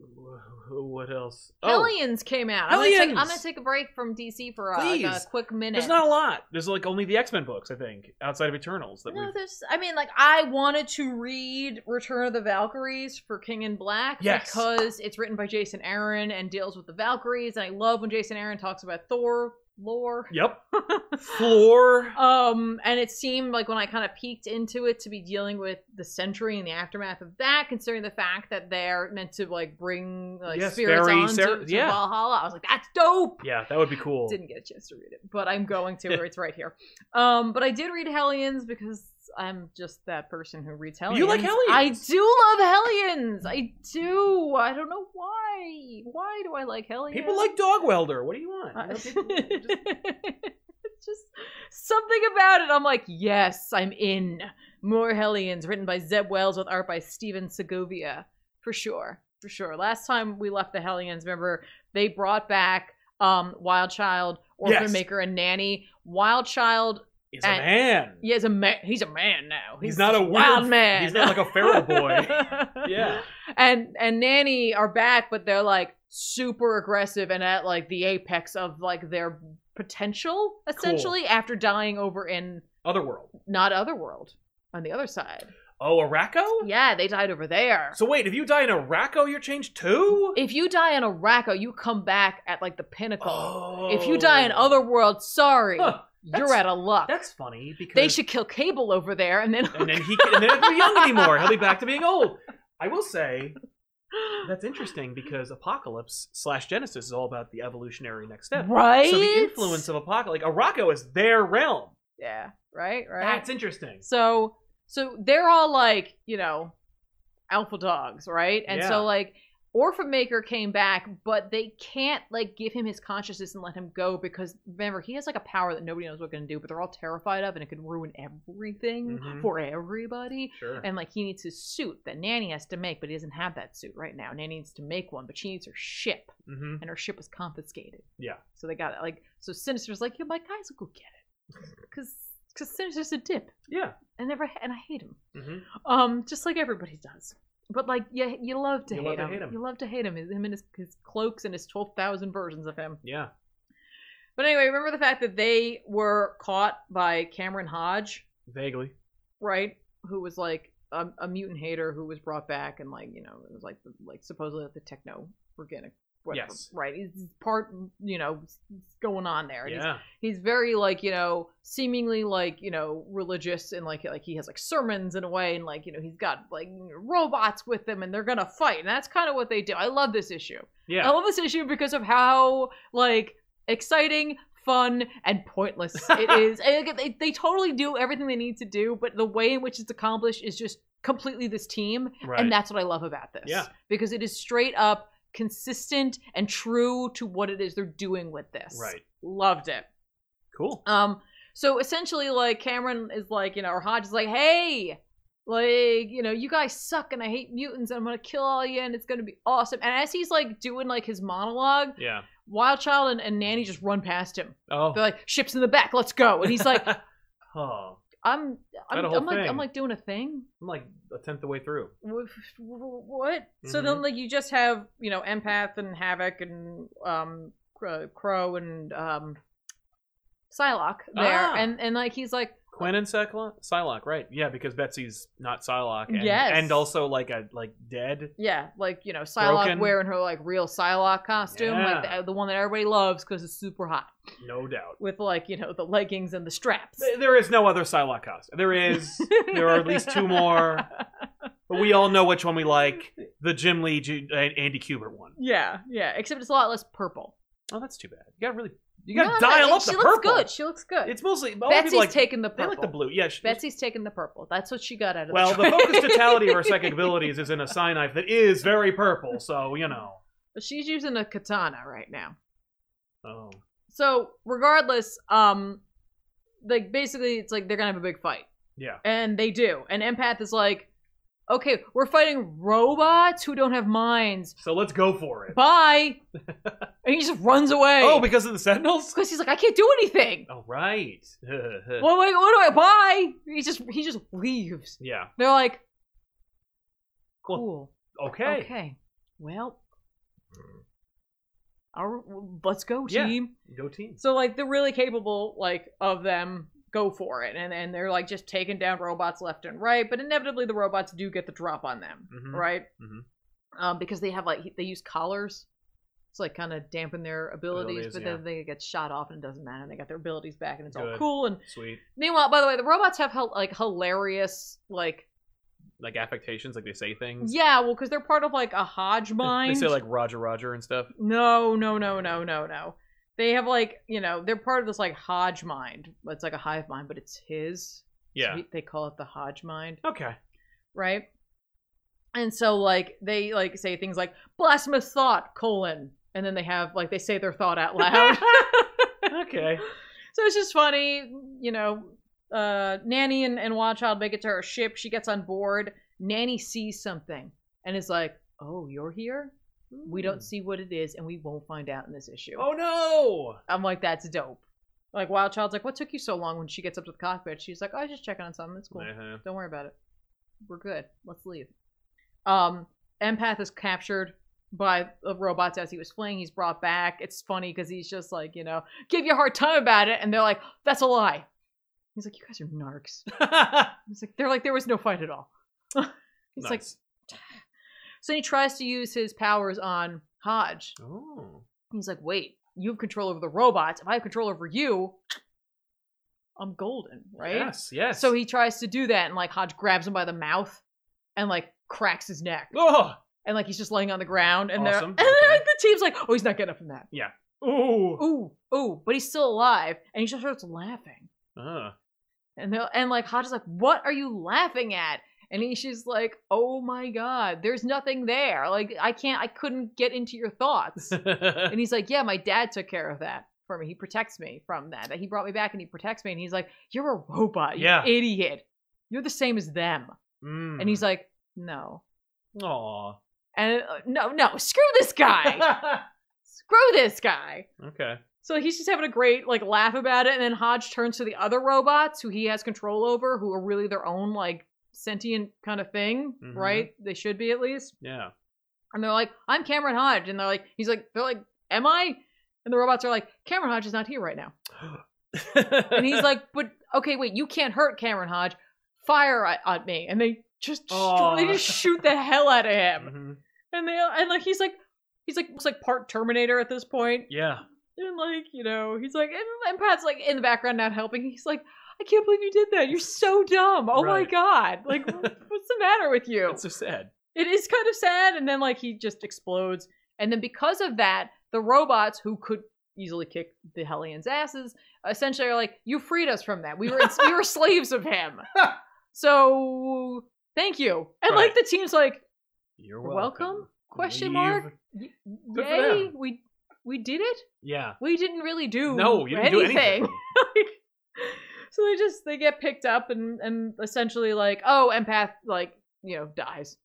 A: wh- what else? Oh,
B: Hellions came out. I'm gonna, take, I'm
A: Hellions!
B: gonna take a break from DC for uh, like, a
A: Please.
B: quick
A: oh,
B: minute.
A: there's not a lot. There's like only the X Men books, I think, outside of Eternals that
B: no,
A: we've.
B: there's. I mean, like I wanted to read Return of the Valkyries for King and Black
A: Yes.
B: because it's written by Jason Aaron and deals with the Valkyries, and I love when Jason Aaron talks about Thor lore. (laughs)
A: Yep.
B: Oh.
A: Floor.
B: Um, and it seemed like when I kind of peeked into it to be dealing with the century and the aftermath of that, considering the fact that they're meant to like bring like
A: Yes,
B: spirits
A: fairy
B: on
A: cer-
B: to, to
A: yeah.
B: Valhalla. I was like, that's dope.
A: Yeah, that would be cool.
B: Didn't get a chance to read it, but I'm
A: (laughs)
B: going to. or it's right here. Um, but I did read Hellions because I'm just that person who reads Hellions.
A: You like Hellions.
B: I do love Hellions. I do. I don't know why. Why do I like Hellions?
A: People like Dog Welder. What do you want?
B: I-
A: You know,
B: (laughs)
A: people- just-
B: It's just something about it. I'm like, yes, I'm in. More Hellions, written by Zeb Wells with art by Steven Segovia. For sure. For sure. Last time we left the Hellions, remember, they brought back um, Wild Child, Orphan
A: Yes.
B: Maker, and Nanny. Wild Child,
A: He's a
B: And-
A: man.
B: he is a man. He's a man now.
A: He's not a
B: wild
A: weird-
B: man.
A: He's not like a feral
B: (laughs)
A: boy. yeah.
B: and and Nanny are back, but they're like super aggressive and at like the apex of like their potential, essentially, after dying over in
A: Otherworld.
B: not Otherworld on the other side.
A: Oh, Araco?
B: Yeah, they died over there.
A: So wait, if you die in Araco, you're changed too?
B: if you die in Araco, you come back at like the pinnacle.
A: oh.
B: If you die in Otherworld, sorry,
A: Huh,
B: you're out of luck.
A: that's funny because
B: They should kill Cable over there, and then
A: and then he can, and then he'll be young anymore. He'll be back to being old. I will say that's interesting because Apocalypse slash Genesis is all about the evolutionary next step.
B: (laughs) right.
A: So the influence of Apocalypse, like Araco, is their realm.
B: Yeah. Right. Right.
A: That's interesting.
B: So so they're all like, you know, alpha dogs, right? And
A: Yeah.
B: so like Orphan Maker came back, but they can't like give him his consciousness and let him go because remember he has like a power that nobody knows what it can do, but they're all terrified of and it could ruin everything
A: Mhm.
B: for everybody.
A: Sure.
B: And like he needs his suit that Nanny has to make, but he doesn't have that suit right now. Nanny needs to make one, but she needs her ship,
A: hmm
B: and her ship was confiscated.
A: Yeah.
B: So they got it. Like so, Sinister's like, "Yo, my guys will go get it," because because Sinister's a dip.
A: Yeah.
B: I never and I hate him.
A: hmm
B: Um, just like everybody does. But like, yeah, you love to,
A: You
B: hate,
A: love to
B: him.
A: hate him.
B: You love to hate him. His- Him and his, his cloaks and his twelve thousand versions of him.
A: Yeah.
B: But anyway, remember the fact that they were caught by Cameron Hodge,
A: Vaguely.
B: right? Who was like a, a mutant hater who was brought back and like you know it was like the, like supposedly like the techno organic. Whatever,
A: Yes.
B: Right. He's part, you know, going on there. and he's
A: Yeah.
B: he's very like you know seemingly like you know religious and like like he has like sermons in a way and like you know he's got like robots with them and they're gonna fight and that's kind of what they do i love this issue i
A: Yeah.
B: love this issue because of how like exciting fun and pointless
A: (laughs)
B: it is And, like, they, they totally do everything they need to do but the way in which it's accomplished is just completely this team
A: Right.
B: and that's what i love about this
A: Yeah.
B: because it is straight up consistent and true to what it is they're doing with this.
A: Right.
B: Loved it.
A: Cool.
B: Um, so essentially, like Cameron is like, you know, or Hodge is like, hey, like, you know, you guys suck, and I hate mutants, and I'm gonna kill all you, and it's gonna be awesome. And as he's like doing like his monologue,
A: Yeah.
B: Wild Child and, and Nanny just run past him.
A: Oh.
B: They're like, ships in the back, let's go. And he's like,
A: (laughs) oh,
B: I'm, I'm,
A: That whole
B: I'm like,
A: thing.
B: I'm like doing a thing.
A: I'm like a tenth of the way through.
B: Wh- wh- What? So
A: Mm-hmm.
B: then, like, you just have you know empath and havoc and um Cro- crow and um Psylocke there,
A: Ah.
B: and and like he's like,
A: Quinn and Psylocke, Psylocke, right? Yeah, because Betsy's not Psylocke, and,
B: Yes.
A: and also like a like dead.
B: Yeah, like you know, Psylocke
A: Broken.
B: wearing her like real Psylocke costume, like
A: Yeah.
B: the, the one that everybody loves because it's super hot,
A: No doubt.
B: with like you know the leggings and the straps.
A: Th- There is no other Psylocke costume. There is, there are at least two more, but we all know which one we like. The Jim Lee, Ju- and Andy Kubert one.
B: Yeah, yeah. Except it's a lot less purple.
A: Oh, that's too bad. You got really, you got to
B: No, no,
A: dial
B: no,
A: up
B: she
A: the
B: looks
A: purple.
B: good. She looks good.
A: It's mostly a lot of
B: Betsy's
A: people like
B: taking the
A: they
B: purple.
A: like the blue. Yeah, she,
B: Betsy's taking the purple. That's what she got out of.
A: Well,
B: the,
A: the
B: trade. (laughs)
A: focus totality of her psychic abilities is in a psi knife that is very purple, so you know.
B: She's using a katana right now.
A: Oh.
B: So regardless, um, like basically, it's like they're gonna have a big fight.
A: Yeah.
B: And they do. And Empath is like, okay, we're fighting robots who don't have minds.
A: So let's go for it. (laughs)
B: Bye. and he just runs away.
A: Oh, because of the Sentinels?
B: because he's like, I can't do anything.
A: Oh, right. (laughs)
B: What, do I- what do I? Bye. He just he just leaves.
A: yeah.
B: They're like,
A: Cool.
B: cool.
A: Okay.
B: Okay. Well, our, let's go,
A: Yeah.
B: team.
A: Go teams.
B: So like they're really capable like of them go for it and and they're like just taking down robots left and right, but inevitably the robots do get the drop on them,
A: Mhm.
B: right?
A: Mhm.
B: Um, because they have like he- they use collars to like kind of dampen their abilities,
A: Abilities,
B: but then they get shot off and it doesn't matter. They got their abilities back and it's all
A: Good.
B: cool. And
A: Sweet.
B: meanwhile, by the way, the robots have hel- like hilarious like
A: Like affectations, like they say things.
B: yeah, well, because they're part of like a
A: Mm.
B: hodge
A: (laughs) They
B: mind.
A: say like Roger Roger and stuff.
B: No, no, no, no, no, no. They have like you know they're part of this like Hodge mind. It's like a hive mind, but it's his. So
A: Yeah.
B: he- they call it the Hodge mind,
A: Okay. (laughs)
B: right? And so like they like say things like blasphemous thought colon, and then they have like they say their thought out loud.
A: Okay.
B: so it's just funny, you know. Uh, Nanny and and Wild Child make it to her ship. She gets on board. Nanny sees something and is like, "Oh, you're here." We
A: Hmm.
B: don't see what it is, and we won't find out in this issue.
A: Oh no!
B: I'm like, that's dope. Like Wild Child's like, what took you so long when she gets up to the cockpit? She's like, "Oh, I was just checking on something. It's cool.
A: Uh-huh.
B: Don't worry about it. We're good. Let's leave. Um, Empath is captured by the robots as he was fleeing. He's brought back. It's funny because he's just like, you know, give you a hard time about it, and they're like, that's a lie. He's like, you guys are narcs. He's like, they're like, there was no fight at all. (laughs) he's like,
A: Nice.
B: so he tries to use his powers on Hodge.
A: Oh.
B: He's like, wait, you have control over the robots. If I have control over you, I'm golden, right?
A: Yes, yes.
B: So he tries to do that, and like Hodge grabs him by the mouth and like cracks his neck.
A: Oh!
B: And like he's just laying on the ground, and they're
A: Awesome,
B: (laughs) and then,
A: okay.
B: like the team's like, oh, he's not getting up from that.
A: Ooh!
B: Ooh, ooh, but he's still alive, and he just starts laughing.
A: Uh, (laughs)
B: And they're, and like Hodge is like, what are you laughing at? And he's just like, oh my god, there's nothing there. Like I can't, I couldn't get into your thoughts. And he's like, Yeah, my dad took care of that for me. He protects me from that. He brought me back and he protects me. And he's like, You're a robot, you
A: Yeah.
B: idiot. You're the same as them.
A: Mm.
B: And he's like, No.
A: Aw.
B: And uh, no, no, screw
A: (laughs)
B: this guy. screw this guy.
A: okay.
B: So he's just having a great like laugh about it. And then Hodge turns to the other robots who he has control over, who are really their own like sentient kind of thing,
A: Mhm.
B: right? They should be at least.
A: Yeah.
B: and they're like, "I'm Cameron Hodge," and they're like, "He's like, they're like, am I?" And the robots are like, "Cameron Hodge is not here right now,"
A: (laughs)
B: and he's like, "But okay, wait, you can't hurt Cameron Hodge. Fire at, at me!" And they just destroy, they
A: Aw.
B: just shoot the hell out of him,
A: Mhm.
B: and they and like he's like. He's like, it's like part Terminator at this point.
A: yeah.
B: And like, you know, he's like, and, and Pat's like in the background not helping. He's like, I can't believe you did that. You're so dumb. Oh my
A: Right.
B: God.
A: (laughs)
B: Like, what's the matter with you?
A: That's so sad.
B: it is kind of sad and then like he just explodes and then because of that the robots who could easily kick the hellions asses essentially are like you freed us from that we were
A: (laughs)
B: we were slaves of him so thank you and like
A: Right.
B: the team's like
A: You're
B: welcome. Question
A: leave.
B: mark? Y-
A: for
B: Yay, we we did it.
A: Yeah.
B: We didn't really do
A: No, you didn't do anything.
B: (laughs) Like, so they just they get picked up and and essentially like oh empath like you know dies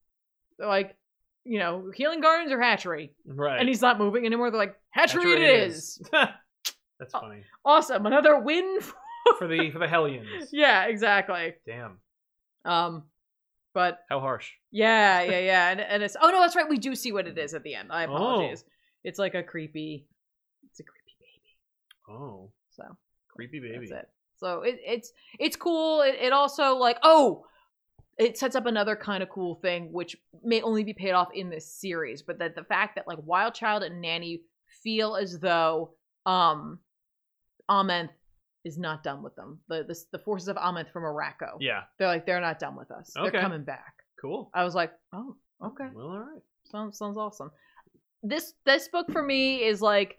B: They're like you know healing gardens or hatchery
A: (laughs) Right.
B: and he's not moving anymore they're like hatchery,
A: Hatchery
B: it is. (laughs)
A: That's
B: Oh.
A: funny.
B: awesome another win for-
A: For the for the Hellions.
B: oh. (laughs) yeah exactly
A: Damn.
B: um but
A: How harsh.
B: Yeah, yeah, yeah. And, and it's oh no, that's right. We do see what it is at the end. I
A: Oh.
B: apologize. It's like a creepy. It's a creepy baby.
A: Oh.
B: So
A: Creepy baby.
B: that's it. So it, it's it's cool. It, it also like oh, it sets up another kind of cool thing which may only be paid off in this series, but that the fact that like Wild Child and Nanny feel as though um, Amenth is not done with them. The the, the forces of Amenth from Araco.
A: Yeah.
B: They're like they're not done with us.
A: Okay.
B: They're coming back.
A: Cool.
B: I was like, oh, okay.
A: Well, all right.
B: Sounds sounds awesome. This this book for me is like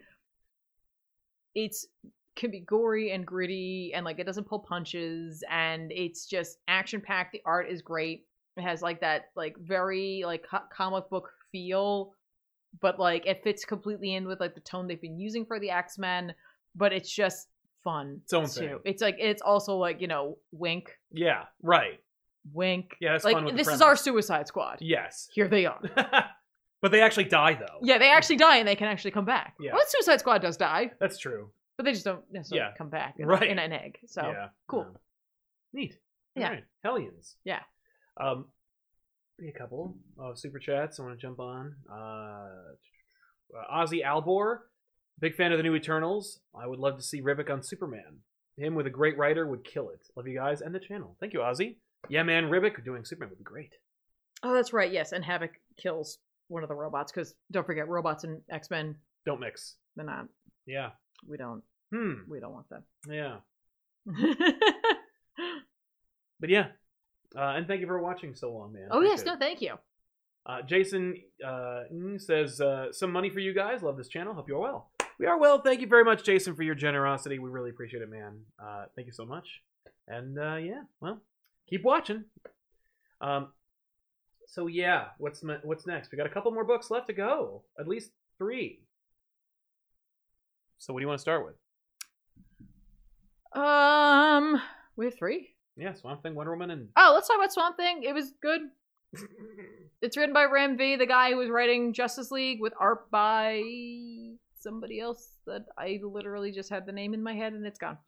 B: it's can be gory and gritty and like it doesn't pull punches and it's just action packed. The art is great. It has like that like very like co- comic book feel, but like it fits completely in with like the tone they've been using for the X Men. But it's just fun.
A: Its own
B: too.
A: thing.
B: It's like it's also like you know wink
A: Yeah. Right.
B: wink.
A: Yeah. That's fun with
B: like
A: the
B: this is
A: premise.
B: our Suicide Squad.
A: Yes. (laughs)
B: Here they are.
A: but they actually die though.
B: Yeah, they actually die and they can actually come back.
A: Yeah.
B: Well, Suicide Squad does die,
A: That's true.
B: but they just don't necessarily
A: Yeah.
B: come back in,
A: Right.
B: in an egg. So
A: yeah.
B: cool.
A: Yeah. Neat.
B: Yeah.
A: Alright. Hellions.
B: Yeah.
A: Um be a couple of super chats I want to jump on. Uh, uh Ozzy Albor, big fan of the new Eternals. I would love to see Rivik on Superman. Him with a great writer would kill it. Love you guys and the channel. Thank you, Ozzy. Yeah, man, Rivik doing Superman would be great.
B: Oh, that's right. Yes, and Havoc kills one of the robots because don't forget, robots and X Men.
A: Don't mix.
B: They're not.
A: Yeah.
B: We don't.
A: Hmm.
B: We don't want them. (laughs) Oh,
A: Yeah. But yeah. Uh, and thank you for watching so long, man.
B: oh yes,
A: Appreciate it.
B: no, thank you.
A: Uh, Jason uh, mm, says, uh, "Some money for you guys. Love this channel. Hope you're well. We are well. Thank you very much, Jason, for your generosity. We really appreciate it, man. Uh, thank you so much. And uh, yeah, well, keep watching. Um, so yeah, what's ne- what's next? We got a couple more books left to go. At least three. So what do you want to start with?
B: Um, we have three.
A: Yeah, Swamp Thing, Wonder Woman, and
B: Oh, let's talk about Swamp Thing. It was good.
A: (laughs)
B: It's written by Ram V, the guy who was writing Justice League, with art by somebody else that I literally just had the name in my head and it's gone.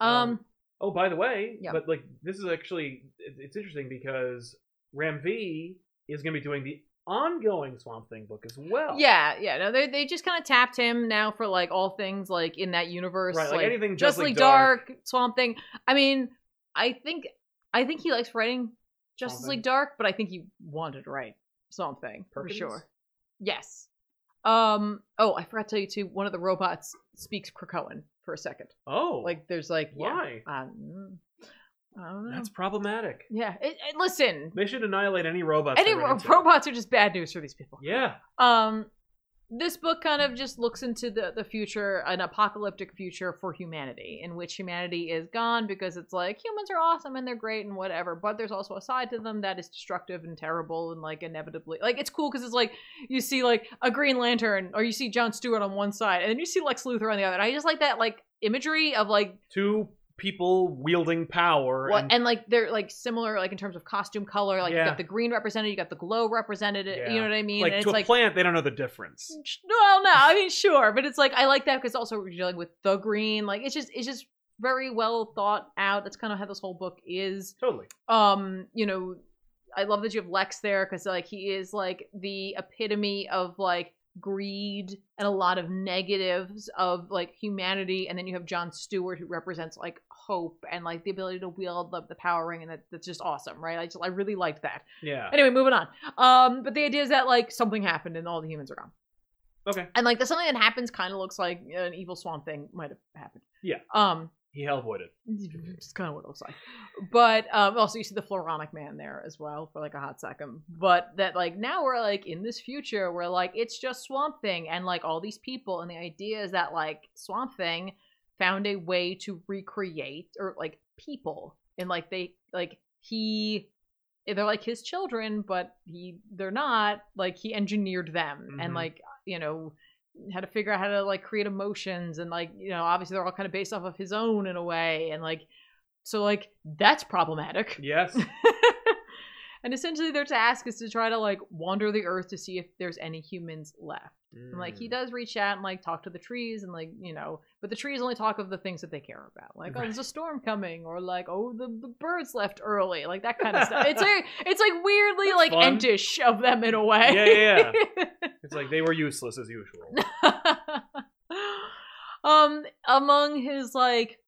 B: Um,
A: Um, Oh, by the way,
B: Yeah.
A: but like this is actually it- it's interesting because Ram V is going to be doing the ongoing Swamp Thing book as well.
B: yeah, yeah, no, they they just kind of tapped him now for like all things like in that universe,
A: right. Like, anything
B: Justice
A: just
B: League
A: like
B: Dark, Swamp Thing. I mean, I think I think he likes writing Justice
A: Swamp Thing.
B: League Dark, but I think he wanted to write Swamp Thing
A: Perkins?
B: for sure. Yes. Um. Oh, I forgot to tell you too. One of the robots speaks Krakoan for a second.
A: Oh,
B: Like there's like yeah.
A: why?
B: Um, I don't know.
A: That's problematic.
B: yeah. It, it- listen,
A: They should annihilate any robots.
B: any
A: they run
B: ro-
A: into.
B: robots are just bad news for these people.
A: Yeah.
B: Um, this book kind of just looks into the the future, an apocalyptic future for humanity, in which humanity is gone because it's like humans are awesome and they're great and whatever, but there's also a side to them that is destructive and terrible and like inevitably like it's cool because it's like you see like a Green Lantern or you see John Stewart on one side and then you see Lex Luthor on the other. And I just like that like imagery of like
A: Two people wielding power.
B: Well,
A: and,
B: and like they're like similar, like in terms of costume color. Like you
A: Yeah.
B: got the green represented, you got the glow represented.
A: Yeah.
B: You know what I mean?
A: like
B: and
A: to
B: it's
A: a
B: like,
A: plant, they don't know the difference.
B: sh- well, no, I mean, sure, but it's like I like that because also we're dealing with the green. Like it's just, it's just very well thought out. That's kind of how this whole book is.
A: Totally.
B: Um, you know, I love that you have Lex there because like he is like the epitome of like greed and a lot of negatives of like humanity and then you have john stewart who represents like hope and like the ability to wield the, the power ring and that, that's just awesome right i just i really liked that
A: Yeah.
B: anyway moving on um but the idea is that like something happened and all the humans are gone
A: Okay.
B: and like the something that happens kind of looks like an evil swamp thing might have happened
A: Yeah.
B: um
A: He hellboyed it.
B: it's kind of what it looks like. But um, also, you see the Floronic Man there as well for like a hot second. But that, like, now we're like in this future where like it's just Swamp Thing and like all these people. And the idea is that like Swamp Thing found a way to recreate or like people. And like they, like, he they're like his children, but he they're not. Like he engineered them and
A: Mhm.
B: like you know how to figure out how to like create emotions and like you know obviously they're all kind of based off of his own in a way and like so like that's problematic. (laughs)
A: Yes.
B: and essentially their task is to try to like wander the earth to see if there's any humans left. And, like he
A: Mm.
B: does reach out and like talk to the trees and like you know, but the trees only talk of the things that they care about. Like oh, there's a storm coming, or like oh the, the birds left early, like
A: (laughs)
B: that kind of stuff. It's a it's like weirdly
A: That's
B: like
A: fun.
B: entish of them in a way.
A: Yeah, yeah,
B: (laughs)
A: It's like they were useless as usual.
B: (laughs) um, among his like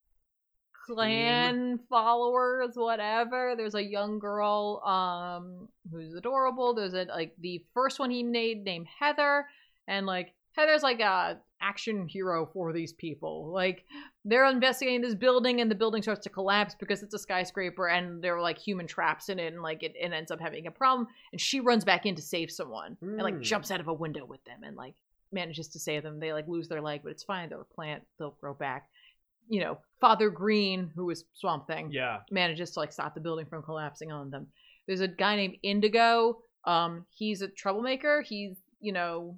B: clan followers, whatever, there's a young girl um who's adorable. There's a like the first one he made named Heather, and like Heather's like a action hero for these people. Like they're investigating this building, and the building starts to collapse because it's a skyscraper, and there are like human traps in it, and like it, it ends up having a problem. And she runs back in to save someone, and like
A: Mm.
B: jumps out of a window with them, and like manages to save them. They like lose their leg, but it's fine. They'll plant. They'll grow back. You know, Father Green, who is Swamp Thing,
A: Yeah.
B: manages to like stop the building from collapsing on them. There's a guy named Indigo. Um, he's a troublemaker. He's you know,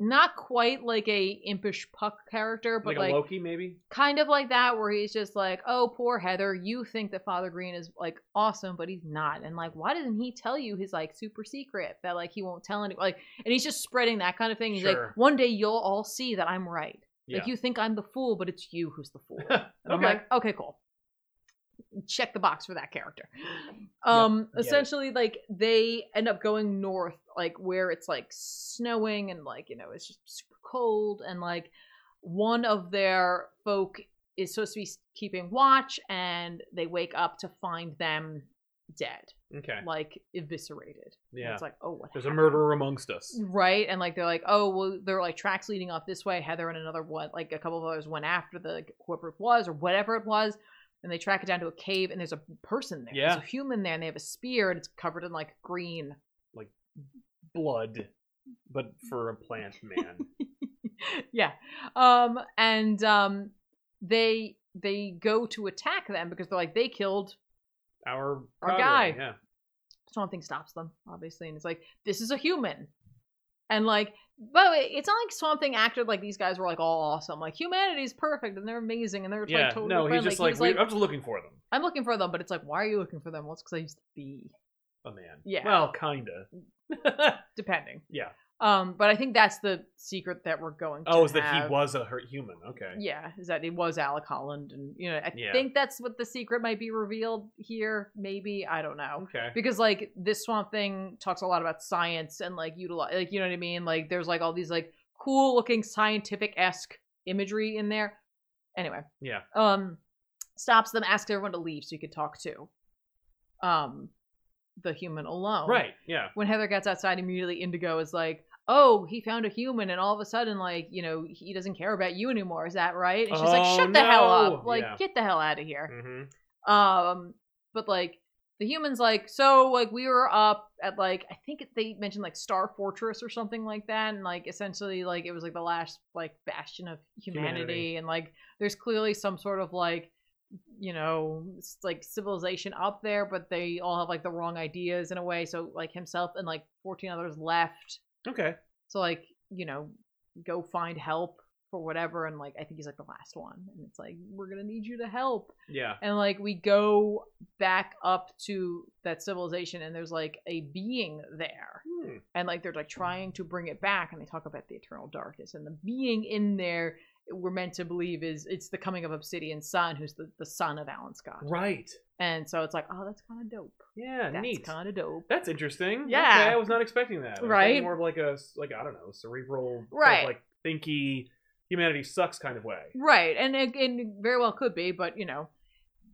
B: not quite like a impish puck character, but
A: Like,
B: like,
A: a Loki, maybe?
B: kind of like that, where he's just like, "Oh, poor Heather. You think that Father Green is like awesome, but he's not. And like, why doesn't he tell you his like super secret that like he won't tell anyone? Like, and he's just spreading that kind of thing. He's
A: Sure.
B: like, one day you'll all see that I'm right.
A: Yeah.
B: Like you think I'm the fool, but it's you who's the
A: (laughs)
B: fool. And I'm
A: Okay.
B: like, okay, cool. Check the box for that character. Um
A: get it.
B: essentially like they end up going north, like where it's like snowing and like, you know, it's just super cold and like one of their folk is supposed to be keeping watch and they wake up to find them dead,
A: Okay.
B: like eviscerated. And
A: Yeah.
B: It's like, oh what
A: There's a
B: happened?
A: murderer amongst us.
B: Right, and like they're like, oh well, there are like tracks leading off this way. Heather and another one, like a couple of others, went after the whoever it was or whatever it was, and they track it down to a cave, and there's a person there,
A: Yeah.
B: there's a human there, and they have a spear, and it's covered in like green. (laughs)
A: Blood. But
B: Mm.
A: for a plant man.
B: (laughs) yeah, um, and um, they they go to attack them because they're like they killed
A: Our,
B: Our
A: cadre,
B: guy.
A: Yeah.
B: Swamp Thing stops them, obviously, and it's like, this is a human. And like, by the way, it's not like Swamp Thing acted like these guys were like all awesome. Like humanity's perfect and they're amazing and they're
A: Yeah.
B: like totally
A: no,
B: friendly.
A: he's just like,
B: was
A: we, I'm just looking for them.
B: I'm looking for them, but it's like, why are you looking for them? Well, it's because I used to be,
A: A man.
B: Yeah.
A: Well, kinda.
B: depending.
A: yeah.
B: Um, but I think that's the secret that we're going. to
A: Oh, is that
B: have.
A: he was a hurt human? Okay.
B: Yeah, is that it was Alec Holland, and you know, I
A: Yeah.
B: think that's what the secret might be revealed here. Maybe I don't know.
A: Okay.
B: because like this swamp thing talks a lot about science and like utilize like you know what i mean like there's like all these like cool looking scientific-esque imagery in there anyway
A: Yeah.
B: um stops them asks everyone to leave so you could talk to um the human alone
A: Right. Yeah.
B: when heather gets outside immediately indigo is like oh he found a human and all of a sudden like you know he doesn't care about you anymore is that right and she's
A: Oh,
B: like shut the hell
A: no.
B: up like
A: Yeah.
B: get the hell out of here
A: hmm
B: um, but like the humans, like so, like we were up at like I think they mentioned like Star Fortress or something like that, and like essentially like it was like the last like bastion of humanity,
A: Humanity.
B: and like there's clearly some sort of like you know s- like civilization up there, but they all have like the wrong ideas in a way. So like himself and like 14 others left,
A: Okay.
B: so like you know go find help for whatever, and like I think he's like the last one, and it's like we're gonna need you to help
A: Yeah.
B: and like we go back up to that civilization and there's like a being there
A: Hmm.
B: and like they're like trying to bring it back and they talk about the eternal darkness and the being in there we're meant to believe is it's the coming of obsidian sun who's the, the son of alan scott
A: Right.
B: and so it's like oh that's kind of dope
A: Yeah.
B: that's
A: neat.
B: kind of dope
A: That's interesting.
B: Yeah.
A: Okay, I was not expecting that. I was
B: Right.
A: thinking More of like a s- like I don't know cerebral, kind of
B: Right.
A: like thinky humanity sucks kind of way.
B: right and it, it very well could be but you know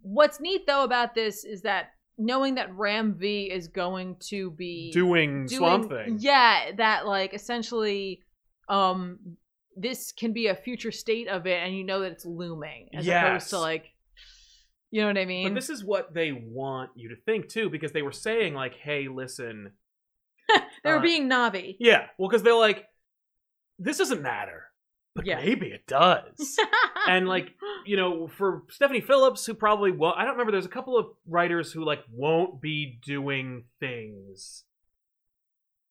B: what's neat though about this is that knowing that ram v is going to be
A: Doing,
B: doing-
A: swamp thing.
B: Yeah, that like essentially um this can be a future state of it and you know that it's looming as opposed
A: Yes.
B: to like you know what I mean?
A: But this is what they want you to think too, because they were saying like, "Hey,
B: (laughs)
A: listen,
B: They're
A: uh,
B: being Navi.
A: (laughs) yeah." Well, because they're like, "This doesn't matter. but
B: Yeah. (laughs)
A: maybe it does. and like you know, for Stephanie Phillips, who probably won't. I don't remember. There's a couple of writers who like won't be doing things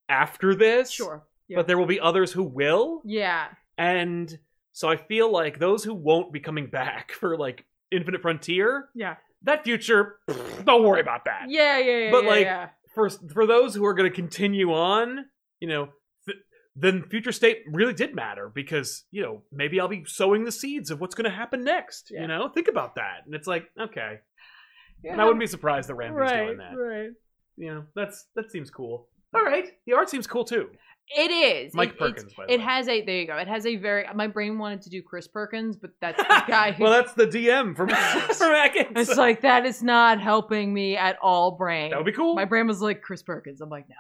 A: after this.
B: sure. Yeah.
A: But there will be others who will.
B: yeah.
A: And so I feel like those who won't be coming back (laughs) for like Infinite Frontier,
B: Yeah.
A: that future, pfft, don't worry about that.
B: Yeah, yeah, yeah.
A: But,
B: yeah,
A: like,
B: yeah.
A: For for those who are going to continue on, you know, th- then future state really did matter because you know maybe I'll be sowing the seeds of what's going to happen next.
B: Yeah.
A: You know, think about that, and it's like okay,
B: Yeah.
A: and I wouldn't be surprised that Ramsey's
B: right,
A: doing that.
B: Right.
A: You know, that's that seems cool. All right, the art seems cool too.
B: It is.
A: Mike
B: It- it's-
A: Perkins, by the
B: It
A: way.
B: has a there you go. It has a very my brain wanted to do Chris Perkins, but
A: (laughs)
B: that's the guy who
A: well, that's the DM (laughs) from from Atkins. (laughs)
B: (laughs) it's like that is not helping me at all, brain.
A: that would be cool.
B: My brain was like Chris Perkins. I'm like, no.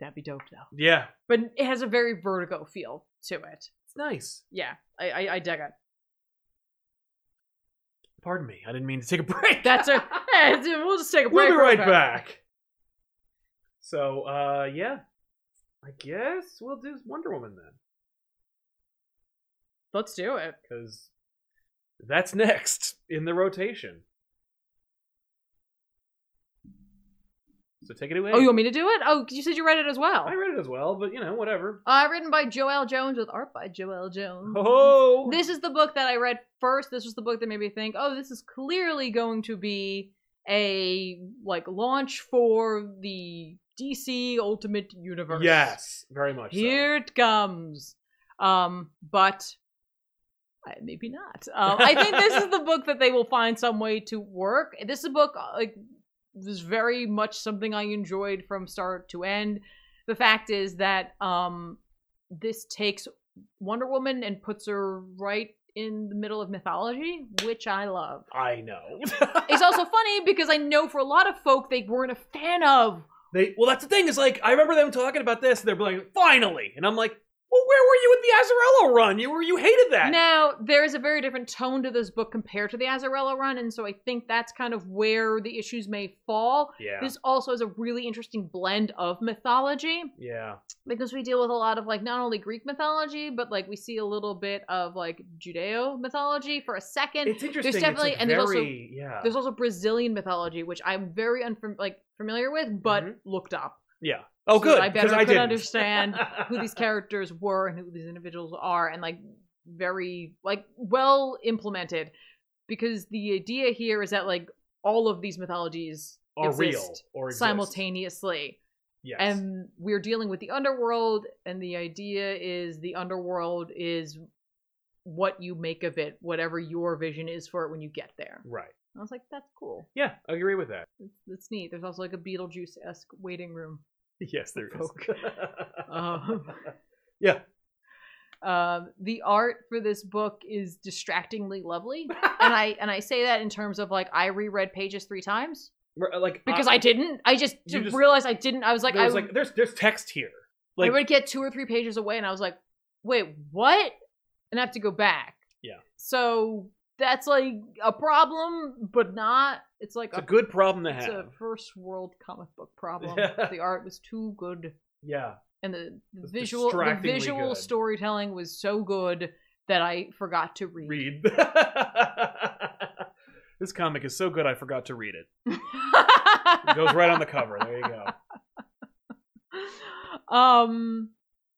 B: That'd be dope though.
A: yeah,
B: But it has a very vertigo feel to it.
A: it's nice.
B: Yeah. I I, I dig it.
A: Pardon me, I didn't mean to take a (laughs) break.
B: That's a (laughs) yeah, it's- we'll just take a
A: We'll
B: break.
A: be
B: real
A: right
B: quick.
A: back. So, uh, yeah. I guess we'll do Wonder Woman then.
B: Let's do it.
A: Because that's next in the rotation. So take it away.
B: Oh, you want me to do it? Oh, you said you read it as well.
A: I read it as well, but you know, whatever.
B: Uh, written by Joel Jones with art by Joel Jones.
A: (laughs) Oh!
B: Um, This is the book that I read first. This was the book that made me think, oh, this is clearly going to be a like launch for the DC Ultimate Universe.
A: yes, very much so.
B: Here it comes. Um, but I- maybe not. Um, I think this is the book that they will find some way to work. This is a book uh, like was very much something I enjoyed from start to end. The fact is that um, this takes Wonder Woman and puts her right in the middle of mythology, which I love.
A: I know.
B: it's also funny because I know for a lot of folk they weren't a fan of.
A: they Well, that's the thing, is like, I remember them talking about this, and they're like, finally! And I'm like, well, where were you at the Azarello run? You were, you hated that!
B: Now, there is a very different tone to this book compared to the Azarello run, and so I think that's kind of where the issues may fall.
A: Yeah.
B: This also is a really interesting blend of mythology
A: yeah.
B: because we deal with a lot of like not only Greek mythology, but like we see a little bit of like Judeo mythology for a second.
A: it's interesting. It's,
B: definitely-
A: like,
B: and there's also-
A: very- yeah,
B: There's also Brazilian mythology, which I'm very unfam- like familiar with, but
A: Mhm.
B: looked up.
A: yeah. Oh,
B: so
A: good.
B: that I better
A: 'cause
B: could
A: didn't. (laughs)
B: understand who these characters were and who these individuals are and like very like well implemented because the idea here is that like all of these mythologies
A: are real
B: exist
A: or exist.
B: simultaneously
A: Yes.
B: and we're dealing with the underworld and the idea is the underworld is what you make of it whatever your vision is for it when you get there
A: right.
B: i was like that's cool
A: Yeah, I agree with that. (laughs)
B: it's, it's neat there's also like a beetlejuice-esque waiting room
A: Yes, there is.
B: Poke. (laughs) um,
A: yeah.
B: Um, the art for this book is distractingly
A: (laughs)
B: lovely, and I and I say that in terms of like I reread pages three times
A: (laughs) We're, uh, Like
B: because I, didn't. I just,
A: you just-
B: realized I didn't. I was like,
A: there
B: I,
A: was like, there's there's text here.
B: I
A: Like
B: would get two or three pages away, and I was like, wait, what? And I have to go back.
A: Yeah.
B: So that's like a problem, but not. It's like
A: it's a good problem to
B: it's a
A: have.
B: first world comic book problem.
A: (laughs) Yeah.
B: The art was too good
A: Yeah.
B: and the, the
A: was
B: visual the
A: distractingly
B: visual
A: good.
B: storytelling was so good that I forgot to read. (laughs)
A: Read. (laughs) this comic is so good I forgot to read it. It goes right on the cover. There you go.
B: um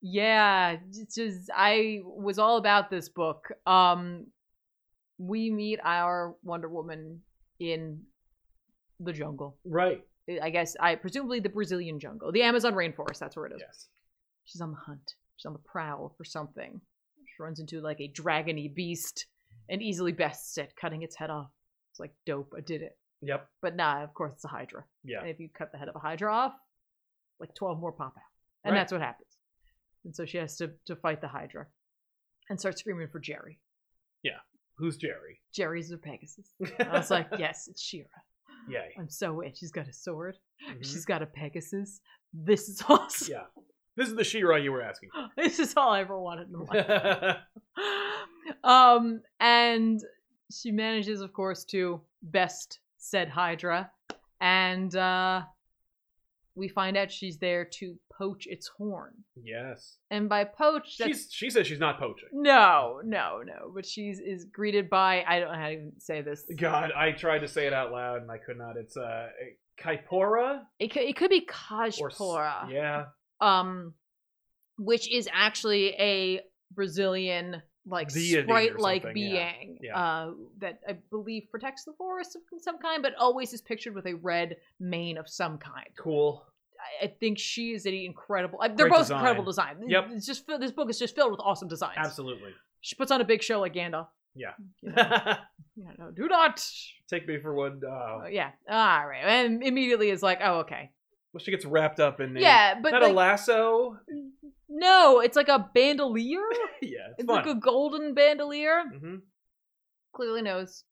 B: yeah, it's just I was all about this book. Um we meet our Wonder Woman in the jungle.
A: (laughs) Right.
B: I guess I presumably the Brazilian jungle. The Amazon rainforest, that's where it is.
A: Yes.
B: She's on the hunt. She's on the prowl for something. She runs into like a dragony beast and easily bests it, cutting its head off. It's like, dope, I did it.
A: Yep.
B: But nah, of course it's a hydra.
A: Yeah.
B: And if you cut the head of a hydra off, like 12 more pop out. And
A: Right.
B: that's what happens. And so she has to, to fight the hydra and start screaming for Jerry.
A: Who's Jerry?
B: Jerry's a Pegasus. And I was
A: (laughs)
B: like, yes, it's Shira. (laughs)
A: Yay.
B: I'm so in. She's got a sword.
A: Mhm.
B: She's got a Pegasus. This is (laughs) awesome.
A: Yeah. This is the Shira you were asking.
B: This is all I ever wanted in
A: (laughs)
B: (laughs) life. um, and she manages, of course, to best said Hydra, and uh, we find out she's there to poach its horn.
A: Yes.
B: And by poach, that's
A: She's, she says she's not poaching.
B: no, no, no. But she's is greeted by I don't know how to even say this.
A: God, I tried to say it out loud and I could not. It's uh, Kaipora
B: It could it could be
A: or s-
B: Kajpora,
A: Yeah,
B: um, which is actually a Brazilian like
A: Deity or
B: sprite like
A: something, yeah.
B: being
A: Yeah.
B: Uh, that I believe protects the forest of some kind, but always is pictured with a red mane of some kind.
A: cool.
B: I, I think she is an incredible. I, they're
A: Great
B: both
A: design.
B: incredible design.
A: Yep.
B: It's just fill- this book is just filled with awesome designs. (laughs)
A: Absolutely.
B: She puts on a big show like Gandalf.
A: Yeah.
B: You know, you know, do not.
A: Take me for one. Uh,
B: Oh, yeah. All right. And immediately is like, oh, okay.
A: well, she gets wrapped up in. a-
B: Yeah, but
A: Not a
B: like,
A: lasso. (laughs)
B: no, it's like a bandolier.
A: yeah, it's,
B: It's
A: fun.
B: like a golden bandolier.
A: hmm
B: Clearly knows.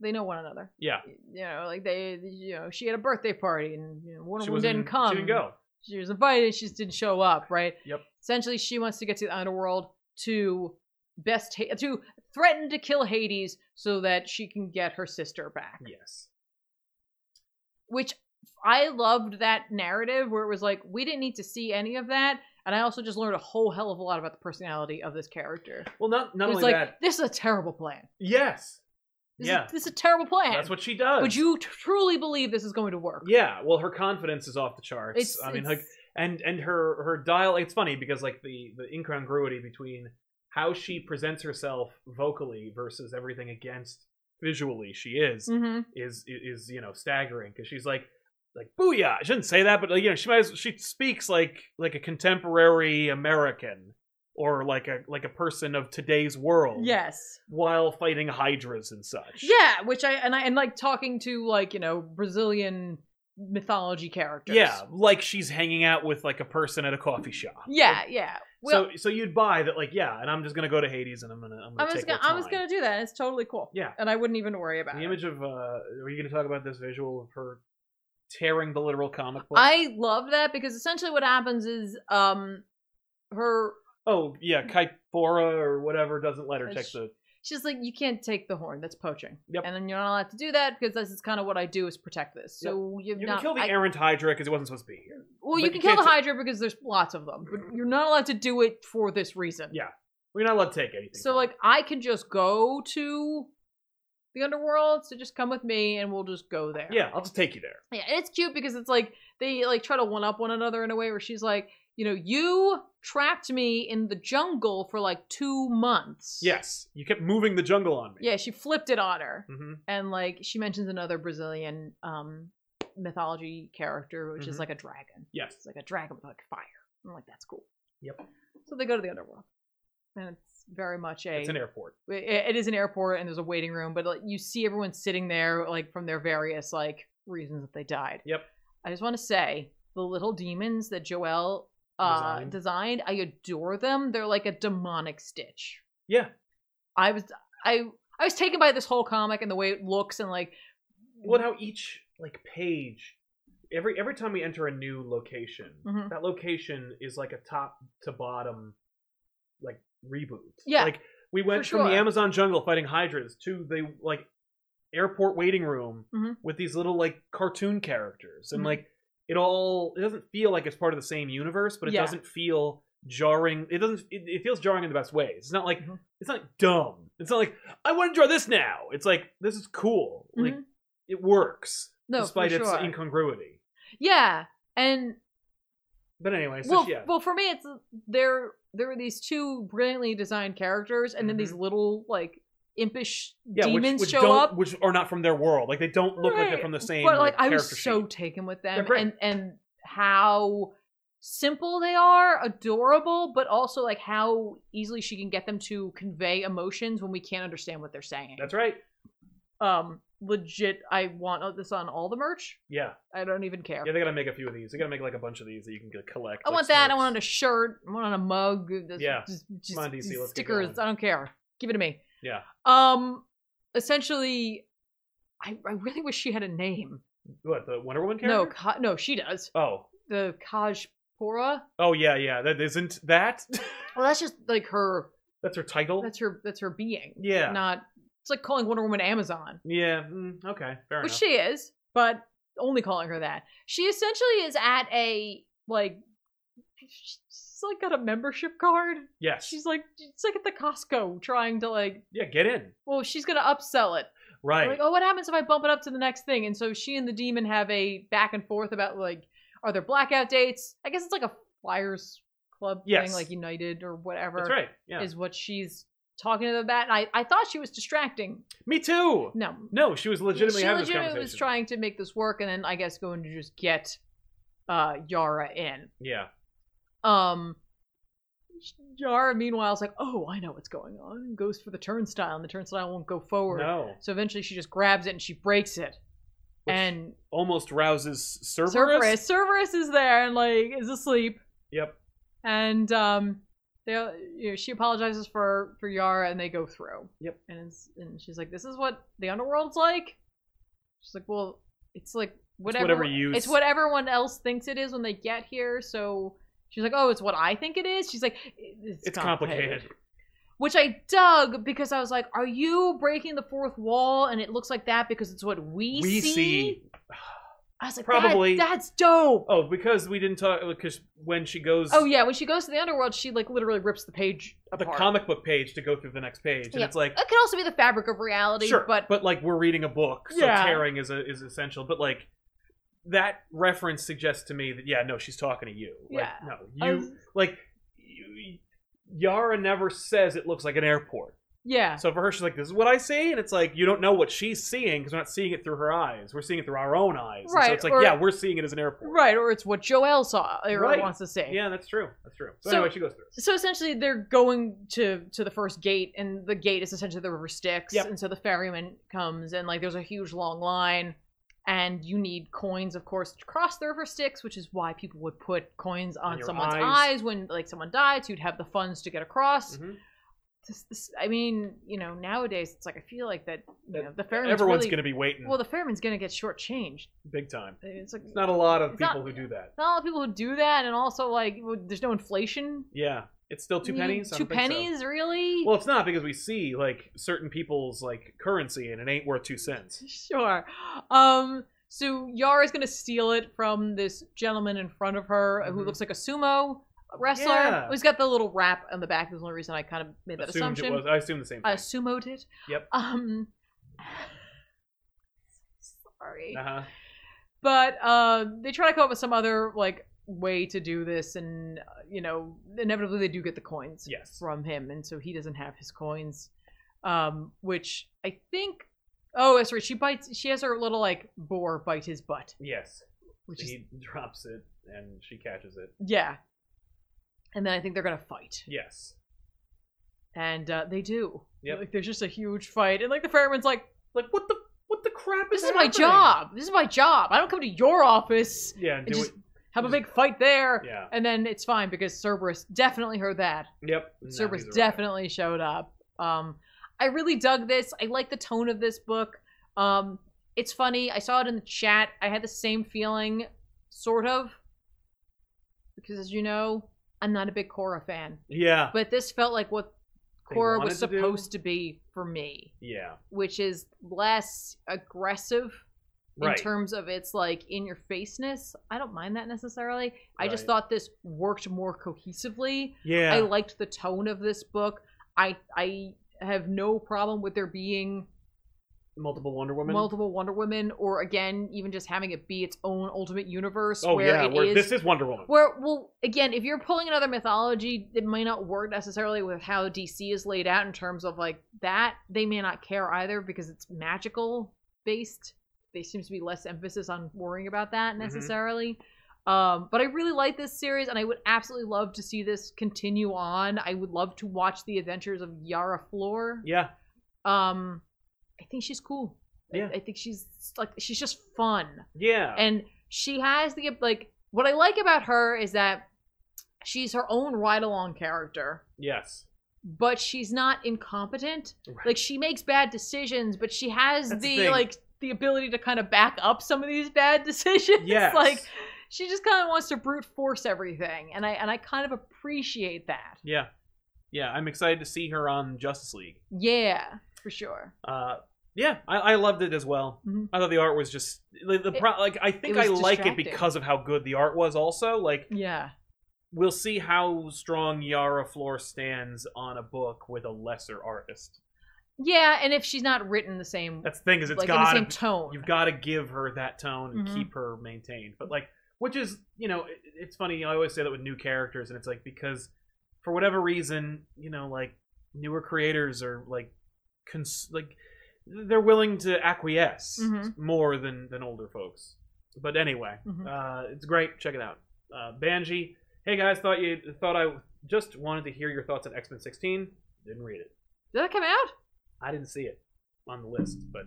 B: They know one another.
A: Yeah.
B: You know, like they, you know, she had a birthday party and you know, one
A: She
B: of them didn't
A: wasn't-
B: come.
A: She didn't go.
B: She was invited. She just didn't show up, right?
A: Yep.
B: Essentially, she wants to get to the underworld to best ha- to threaten to kill Hades so that she can get her sister back.
A: Yes.
B: Which I loved that narrative where it was like we didn't need to see any of that, and I also just learned a whole hell of a lot about the personality of this character.
A: Well, not
B: It
A: not
B: was
A: only
B: like
A: that.
B: this is a terrible plan.
A: Yes.
B: This
A: Yeah.
B: is, this is a terrible plan.
A: That's what she does.
B: Would you truly believe this is going to work?
A: Yeah. Well, her confidence is off the charts. I mean, like, and and her her dial. It's funny because like the the incongruity between how she presents herself vocally versus everything against visually she is
B: Mhm.
A: is is you know staggering because she's like like booyah. I shouldn't say that, but like, you know she might as, she speaks like like a contemporary American or like a like a person of today's world.
B: Yes.
A: While fighting hydras and such.
B: Yeah, which I and I and like talking to like you know Brazilian mythology characters.
A: Yeah, like she's hanging out with like a person at a coffee shop.
B: yeah, yeah. Well,
A: so so you'd buy that like yeah, and I'm just gonna go to Hades and I'm gonna I'm gonna
B: I was
A: take
B: gonna,
A: what's
B: I was
A: mine.
B: gonna do that. It's totally cool.
A: Yeah.
B: and I wouldn't even worry about
A: the
B: it.
A: image of uh are you gonna talk about this visual of her tearing the literal comic book?
B: I love that because essentially what happens is um her
A: oh yeah, Kaipora or whatever doesn't let her
B: Uh,
A: take
B: sh-
A: the
B: she's like you can't take the horn that's poaching
A: Yep.
B: and then you're not allowed to do that because this is kind of what I do is protect this so you're
A: You
B: not
A: can kill the
B: I-
A: errant Hydra because it wasn't supposed to be here.
B: well
A: but
B: you
A: you
B: can kill the
A: can't ta-
B: hydra because there's lots of them but you're not allowed to do it for this reason
A: Yeah. We're not allowed to take anything.
B: so
A: from
B: like I can just go to the underworld so just come with me and we'll just go there
A: her. yeah, I'll just take you there.
B: Yeah, and it's cute because it's like they like try to one up one another in a way where she's like, you know, you trapped me in the jungle for like two months.
A: Yes, you kept moving the jungle on me.
B: Yeah, she flipped it on her.
A: hmm
B: And like she mentions another Brazilian um mythology character, which is
A: Mhm.
B: like a dragon.
A: Yes.
B: It's like a dragon with like fire. I'm like, that's cool.
A: Yep.
B: So they go to the underworld. And it's very much a
A: It's an airport.
B: it- it is an airport and there's a waiting room, but like, you see everyone sitting there like from their various like reasons that they died.
A: Yep.
B: I just want to say the little demons that Joelle uh,
A: Designed.
B: designed, I adore them. They're like a demonic stitch.
A: Yeah.
B: I was I I was taken by this whole comic and the way it looks and like
A: Well, how each like page, every every time we enter a new location,
B: Mhm.
A: that location is like a top to bottom, like reboot.
B: Yeah,
A: like we went
B: for
A: from the
B: sure.
A: Amazon jungle fighting hydras to the like airport waiting room
B: Mhm.
A: with these little like cartoon characters, and
B: Mhm.
A: like it all it doesn't feel like it's part of the same universe, but it
B: Yeah.
A: doesn't feel jarring. It doesn't. It, it feels jarring in the best ways. It's not like
B: Mhm.
A: it's not dumb. It's not like I want to draw this now. It's like this is cool. Like
B: mhm.
A: it works
B: no,
A: despite
B: for
A: its
B: sure.
A: incongruity.
B: yeah. And
A: But anyway, so
B: well,
A: yeah,
B: well, for me, it's there. There were these two brilliantly designed characters, and then these little like impish
A: Mm-hmm. yeah, which-
B: demons
A: which,
B: show
A: don't-
B: up.
A: which are not from their world. Like they don't look like
B: Right.
A: they're from the same.
B: But like, I was
A: character
B: so
A: sheet.
B: taken with
A: They're
B: them,
A: great.
B: and and how simple they are, adorable, but also like how easily she can get them to convey emotions when we can't understand what they're saying.
A: That's right.
B: um legit. I want this on all the merch.
A: Yeah,
B: I don't even care.
A: yeah. They gotta make a few of these. They gotta make like a bunch of these that you can like, collect.
B: I
A: like,
B: want that. I
A: snacks.
B: want it on a shirt. I want it on a mug. This-
A: Yeah.
B: Just, just
A: on, DC,
B: these
A: let's get
B: stickers.
A: going.
B: I don't care. Give it to me.
A: Yeah.
B: Um. Essentially, I, I really wish she had a name.
A: What the Wonder Woman
B: No,
A: character?
B: Ka- no, she does.
A: Oh,
B: The Kajpora.
A: oh yeah, yeah. That isn't that. (laughs)
B: Well, that's just like her.
A: that's her title.
B: That's her. That's her being.
A: yeah,
B: Not. It's like calling Wonder Woman Amazon,
A: yeah. mm, okay, fair
B: which
A: enough.
B: she is, but only calling her that. She essentially is at a like she's like got a membership card.
A: Yes.
B: She's like it's like at the Costco trying to like
A: yeah, get in.
B: well she's gonna upsell it.
A: Right.
B: Like oh what happens if I bump it up to the next thing? And so she and the demon have a back and forth about like are there blackout dates? I guess it's like a Flyers club
A: Yes.
B: thing like United or whatever
A: That's right. Yeah.
B: is what she's talking to them about. And I I thought she was distracting.
A: Me too.
B: No,
A: No, she was legitimately
B: she
A: having this
B: legitimately
A: conversation.
B: was trying to make this work, and then I guess going to just get uh, Yara in.
A: yeah.
B: Um, Yara, meanwhile, is like, "Oh, I know what's going on," and goes for the turnstile, and the turnstile won't go forward.
A: No.
B: So eventually, she just grabs it and she breaks it.
A: Which
B: and
A: almost rouses Cerberus.
B: Cerberus, Cerberus is there and like is asleep,
A: Yep.
B: and um, they, you know, she apologizes for for Yara, and they go through.
A: Yep.
B: And it's, and she's like, "This is what the underworld's like." She's like, "Well, it's like whatever,
A: whatever you
B: it's
A: s-
B: what everyone else thinks it is when they get here." So she's like, "Oh, it's what I think it is." She's like, "It's,
A: It's complicated.
B: Which I dug because I was like, "Are you breaking the fourth wall?" And it looks like that because it's what we,
A: We
B: see?
A: see.
B: I was like,
A: Probably.
B: Probably. that's dope."
A: Oh, because we didn't talk. Because when she goes.
B: Oh yeah, when she goes to the underworld, she like literally rips the page
A: The
B: apart.
A: comic book page to go through the next page, and
B: Yeah.
A: it's like
B: it could also be the fabric of reality,
A: sure,
B: but
A: like we're reading a book, so
B: Yeah.
A: tearing is a, is essential. But like that reference suggests to me that yeah, no, she's talking to you. Like,
B: Yeah.
A: no,
B: I
A: you
B: was-
A: like you, Yara never says it looks like an airport.
B: yeah,
A: So for her, she's like, "This is what I see," and it's like you don't know what she's seeing because we're not seeing it through her eyes. We're seeing it through our own eyes. And
B: Right,
A: so it's like,
B: or-
A: yeah, we're seeing it as an airport.
B: right. Or it's what Joel saw or
A: Right.
B: wants to see.
A: Yeah, that's true. That's true. So,
B: So-
A: anyway, she goes through.
B: So essentially, they're going to to the first gate, and the gate is essentially the river Styx.
A: Yep.
B: And so the ferryman comes, and like there's a huge long line, and you need coins, of course, to cross the river Styx, which is why people would put coins
A: On
B: on
A: your
B: someone's eyes.
A: eyes.
B: when like someone died, so you'd have the funds to get across.
A: Mhm.
B: This- this- I mean, you know, nowadays it's like I feel like that you
A: That
B: know, the ferryman's
A: Everyone's
B: really,
A: going to be waiting
B: Well, the ferryman's gonna get shortchanged.
A: big time.
B: It's like
A: It's not a lot of
B: It's
A: people
B: not-
A: who do that.
B: not a lot of people who do that, and also like well, there's no inflation.
A: Yeah, it's still two
B: You need
A: pennies. I
B: Two
A: don't think so.
B: pennies, really?
A: Well, it's not because we see like certain people's like currency and it ain't worth two cents.
B: sure. Um, so Yara's gonna steal it from this gentleman in front of her who
A: Mhm.
B: looks like a sumo wrestler.
A: Yeah.
B: He's got the little wrap on the back. That's the only reason I kind of made that
A: Assumed it
B: assumption.
A: was. I assumed the same
B: I
A: thing.
B: sumoed it.
A: Yep.
B: Um. Sorry.
A: Uh huh.
B: but uh, they try to come up with some other like way to do this and uh, you know inevitably they do get the coins
A: Yes.
B: from him and so he doesn't have his coins um which i think oh that's right she bites she has her little like boar bite his butt
A: Yes.
B: which is
A: he drops it and she catches it.
B: yeah and then i think they're gonna fight
A: Yes.
B: and uh, they do
A: Yep.
B: like there's just a huge fight and like the fireman's like
A: Like what the what the crap is
B: this is my
A: happening?
B: job this is my job i don't come to your office
A: Yeah. And
B: and
A: do
B: just
A: it.
B: have a
A: just-
B: big fight there
A: Yeah.
B: And then it's fine because Cerberus definitely heard that.
A: Yep. No,
B: Cerberus
A: he's a rat.
B: definitely showed up. Um, I really dug this. I like the tone of this book. Um, it's funny. I saw it in the chat. I had the same feeling, sort of, because as you know, I'm not a big Korra fan.
A: Yeah.
B: But this felt like what
A: They
B: Korra
A: wanted
B: was
A: to do-
B: supposed to be for me,
A: Yeah.
B: which is less aggressive in
A: Right.
B: terms of its like in your faceness. I don't mind that necessarily. I just
A: Right.
B: thought this worked more cohesively.
A: yeah.
B: I liked the tone of this book. I I have no problem with there being
A: Multiple Wonder Woman.
B: multiple Wonder Women, or again, even just having it be its own ultimate universe
A: Oh
B: where
A: yeah.
B: it
A: Where
B: is-
A: this is Wonder Woman.
B: where well again, if you're pulling another mythology, it may not work necessarily with how DC is laid out in terms of like that. They may not care either because it's magical based. There seems to be less emphasis on worrying about
A: Mm-hmm.
B: that necessarily. Um, but I really like this series, and I would absolutely love to see this continue on. I would love to watch the adventures of Yara Floor.
A: yeah.
B: Um, I think she's cool. I-
A: Yeah.
B: I think she's like she's just fun
A: Yeah.
B: and she has the like what i like about her is that she's her own ride-along character
A: yes.
B: but she's not incompetent
A: Right.
B: like she makes bad decisions but she has
A: That's the
B: the,
A: thing.
B: like the ability to kind of back up some of these bad (laughs) decisions
A: (laughs) Yes.
B: like she just kind of wants to brute force everything and i and i kind of appreciate that
A: Yeah. Yeah. I'm excited to see her on Justice League.
B: yeah for sure
A: uh yeah i, I loved it as well
B: Mhm.
A: i thought the art was just like, the pro- like i think i
B: was
A: like it
B: distracting.
A: because of how good the art was also like
B: yeah
A: we'll see how strong Yara Floor stands on a book with a lesser artist.
B: Yeah, and if she's not written the same,
A: That's the thing is, it's
B: like in the
A: got
B: same
A: to
B: tone.
A: you've got to give her that tone and
B: Mhm.
A: keep her maintained. But like, which is you know, it, it's funny. I always say that with new characters, and it's like because for whatever reason, you know, like newer creators are like, cons- like they're willing to acquiesce
B: Mhm.
A: more than than older folks. But anyway,
B: Mhm.
A: uh, it's great. Check it out, uh, Banji. Hey guys, thought you thought I just wanted to hear your thoughts on X Men 16. Didn't read it.
B: Did that come out?
A: I didn't see it on the list, but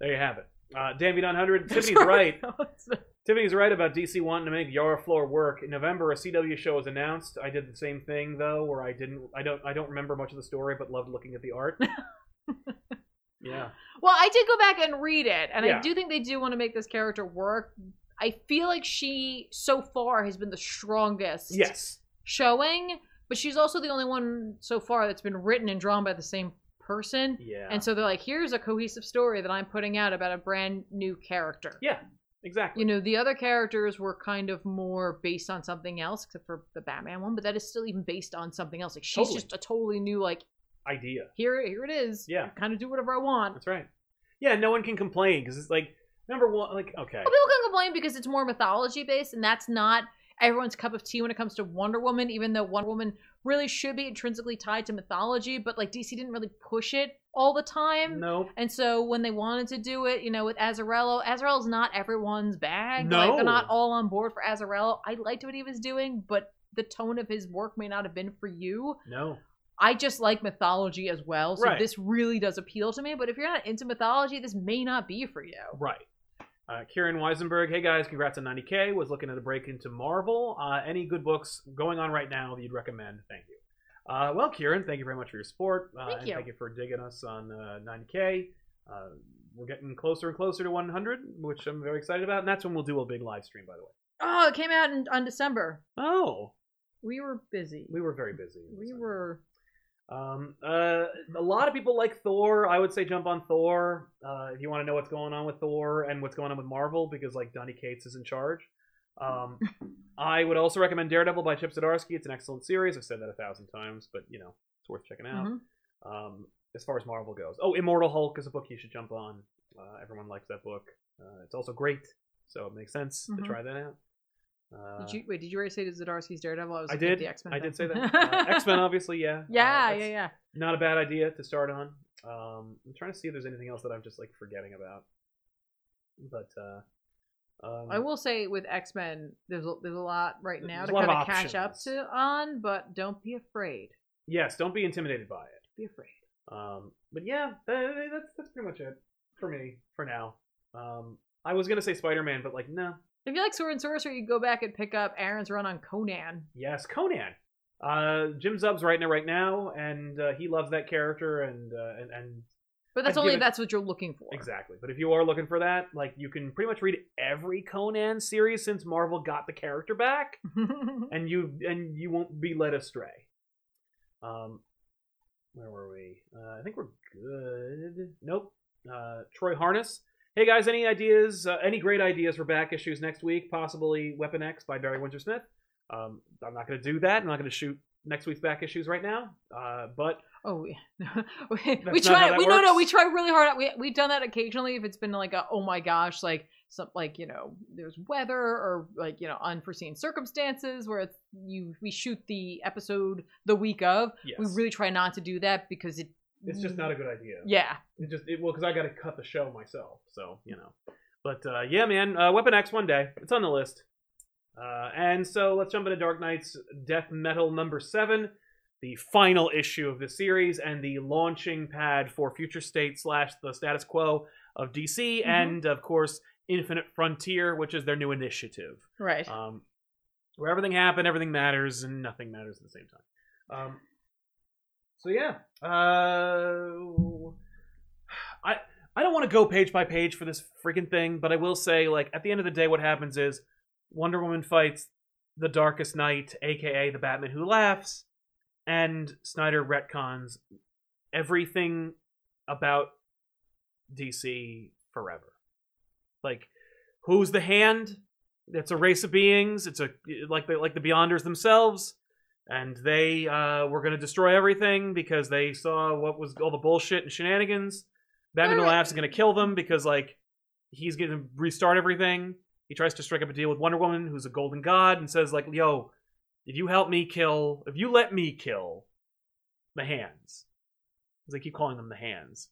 A: there you have it. Uh, Dan
B: (laughs)
A: 900. Tiffany's right. (laughs) Tiffany's right about DC wanting to make Yara Floor work. In November, a CW show was announced. I did the same thing though, where I didn't. I don't. I don't remember much of the story, but loved looking at the art.
B: (laughs)
A: yeah.
B: Well, I did go back and read it, and
A: Yeah.
B: I do think they do want to make this character work. I feel like she so far has been the strongest
A: Yes.
B: showing, but she's also the only one so far that's been written and drawn by the same person.
A: Yeah.
B: And so they're like, here's a cohesive story that I'm putting out about a brand new character.
A: Yeah. exactly.
B: You know, the other characters were kind of more based on something else, except for the Batman one, but that is still even based on something else. Like she's
A: Totally.
B: just a totally new, like,
A: Idea.
B: here here it is.
A: Yeah.
B: Kind of do whatever I want.
A: That's right. Yeah. No one can complain because it's like number one. Like okay.
B: Well, people can complain because it's more mythology based, and that's not everyone's cup of tea when it comes to Wonder Woman. Even though Wonder Woman really should be intrinsically tied to mythology, but like DC didn't really push it all the time.
A: No.
B: And so when they wanted to do it, you know, with Azarello, Azarello's not everyone's bag.
A: No.
B: Like, they're not all on board for Azarello. I liked what he was doing, but the tone of his work may not have been for you.
A: No.
B: I just like mythology as well, so
A: Right.
B: this really does appeal to me. But if you're not into mythology, this may not be for you.
A: Right. Uh, Kieran Weisenberg, hey guys, congrats on 90K. Was looking at a break into Marvel. Uh, any good books going on right now that you'd recommend? Thank you. Uh, well, Kieran, thank you very much for your support. Uh,
B: Thank
A: and
B: you.
A: Thank you for digging us on uh, 90K. Uh, we're getting closer and closer to 100, which I'm very excited about. And that's when we'll do a big live stream, by the way.
B: Oh, it came out in, on December.
A: Oh,
B: We were busy.
A: we were very busy.
B: We were.
A: Um, uh, a lot of people like Thor. I would say jump on Thor uh, if you want to know what's going on with Thor and what's going on with Marvel because like Donny Cates is in charge.
B: (laughs)
A: Um, I would also recommend Daredevil by Chip Zdarsky. It's an excellent series. I've said that a thousand times, but you know it's worth checking out.
B: Mhm.
A: Um, as far as Marvel goes, oh, Immortal Hulk is a book you should jump on. Uh, everyone likes that book. Uh, it's also great, so it makes sense
B: Mhm.
A: to try that out. Uh,
B: Did you wait? Did you already say to Zdarsky's Daredevil? I was.
A: I
B: looking at
A: did.
B: The X Men.
A: I did
B: (laughs)
A: say that. Uh, X Men, obviously, yeah. Uh,
B: Yeah,
A: that's-
B: yeah, yeah.
A: not a bad idea to start on. Um, I'm trying to see if there's anything else that I'm just like forgetting about. But uh, um,
B: I will say with X Men, there's a, there's a lot right
A: There's
B: now
A: a
B: to
A: lot
B: kind
A: of
B: of catch up
A: options.
B: to on, but don't be afraid.
A: Yes, don't be intimidated by it.
B: Be afraid.
A: Um, but yeah, that, that's that's pretty much it for me for now. Um, I was gonna say Spider-Man, but like no.
B: If you like Sword and Sorcery, you go back and pick up Aaron's run on Conan.
A: Yes, Conan. Uh, Jim Zub's writing it right now, and uh, he loves that character, and uh, and and
B: But that's
A: I'd
B: only
A: give
B: if
A: it-
B: that's what you're looking for.
A: Exactly. But if you are looking for that, like you can pretty much read every Conan series since Marvel got the character back,
B: (laughs)
A: and you and you won't be led astray. Um, where were we? Uh, I think we're good. Nope. Uh, Troy Harness. Hey guys, any ideas? Uh, any great ideas for back issues next week? Possibly Weapon X by Barry Windsor Smith. Um, I'm not going to do that. I'm not going to shoot next week's back issues right now. Uh, but
B: oh, yeah. (laughs) we, we
A: That's not how
B: try.
A: that
B: We no, no.
A: works.
B: We try really hard. We we've done that occasionally if it's been like a oh my gosh, like some like you know there's weather or like you know unforeseen circumstances where it's you we shoot the episode the week of.
A: yes,
B: We really try not to do that because it. Mm,
A: it's just not a good idea.
B: Yeah.
A: It just it, well because I got to cut the show myself, so you know. But uh, yeah, man, uh, Weapon X one day it's on the list. Uh, and so let's jump into Dark Knight's Death Metal number seven, the final issue of the series and the launching pad for Future State slash the status quo of DC,
B: Mhm.
A: and of course Infinite Frontier, which is their new initiative,
B: Right.
A: um, where everything happened, everything matters, and nothing matters at the same time. Um, so yeah, uh, I I don't want to go page by page for this freaking thing, but I will say like at the end of the day, what happens is Wonder Woman fights the Darkest Knight, aka the Batman Who Laughs, and Snyder retcons everything about DC forever. Like, who's the hand? It's a race of beings. It's a like the like the Beyonders themselves, and they uh, were going to destroy everything because they saw what was all the bullshit and shenanigans. Batman who
B: Alright.
A: laughs is going to kill them because like he's going to restart everything. He tries to strike up a deal with Wonder Woman, who's a golden god, and says like, "Yo, if you help me kill, if you let me kill the hands, because they keep calling them the hands,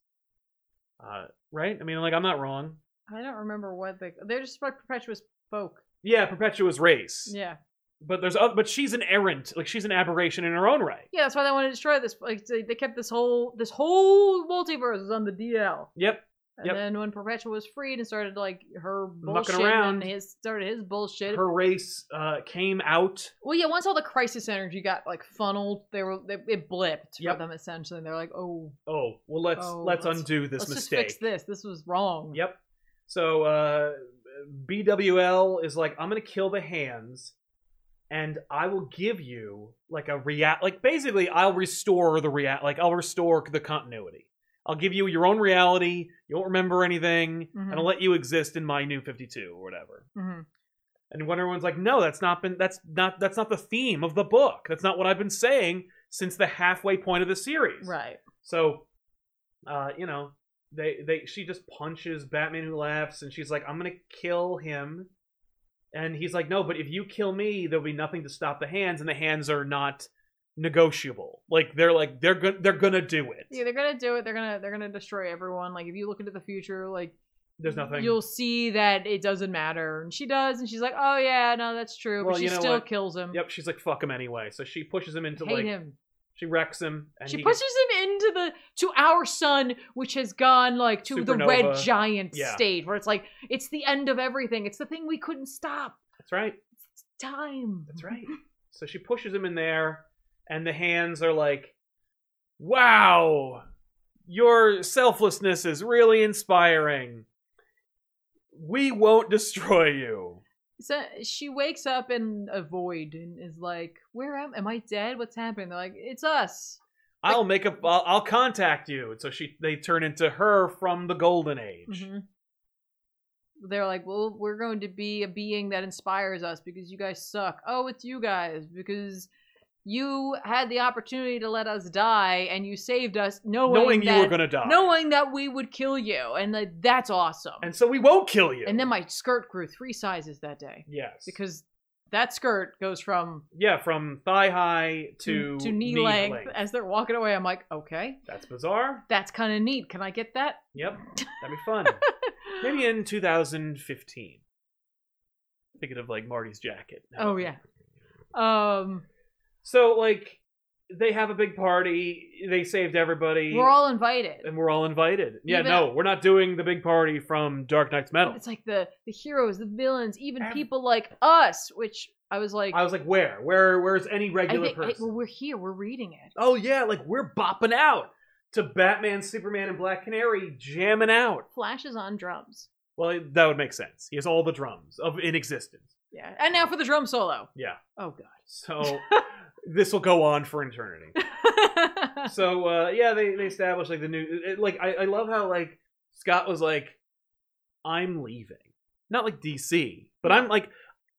A: uh, right? I mean, like I'm not wrong.
B: I don't remember what they. They're just like perpetuous folk.
A: Yeah, Perpetua's race.
B: Yeah.
A: But there's other, but she's an errant, like she's an aberration in her own right.
B: Yeah, that's why they want to destroy this. Like they, they kept this whole this whole multiverse was on the DL,
A: Yep.
B: and
A: Yep.
B: then when Perpetua was freed and started like her
A: Mucking
B: bullshit
A: around.
B: and his started his bullshit.
A: Her race uh, came out.
B: well, yeah, once all the crisis energy got like funneled, they were they, it blipped
A: Yep.
B: for them essentially. They're like, oh,
A: Oh, well let's
B: Oh,
A: let's,
B: let's-
A: undo this
B: let's
A: mistake.
B: just fix this. This was wrong.
A: Yep. So uh, BWL is like, I'm gonna kill the hands, and I will give you like a react. Like basically, I'll restore the react. Like I'll restore the continuity. I'll give you your own reality. You won't remember anything, and
B: Mhm.
A: I'll let you exist in my new 52 or whatever.
B: Mhm.
A: And Wonder Woman's like, no, that's not been that's not that's not the theme of the book. That's not what I've been saying since the halfway point of the series.
B: Right.
A: So, uh, you know, they they she just punches Batman who laughs, and she's like, "I'm gonna kill him," and he's like, "No, but if you kill me, there'll be nothing to stop the hands, and the hands are not negotiable. Like they're like they're gonna they're gonna do it.
B: Yeah, they're gonna do it. They're gonna they're gonna destroy everyone. Like if you look into the future, like
A: There's nothing.
B: You'll see that it doesn't matter. And she does, and she's like, "Oh yeah, no, that's true."
A: Well,
B: but she
A: you know
B: still
A: what?
B: kills him.
A: Yep, she's like, "Fuck him anyway." So she pushes him into
B: Hate
A: like
B: him.
A: she wrecks him, and
B: She
A: he
B: pushes him into the to our sun, which has gone like to the red
A: Supernova.
B: giant
A: Yeah.
B: state, where it's like it's the end of everything. It's the thing we couldn't stop.
A: gets- that's right.
B: It's time. (laughs)
A: That's right. So she pushes him in there, and the hands are like, Wow, your selflessness is really inspiring. We won't destroy you.
B: So she wakes up in a void and is like, "Where am? Am I dead? What's happening?" They're like, "It's us."
A: I'll make a. I'll, I'll contact you. And so she, they turn into her from the Golden Age.
B: Mhm. They're like, well, we're going to be a being that inspires us because you guys suck. Oh, it's you guys because you had the opportunity to let us die and you saved us, knowing,
A: knowing
B: that,
A: you were gonna die.
B: Mm-hmm. knowing that we would kill you, and that that's awesome.
A: and so we won't kill you.
B: And then my skirt grew three sizes that day
A: yes,
B: because that skirt goes from
A: yeah, from thigh high to
B: to, knee, length. As they're walking away, I'm like, okay,
A: That's bizarre.
B: that's kind of neat. Can I get that?
A: Yep, that'd be
B: (laughs)
A: fun. Maybe in 2015. Thinking of like Marty's jacket.
B: (gasps) Oh yeah. Um.
A: So like they have a big party. They saved everybody.
B: We're all invited.
A: and we're all invited. Yeah,
B: Even-
A: no, we're not doing the big party from Dark Knight's Metal.
B: It's like the the heroes, the villains, even
A: Ev-
B: people like us, which I was like,
A: I was like, where? Where? Where's any
B: I
A: regular
B: think, I- well,
A: person?
B: we're here, we're reading it.
A: oh yeah, like we're bopping out to Batman, Superman, and Black Canary jamming out.
B: Flash is on drums.
A: Well, that would make sense. He has all the drums of in existence.
B: Yeah, and now for the drum solo.
A: Yeah.
B: Oh
A: So
B: (laughs)
A: this will go on for eternity.
B: god. (laughs)
A: so uh, yeah, they they established like the new it, like I, I love how like Scott was like, I'm leaving, not like DC, but I'm like,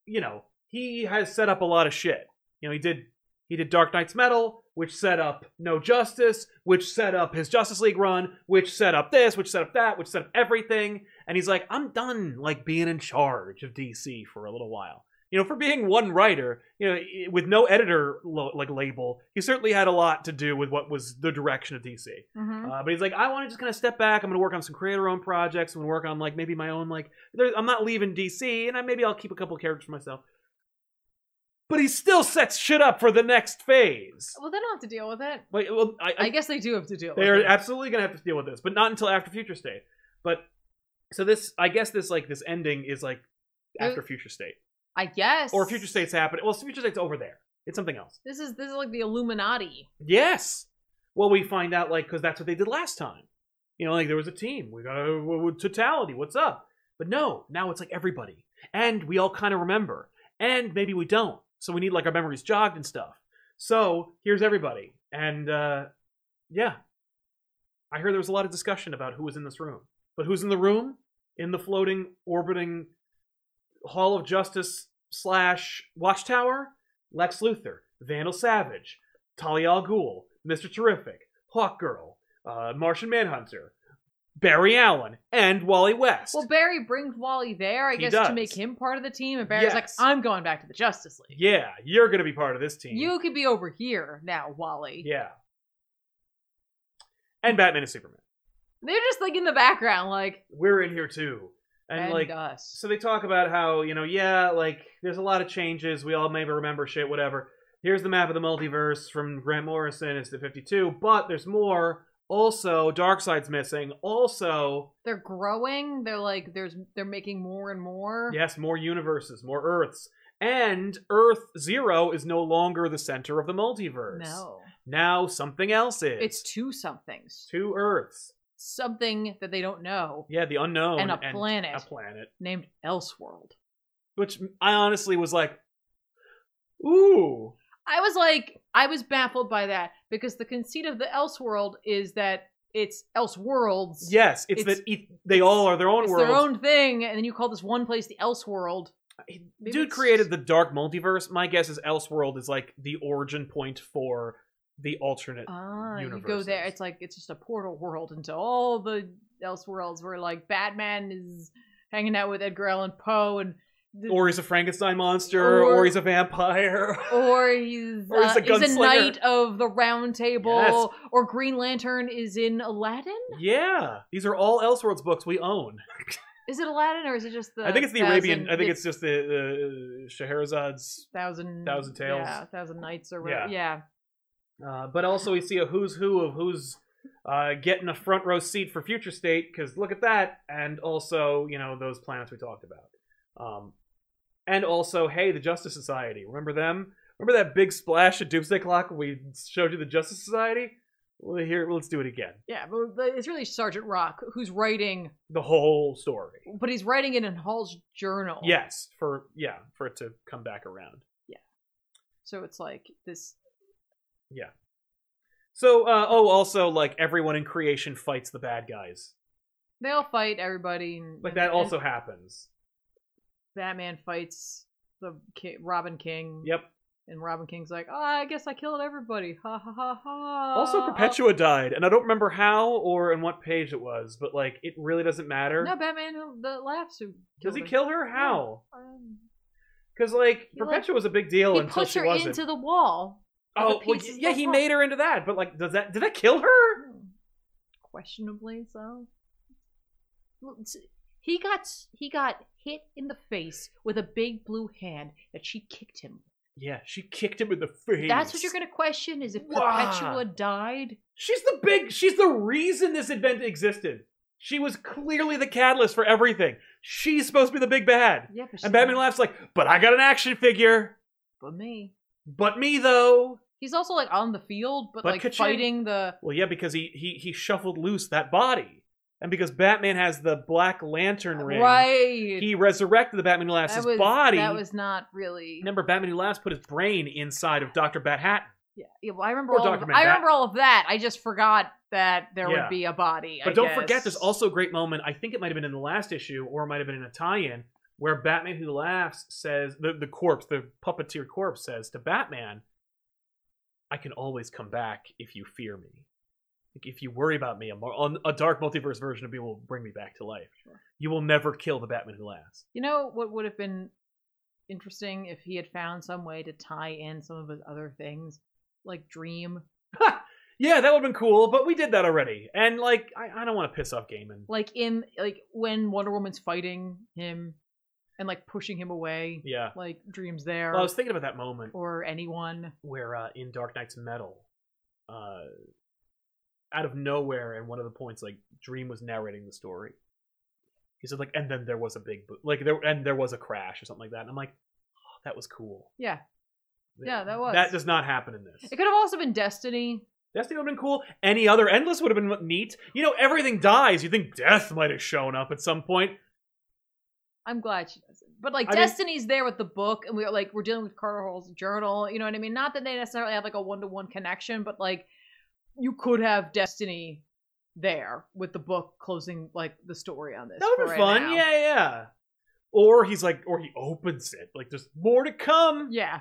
A: you know, he has set up a lot of shit. You know, he did he did Dark Knight's Metal, which set up No Justice, which set up his Justice League run, which set up this, which set up that, which set up everything, and he's like, I'm done like being in charge of DC for a little while. You know, for being one writer, you know, i- with no editor lo- like label, he certainly had a lot to do with what was the direction of DC.
B: Mhm.
A: Uh, but he's like, I want to just kind of step back. I'm going to work on some creator-owned projects. I'm going to work on like maybe my own like. There, I'm not leaving DC, and I, maybe I'll keep a couple characters for myself. But he still sets shit up for the next phase.
B: Well, they don't have to deal with it.
A: Like, well, I,
B: I guess they do have to deal.
A: they
B: with
A: are
B: it.
A: absolutely going to have to deal with this, but not until after Future State. But so this, I guess this like this ending is like after Future State,
B: I guess.
A: or Future State's happening. Well, Future State's over there. It's something else.
B: This is this is like the Illuminati.
A: Yes. Well, we find out like because that's what they did last time. You know, like there was a team. We got a, w- w- totality. What's up? But no, now it's like everybody, and we all kind of remember, and maybe we don't. So we need like our memories jogged and stuff. So here's everybody, and uh, yeah, I heard there was a lot of discussion about who was in this room, but who's in the room? In the floating, orbiting Hall of Justice slash Watchtower, Lex Luthor, Vandal Savage, Talia al Ghul, Mr. Terrific, Hawkgirl, uh, Martian Manhunter, Barry Allen, and Wally West.
B: Well, Barry brings Wally there, I
A: He
B: guess,
A: does.
B: to make him part of the team, and Barry's like,
A: Yes.
B: "I'm going back to the Justice League.
A: yeah, you're gonna be part of this team.
B: You could be over here now, Wally."
A: yeah. And Batman and Superman.
B: They're just like in the background, like
A: We're in here too, and,
B: and, uh,
A: like
B: us.
A: so they talk about how you know yeah like there's a lot of changes we all maybe remember shit whatever here's the map of the multiverse from grant morrison it's the 52 but there's more also darkseid's missing also
B: They're growing. They're like there's they're making more and more.
A: yes more universes more earths and earth zero is no longer the center of the multiverse
B: No,
A: now something else is
B: it's two somethings.
A: two earths
B: Something that they don't know
A: yeah the unknown
B: And a planet.
A: a planet
B: named Elseworld.
A: which i honestly was like ooh
B: I was like, I was baffled by that because the conceit of the Elseworld is that it's Elseworlds.
A: yes it's,
B: It's-
A: that e- they all are their own
B: it's
A: worlds
B: their own thing, and then you call this one place the Elseworld. Maybe
A: Dude
B: it's-
A: created the dark multiverse. My guess is Elseworld is like the origin point for the alternate.
B: Ah, you go
A: universes.
B: there. It's like it's just a portal world into all the Elseworlds, where like Batman is hanging out with Edgar Allan Poe, and the,
A: or he's a Frankenstein monster, or,
B: Oh. Or-
A: he's a
B: (laughs)
A: vampire. (laughs)
B: or he's
A: Or he's
B: uh,
A: a
B: he's
A: gunslinger.
B: knight of the Round Table,
A: Yes.
B: or Green Lantern is in Aladdin.
A: yeah, these are all Elseworlds books we own.
B: Is it Aladdin or is it just the?
A: I think it's the
B: thousand-
A: Arabian. I think it's just the uh, Shahrazad's.
B: thousand
A: Thousand Tales.
B: yeah, thousand nights or whatever. Yeah,
A: Uh, but also, we see a who's who of who's uh, getting a front row seat for Future State because look at that, and also you know those planets we talked about, um, and also hey, the Justice Society. Remember them? Remember that big splash at Doomsday Clock? We showed you the Justice Society. Well, here, let's do it again.
B: yeah, but the- it's really Sergeant Rock who's writing,
A: The whole story.
B: but he's writing it in Hall's journal.
A: Yes, for yeah, for it to come back around.
B: so it's like this.
A: So, uh, oh, also like everyone in creation fights the bad guys.
B: They all fight everybody. And,
A: Like that
B: and
A: also happens.
B: Batman fights the ki- Robin King.
A: Yep.
B: And Robin King's like, oh, I guess I killed everybody. Ha ha ha ha.
A: Also, Perpetua died, and I don't remember how or in what page it was, but like it really doesn't matter.
B: No, Batman the laughs. Who
A: Does he
B: killed
A: kill
B: her.
A: her? How?
B: Um,
A: Because like
B: He, like-
A: Perpetua was a big deal
B: he
A: until
B: puts
A: she
B: her
A: wasn't.
B: into the wall. the
A: oh, well,
B: pieces
A: yeah,
B: of
A: he
B: rock.
A: made her into that, but like, does that did that kill her?
B: Hmm. questionably so. Well, it's- He got s- he got hit in the face with a big blue hand that she kicked him.
A: Yeah, she kicked him in the face.
B: That's what you're gonna question is if
A: Wah.
B: Perpetua died.
A: She's the big. She's the reason this event existed. She was clearly the catalyst for everything. She's supposed to be the big bad.
B: Yeah, but
A: And Batman laughs like, but I got an action figure.
B: for me.
A: But me though.
B: He's also like on the field, but,
A: But
B: like
A: ka-ching.
B: fighting the
A: Well, yeah, because he he he shuffled loose that body, and because Batman has the Black Lantern ring,
B: right.
A: he resurrected the Batman Who Laughs'
B: that was
A: body.
B: That was not really.
A: Remember, Batman Who Laughs put his brain inside of Doctor Bat Hatton.
B: Yeah, yeah, well, I remember
A: Or
B: all. Of,
A: Dr.
B: I
A: Manhattan.
B: remember all of that. I just forgot that there
A: Yeah.
B: would be a body.
A: But
B: I
A: don't forget,
B: guess.
A: there's also a great moment. I think it might have been in the last issue, or it might have been in a tie-in where Batman Who Laughs says the the corpse, the puppeteer corpse, says to Batman, "I can always come back if you fear me." Like, if you worry about me, a, mar- a dark multiverse version of me will bring me back to life.
B: Sure.
A: You will never kill the Batman who laughs.
B: You know what would have been interesting if he had found some way to tie in some of his other things, like Dream.
A: Yeah, that would have been cool, but we did that already. And, like, I, I don't want to piss off Gaiman.
B: Like in like when Wonder Woman's fighting him and like pushing him away,
A: Yeah.
B: like Dream's there
A: Well, I was thinking about that moment
B: or anyone.
A: where uh, in Dark Knight's Metal, uh, out of nowhere, and one of the points, like, Dream was narrating the story. He said, like, and then there was a big, bo- like, there and there was a crash or something like that. And I'm like, oh, that was cool.
B: Yeah. Yeah, that was.
A: That does not happen in this.
B: It could have also been Destiny.
A: Destiny would have been cool. Any other endless would have been neat. You know, everything dies. You think death might have shown up at some point.
B: I'm glad she doesn't. But like
A: I mean-
B: Destiny's there with the book and we're like we're dealing with Carter Hall's journal, you know what I mean? Not that they necessarily have like a one to one connection, but like you could have Destiny there with the book closing like the story on this.
A: That would
B: for
A: be
B: right
A: fun.
B: now.
A: Yeah, yeah. Or he's like, or he opens it like there's more to come.
B: Yeah.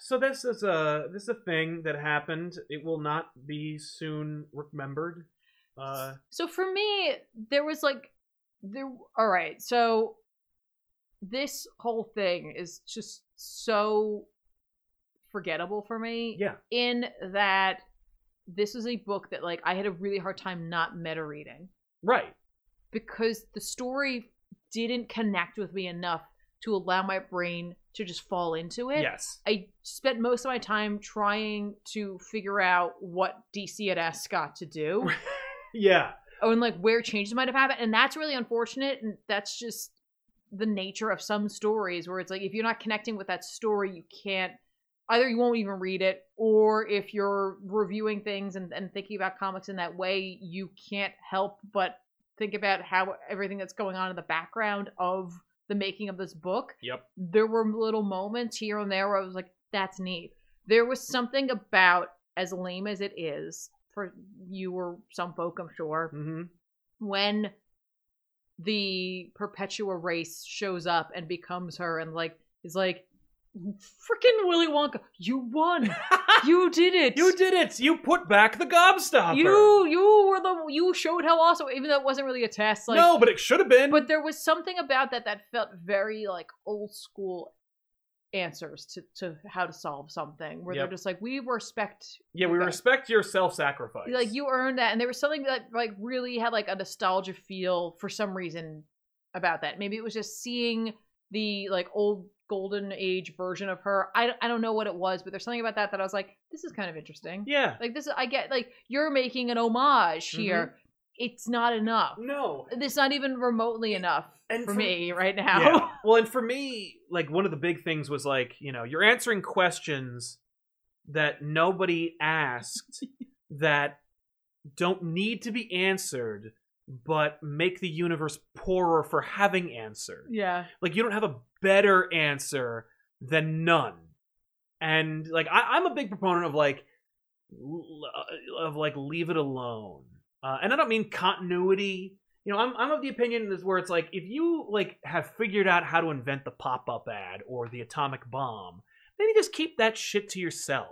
A: So this is a this is a thing that happened. It will not be soon remembered. Uh,
B: So for me, there was like there all right, so this whole thing is just so forgettable for me
A: yeah,
B: in that this was a book that like I had a really hard time not meta reading
A: right.
B: because the story didn't connect with me enough to allow my brain to just fall into it.
A: yes,
B: I spent most of my time trying to figure out what DC had asked Scott to do
A: yeah.
B: oh, and like where changes might have happened, and that's really unfortunate. And that's just the nature of some stories, where it's like if you're not connecting with that story, you can't either you won't even read it, or if you're reviewing things and, and thinking about comics in that way, you can't help but think about how everything that's going on in the background of the making of this book.
A: Yep.
B: There were little moments here and there where I was like, that's neat. There was something about, as lame as it is for you or some folk, I'm sure,
A: Mm-hmm.
B: when the Perpetua race shows up and becomes her and like is like freaking Willy Wonka, you
A: (laughs)
B: won. you did it.
A: You did it. You put back the gobstopper.
B: you you were the you showed how awesome even though it wasn't really a test like
A: no, but it should have been.
B: but there was something about that that felt very like old school answers to to how to solve something where
A: Yep.
B: they're just like we respect
A: yeah, we
B: okay.
A: respect your self-sacrifice.
B: like you earned that and there was something that like really had like a nostalgia feel for some reason about that maybe it was just seeing the like old golden age version of her i, I don't know what it was but there's something about that that i was like this is kind of interesting
A: Yeah. Mm-hmm.
B: like this is i get like you're making an homage here it's not enough
A: No.
B: it's not even remotely enough
A: And
B: for
A: for-
B: me right now
A: Yeah. Well, and for me, like one of the big things was like, you know, you're answering questions that nobody asked that don't need to be answered, but make the universe poorer for having answered.
B: (laughs) yeah
A: Like you don't have a better answer than none. And like I, I'm a big proponent of like l- of like leave it alone. Uh, and I don't mean continuity. You know, I'm I'm of the opinion is where it's like if you like have figured out how to invent the pop up ad or the atomic bomb, maybe just keep that shit to yourself.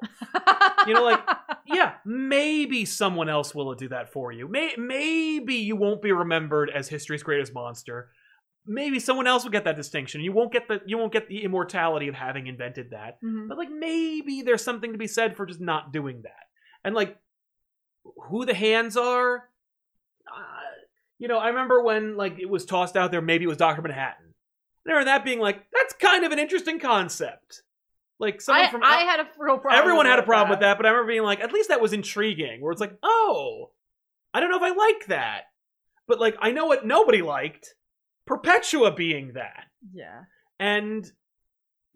A: You know,
B: (laughs)
A: like- yeah, maybe someone else will do that for you. May- maybe you won't be remembered as history's greatest monster. Maybe someone else will get that distinction. You won't get the you won't get the immortality of having invented that.
B: Mhm.
A: But like maybe there's something to be said for just not doing that. And like who the hands are, uh, you know, I remember when like it was tossed out there. Maybe it was Doctor Manhattan. I remember that being like that's kind of an interesting concept. Like someone
B: I,
A: from
B: I had a real problem
A: Everyone
B: with
A: had a problem with that, but I remember being like, at least that was intriguing. Where it's like, oh, I don't know if I like that, but like I know what nobody liked, Perpetua being that,
B: yeah
A: and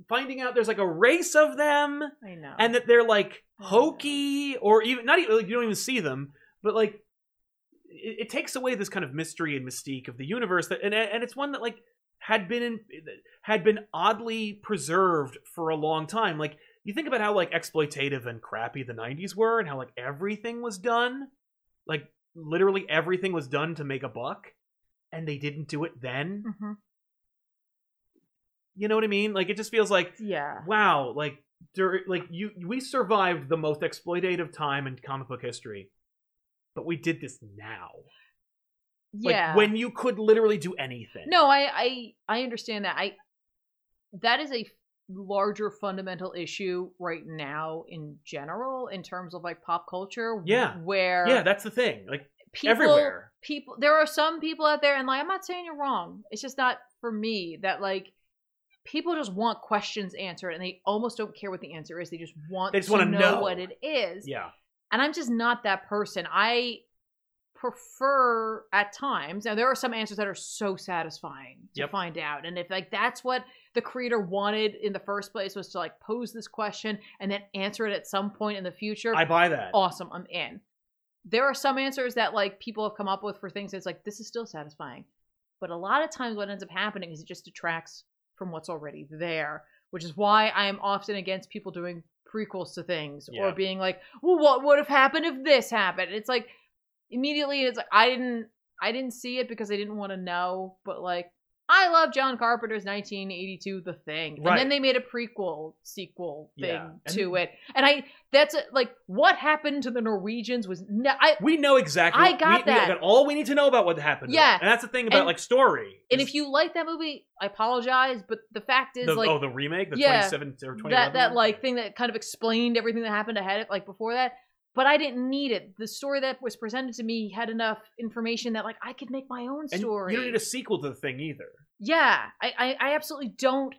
A: finding out there's like a race of them,
B: i know
A: and that they're like hokey or even not even like you don't even see them, but like it, it takes away this kind of mystery and mystique of the universe that, and and it's one that like had been in, had been oddly preserved for a long time. Like you think about how like exploitative and crappy the '90s were, and how like everything was done, like literally everything was done to make a buck, and they didn't do it then.
B: Mhm.
A: You know what I mean? Like it just feels like
B: yeah
A: wow like dur- like you we survived the most exploitative time in comic book history but we did this now like
B: yeah
A: when you could literally do anything
B: No, I, I I understand that. I that is a larger fundamental issue right now in general in terms of like pop culture.
A: Yeah.
B: Where
A: yeah that's the thing like
B: people,
A: everywhere
B: people there are some people out there and like I'm not saying you're wrong. It's just not for me that like people just want questions answered and they almost don't care what the answer is. They just want
A: They just
B: to
A: wanna know.
B: what it is
A: yeah
B: and I'm just not that person. I prefer at times. Now there are some answers that are so satisfying to
A: Yep.
B: find out, and if like that's what the creator wanted in the first place was to like pose this question and then answer it at some point in the future.
A: i buy that
B: awesome, I'm in. There are some answers that like people have come up with for things that's like this is still satisfying, but a lot of times what ends up happening is it just detracts from what's already there, which is why I am often against people doing prequels to things
A: Yeah.
B: or being like, well, what would have happened if this happened? It's like immediately it's like I didn't I didn't see it because I didn't want to know, but like I love John Carpenter's 1982 The Thing. And
A: Right.
B: then they made a prequel sequel thing
A: Yeah. And-
B: to it. And I that's a, like what happened to the Norwegians was ne- I
A: We know exactly.
B: I got
A: we- we
B: that.
A: got all we need to know about what happened. to them.
B: Yeah.
A: and that's the thing about
B: And-
A: like story.
B: and
A: is
B: if you like that movie, I apologize, but the fact is
A: the,
B: like
A: oh the remake, the
B: Yeah.
A: 27 or 20
B: that that like thing that kind of explained everything that happened ahead of, like before that but i didn't need it the story that was presented to me had enough information that like i could make my own
A: and
B: story
A: You don't need a sequel to the thing either.
B: yeah I, I i absolutely don't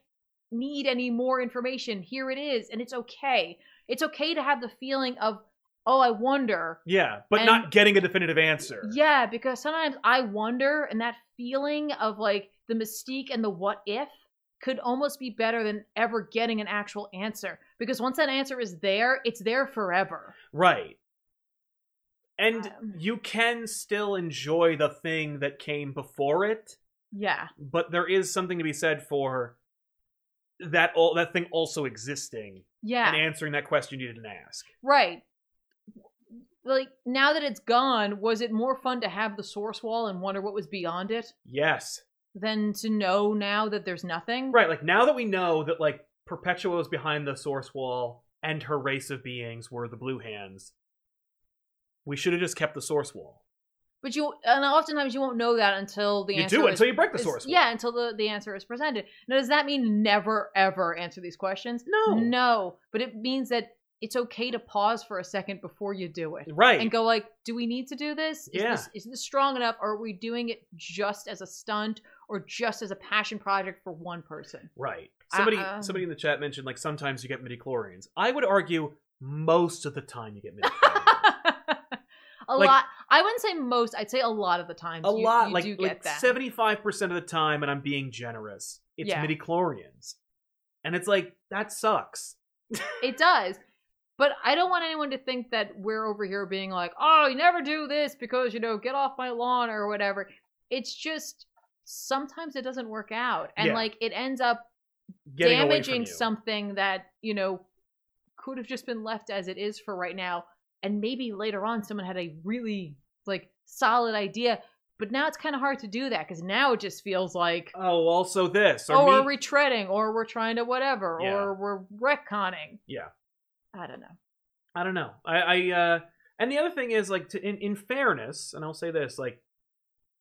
B: need any more information here it is and it's okay it's okay to have the feeling of oh i wonder
A: Yeah, but
B: And-
A: not getting a definitive answer.
B: yeah because sometimes i wonder and that feeling of like the mystique and the what if could almost be better than ever getting an actual answer because once that answer is there it's there forever
A: Right. And
B: Um.
A: you can still enjoy the thing that came before it,
B: Yeah.
A: but there is something to be said for that all that thing also existing
B: Yeah.
A: and answering that question you didn't ask.
B: right. Like now that it's gone, was it more fun to have the source wall and wonder what was beyond it
A: Yes.
B: than to know now that there's nothing?
A: Right, like now that we know that like Perpetua was behind the source wall and her race of beings were the blue hands, we should have just kept the source wall.
B: But you and oftentimes you won't know that until the
A: you
B: answer
A: do it
B: is,
A: until you break the
B: is-
A: source wall.
B: Yeah, until the, the answer is presented. Now does that mean never ever answer these questions?
A: No.
B: No. But it means that it's okay to pause for a second before you do it.
A: Right.
B: and go like, do we need to do this? Is
A: Yeah.
B: this is this strong enough? Or are we doing it just as a stunt or just as a passion project for one person? (laughs)
A: Right.
B: I-
A: Somebody
B: um,
A: somebody in the chat mentioned like sometimes you get midichlorians. I would argue most of the time you get midichlorians.
B: a
A: Like-
B: lot. I wouldn't say most. I'd say a lot of the times.
A: a
B: (laughs) you,
A: lot
B: you
A: like
B: do get
A: like
B: that.
A: 75% of the time and I'm being generous. It's
B: Yeah.
A: midichlorians. And it's like that sucks.
B: It does. But I don't want anyone to think that we're over here being like, oh, you never do this because you know, get off my lawn or whatever. It's just sometimes it doesn't work out, and
A: Yeah.
B: like it ends up
A: Getting away from
B: damaging
A: you.
B: something that you know could have just been left as it is for right now and maybe later on someone had a really like solid idea but now it's kind of hard to do that because now it just feels like
A: Oh, also this. Or
B: oh
A: me-
B: we're retreading or we're trying to whatever
A: Yeah.
B: or we're retconning
A: Yeah.
B: i don't know
A: I don't know. I, I uh and the other thing is like to, in in fairness, and I'll say this like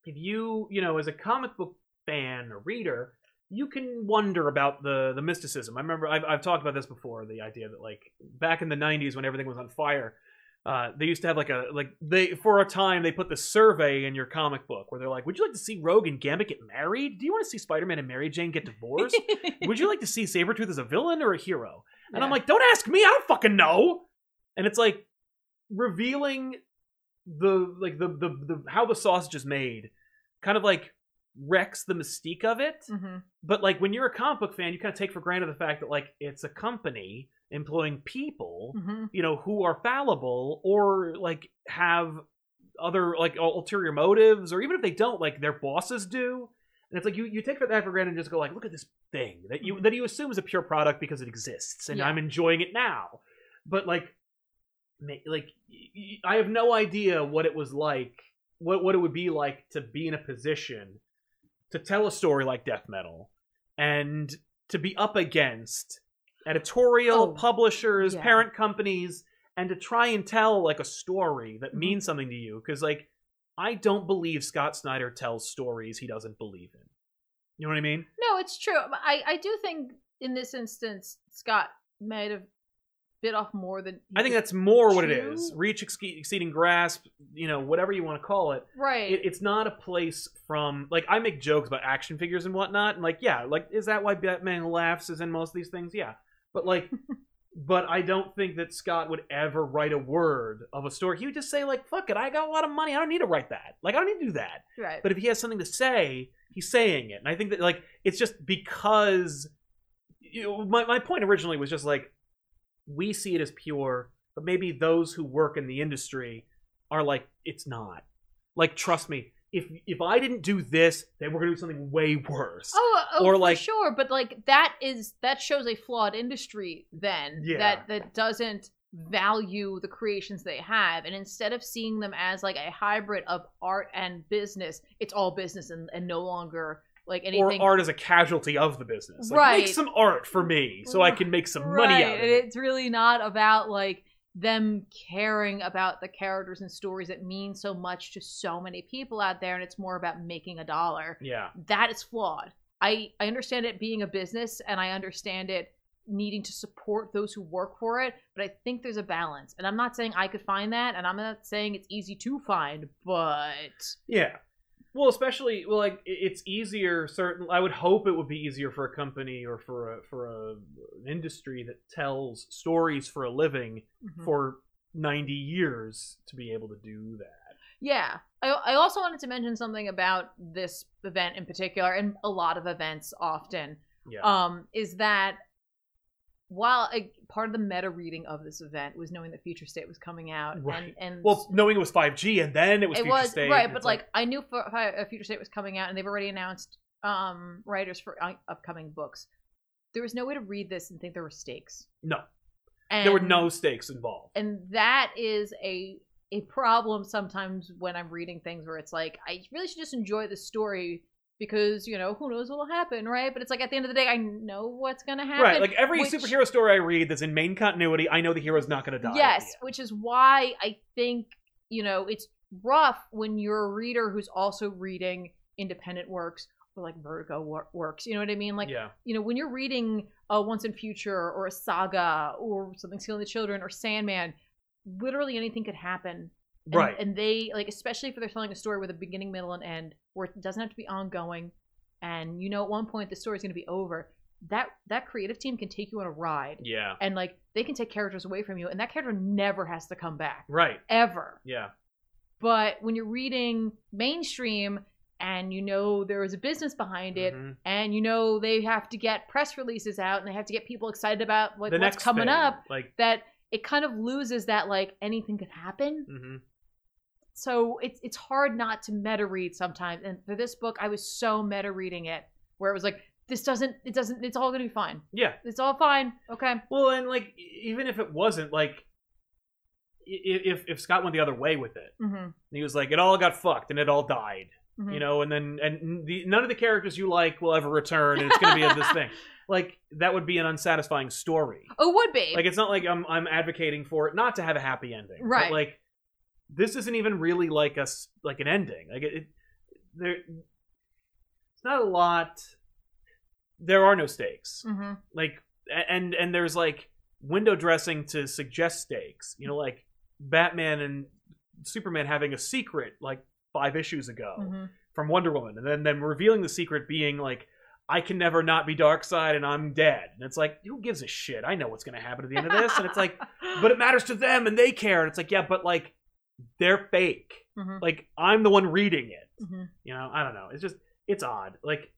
A: if you you know as a comic book fan or reader, you can wonder about the the mysticism. I remember I've I've talked about this before. The idea that like back in the '90s when everything was on fire. Uh, they used to have like a like they for a time they put the survey in your comic book where they're like, would you like to see Rogue and Gambit get married? Do you want to see Spider Man and Mary Jane get (laughs)
B: (laughs)
A: divorced? would you like to see Sabretooth as a villain or a hero? And I'm
B: Yeah.
A: like, don't ask me, I don't fucking know. And it's like revealing the like the the, the how the sausage is made kind of like wrecks the mystique of it.
B: Mhm.
A: But like when you're a comic book fan, you kind of take for granted the fact that like it's a company employing people,
B: Mhm.
A: you know, who are fallible or like have other like ul- ulterior motives or even if they don't like their bosses do and it's like you, you take that for granted and just go like look at this thing that you that you assume is a pure product because it exists and
B: Mm-hmm. Yeah.
A: i'm enjoying it now but like ma- like y- y- i have no idea what it was like what what it would be like to be in a position to tell a story like death metal and to be up against editorial
B: Oh,
A: publishers
B: yeah.
A: parent companies and to try and tell like a story that
B: Mhm.
A: means something to you because like i don't believe scott snyder tells stories he doesn't believe in you know what i mean
B: no it's true But i i do think in this instance scott might have bit off more than he
A: i think
B: could-
A: that's more what it is
B: True.
A: reach ex- exceeding grasp you know whatever you want to call it
B: right
A: it, it's not a place from like I make jokes about action figures and whatnot, and like yeah, like is that why Batman laughs is in most of these things? Yeah, but like, but I don't think that Scott would ever write a word of a story. He would just say like, "Fuck it, I got a lot of money. I don't need to write that. Like, I don't need to do that."
B: right
A: But if he has something to say, he's saying it, and I think that like it's just because you know, my my point originally was just like we see it as pure, but maybe those who work in the industry are like it's not. Like trust me, if if I didn't do this, then we're gonna do something way worse.
B: Oh, oh
A: Or,
B: for
A: like-
B: sure, but like that is that shows a flawed industry then
A: Yeah.
B: that that doesn't value the creations they have and instead of seeing them as like a hybrid of art and business, it's all business and, and no longer like anything.
A: or art as a casualty of the business. Like,
B: Right.
A: Make some art for me so I can make some money
B: Right,
A: out of
B: and
A: it.
B: It's really not about like them caring about the characters and stories that mean so much to so many people out there, and it's more about making a dollar.
A: Yeah.
B: That is flawed. I I understand it being a business, and I understand it needing to support those who work for it, but I think there's a balance, and I'm not saying I could find that, and I'm not saying it's easy to find, but
A: Yeah. Well, especially well, like i- it's easier. Certain, I would hope it would be easier for a company or for a for a an industry that tells stories for a living
B: Mhm.
A: for ninety years to be able to do that.
B: Yeah. I, I also wanted to mention something about this event in particular, and a lot of events often,
A: Yeah.
B: um, is that while like, part of the meta reading of this event was knowing that Future State was coming out,
A: Right.
B: and, and
A: well, knowing it was five G and then it was
B: it
A: Future
B: was
A: State,
B: right,
A: it's
B: but like, I knew for, uh, Future State was coming out, and they've already announced um, writers for uh, upcoming books. There was no way to read this and think there were stakes.
A: no,
B: And
A: there were no stakes involved.
B: and that is a a problem sometimes when I'm reading things where it's like I really should just enjoy the story because you know who knows what'll happen, right? But it's like at the end of the day, I know what's gonna happen.
A: Right, like every
B: which-
A: superhero story I read that's in main continuity, I know the hero's not going to die. at
B: yes,
A: the
B: which is why I think you know it's rough when you're a reader who's also reading independent works or like Vertigo wor- works. You know what I mean? Like
A: end. yeah,
B: you know, when you're reading a Once in Future or a Saga or something Stealing the Children or Sandman, literally anything could happen. And,
A: right.
B: And they like, especially if they're telling a story with a beginning, middle, and end, where it doesn't have to be ongoing, and you know at one point the story's going to be over. That that creative team can take you on a ride,
A: yeah,
B: and like they can take characters away from you, and that character never has to come back
A: right.
B: ever.
A: Yeah,
B: But when you're reading mainstream and you know there is a business behind it,
A: Mhm.
B: and you know they have to get press releases out and they have to get people excited about like
A: the
B: what's
A: next
B: coming
A: thing,
B: up
A: like.
B: that it kind of loses that like anything could happen
A: mhm.
B: so it's it's hard not to meta read sometimes and for this book i was so meta reading it where it was like this doesn't it doesn't it's all gonna be fine
A: Yeah.
B: it's all fine okay
A: Well, and like e- even if it wasn't like i- if if Scott went the other way with it,
B: mm-hmm,
A: and he was like, it all got fucked and it all died, you know, and then and the, none of the characters you like will ever return, and it's gonna be a- this thing. Like that would be an unsatisfying story.
B: oh it would be
A: Like it's not like I'm I'm advocating for it not to have a happy ending, but,
B: Right.
A: like this isn't even really like a s- like an ending. Like it, it there, it's not a lot. There are no stakes
B: hmm
A: like a- and and there's like window dressing to suggest stakes you know like batman and superman having a secret like five issues ago
B: hmm
A: from wonder woman and then them revealing the secret being like i can never not be dark side and i'm dead and it's like who gives a shit i know what's going to happen at the end of this and it's like but it matters to them and they care and it's like yeah but like they're fake
B: Mhm.
A: like i'm the one reading it
B: hmm
A: you know, I don't know. It's just it's odd. Like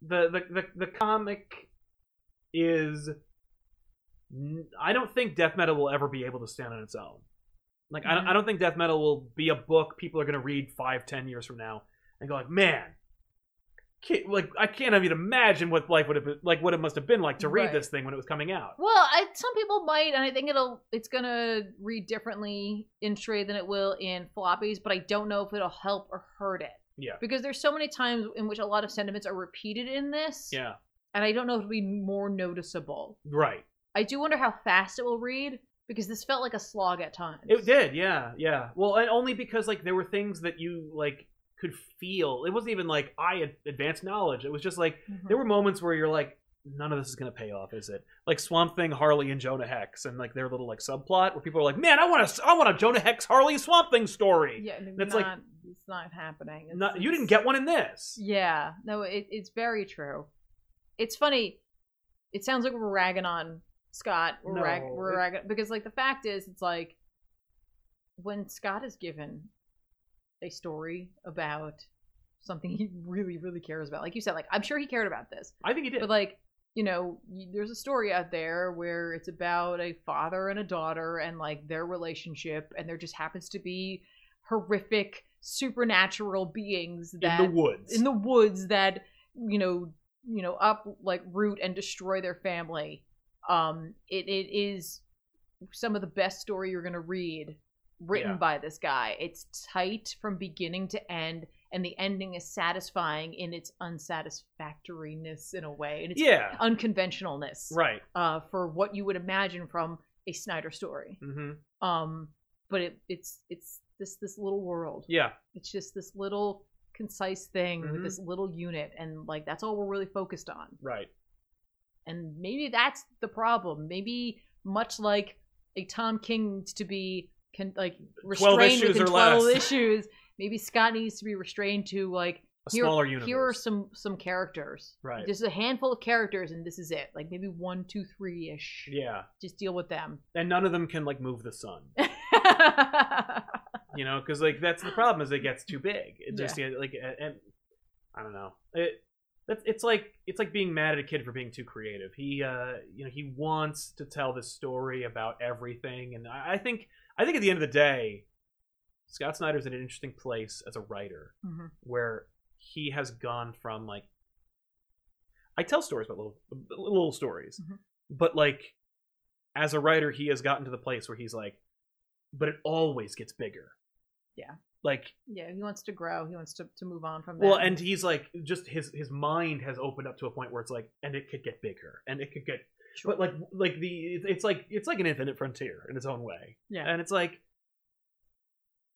A: the the the, the comic is n- I don't think death metal will ever be able to stand on its own. Like I don't, I don't think death metal will be a book people are going to read five ten years from now and go like, "Man, can like I can't even imagine what life would have been, like what it must have been like to read
B: Right.
A: this thing when it was coming out."
B: Well, I, some people might, and I think it'll it's gonna read differently in trade than it will in floppies, but I don't know if it'll help or hurt it.
A: Yeah.
B: Because there's so many times in which a lot of sentiments are repeated in this.
A: Yeah.
B: And I don't know if it'll be more noticeable.
A: Right.
B: I do wonder how fast it will read because this felt like a slog at times.
A: It did, yeah, yeah. Well, and only because like there were things that you like could feel. It wasn't even like I had advanced knowledge. It was just like
B: Mhm.
A: there were moments where you're like, none of this is gonna pay off, is it? Like Swamp Thing, Harley, and Jonah Hex, and like their little like subplot where people are like, man, I want to, I want a Jonah Hex, Harley, Swamp Thing story.
B: Yeah, and
A: That's
B: it's
A: like-
B: not, it's not happening. It's-
A: Not, you
B: it's-
A: didn't get one in this.
B: Yeah, no, it, it's very true. It's funny. It sounds like we're ragging on Scott. We're, rag,
A: No,
B: we're
A: it-
B: ragging because, like, the fact is, it's like when Scott is given a story about something he really, really cares about. Like you said, like I'm sure he cared about this,
A: I think he did.
B: but like you know, y there's a story out there where it's about a father and a daughter and like their relationship, and there just happens to be horrific supernatural beings that
A: in the woods.
B: in the woods that you know you know up like root and destroy their family um it, it is some of the best story you're gonna read written
A: Yeah.
B: by this guy it's tight from beginning to end and the ending is satisfying in its unsatisfactoriness in a way, and its
A: yeah,
B: unconventionalness
A: right.
B: uh, for what you would imagine from a Snyder story.
A: hmm
B: Um, but it, it's it's this this little world.
A: Yeah,
B: It's just this little concise thing with
A: Mhm.
B: this little unit, and like that's all we're really focused on.
A: right.
B: And maybe that's the problem. Maybe much like a Tom King to be can like restrained
A: issues
B: within
A: or
B: twelve
A: less. (laughs)
B: issues. Maybe Scott needs to be restrained to like
A: A
B: Here-
A: smaller universe.
B: here are some some characters.
A: Right.
B: This is a handful of characters, and this is it. Like maybe one, two, three ish.
A: yeah,
B: Just deal with them. (laughs)
A: and none of them can like move the sun. you know because like that's the problem is it gets too big it just yeah, like and, and i don't know it that's it's like it's like being mad at a kid for being too creative he uh you know he wants to tell this story about everything and i, I think i think at the end of the day scott snyder's in an interesting place as a writer
B: Mhm.
A: where he has gone from like I tell stories about little little stories,
B: Mhm.
A: but like as a writer, he has gotten to the place where he's like, but it always gets bigger.
B: Yeah.
A: Like
B: Yeah, he wants to grow. He wants to, to move on from that.
A: well, and he's like just his his mind has opened up to a point where it's like, and it could get bigger, and it could get, but like like the it's it's like it's like an infinite frontier in its own way,
B: yeah,
A: and it's like,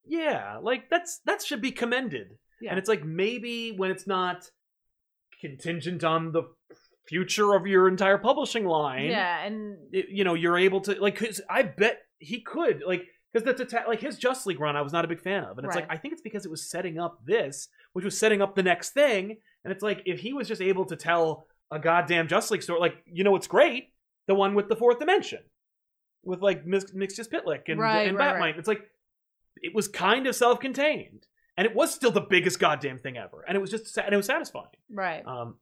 A: yeah, like that's that should be commended.
B: yeah.
A: And it's like maybe when it's not contingent on the future of your entire publishing line,
B: yeah, and
A: it- you know, you're able to like. 'cause I bet he could like because the deta- like his Just League run, I was not a big fan of, and it's like
B: Right.
A: I think it's because it was setting up this, which was setting up the next thing, and it's like if he was just able to tell a goddamn Just League story, like you know, it's great, the one with the fourth dimension, with like Mix- Mixtus Pitlick and
B: Right,
A: and
B: right,
A: Batmite.
B: right.
A: It's like it was kind of self-contained. And it was still the biggest goddamn thing ever, and it was just sa- and it was satisfying.
B: right.
A: Um,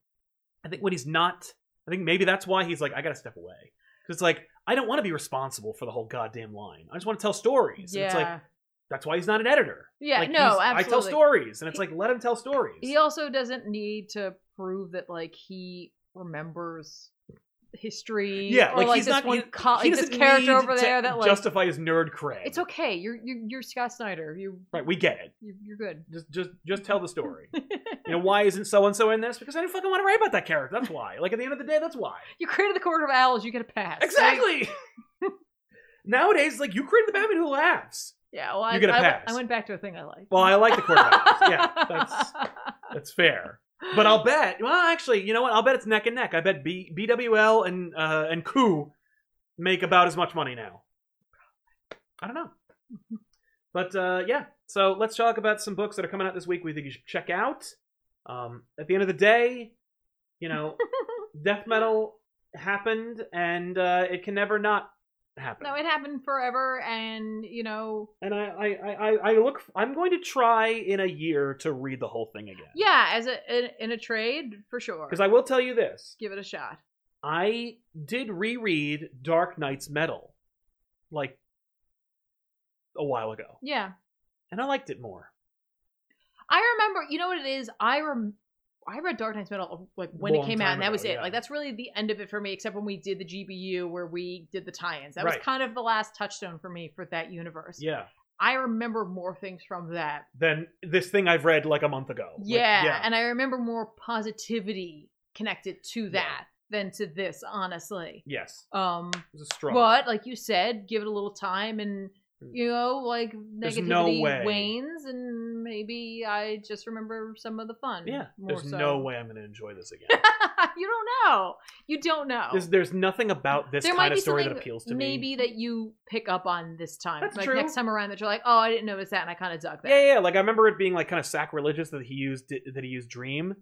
A: I think when he's not, I think maybe that's why he's like, I gotta step away. Because like, I don't want to be responsible for the whole goddamn line. I just want to tell stories. And
B: yeah,
A: it's like that's why he's not an editor.
B: yeah.
A: Like, he's-
B: no,
A: I
B: absolutely.
A: tell stories, and it's
B: He-
A: like let him tell stories.
B: He also doesn't need to prove that like he remembers history.
A: Yeah,
B: or,
A: like,
B: like,
A: he's
B: this
A: not-
B: one
A: he-
B: co- like,
A: He
B: this
A: doesn't
B: character
A: need
B: over
A: to
B: there that like
A: justify his nerd cred.
B: it's okay. You're you're you're Scott Snyder. You
A: Right, we get it.
B: you- you're good.
A: Just, just, just tell the
B: (laughs)
A: story. you know why isn't so and so in this? Because I didn't fucking want to write about that character. That's why. Like at the end of the day, that's why.
B: You created the Court of Owls. You get a pass. Like,
A: Exactly. (laughs)
B: (laughs)
A: Nowadays, like you created the Batman who laughs.
B: yeah. Well, I,
A: You get a
B: I went-
A: pass.
B: I went back to a thing I liked.
A: Well, I like the
B: (laughs)
A: quarterbacks. yeah, that's that's fair. But I'll bet. Well, actually, you know what? I'll bet it's neck and neck. I bet B, BWL and uh, and Coup make about as much money now. I don't know.
B: (laughs)
A: But uh, yeah, so let's talk about some books that are coming out this week. We think you should check out. Um, at the end of the day, you
B: (laughs)
A: know, death metal happened, and uh, it can never not happen.
B: No, it happened forever, and you know,
A: and I, I, I, I- I look. I'm going to try in a year to read the whole thing again.
B: yeah, as a in, in a trade for sure.
A: Because I will tell you this:
B: give it a shot.
A: I did reread Dark Knight's Metal, like a while ago,
B: Yeah,
A: and I liked it more.
B: I remember. You know what it is? I rem. I read Dark Knight's Metal like when
A: Long
B: it came out,
A: time
B: and that
A: ago,
B: was it.
A: yeah.
B: Like that's really the end of it for me, except when we did the GBU where we did the tie-ins. That was
A: Right.
B: kind of the last touchstone for me for that universe.
A: Yeah.
B: I remember more things from that
A: Than this thing I've read like a month ago. Like,
B: yeah,
A: yeah.
B: and I remember more positivity connected to
A: Yeah.
B: that than to this, honestly.
A: Yes.
B: Um,
A: It was a strong.
B: but like you said, give it a little time, and you know, like
A: Mm. There's
B: negativity
A: no way.
B: wanes, and maybe I just remember some of the fun.
A: Yeah.
B: more
A: There's
B: so.
A: no way I'm going to enjoy this
B: (laughs)
A: again.
B: you don't know. You don't know.
A: there's, there's nothing about this kind of story that
B: something
A: appeals to me.
B: maybe that you pick up on this time,
A: That's
B: like
A: true.
B: next time around, that you're like, oh, I didn't notice that, and I kind of dug that.
A: Yeah, yeah. yeah. Like I remember it being like kind of sacrilegious that he used that he used Dream,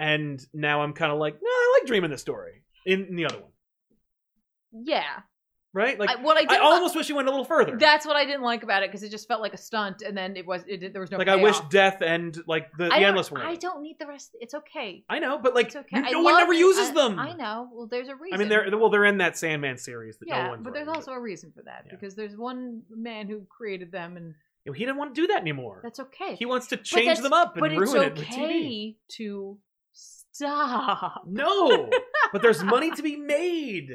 A: and now I'm kind of like, no, I like Dream in this story. In, in the other one,
B: Yeah.
A: right? Like
B: I, what I did
A: I almost wish he went a little further.
B: That's what I didn't like about it because it just felt like a stunt, and then it was it did, there was no.
A: like I
B: payoff.
A: wish death and like the, the
B: I don't-
A: endless one.
B: I don't need the rest. It's okay.
A: I know, but like
B: It's okay. I
A: no one
B: love
A: ever
B: it.
A: uses
B: I-
A: them.
B: I know. Well, there's a reason.
A: I mean, they're well, they're in that Sandman series that
B: yeah,
A: no one's.
B: but there's
A: read.
B: also a reason for that
A: Yeah.
B: because there's one man who created them, and
A: You know, he didn't want to do that anymore.
B: that's okay.
A: He wants to change
B: that's-
A: them up and
B: but
A: ruin
B: it's
A: it with TV.
B: okay to stop. (laughs)
A: No, but there's money to be made.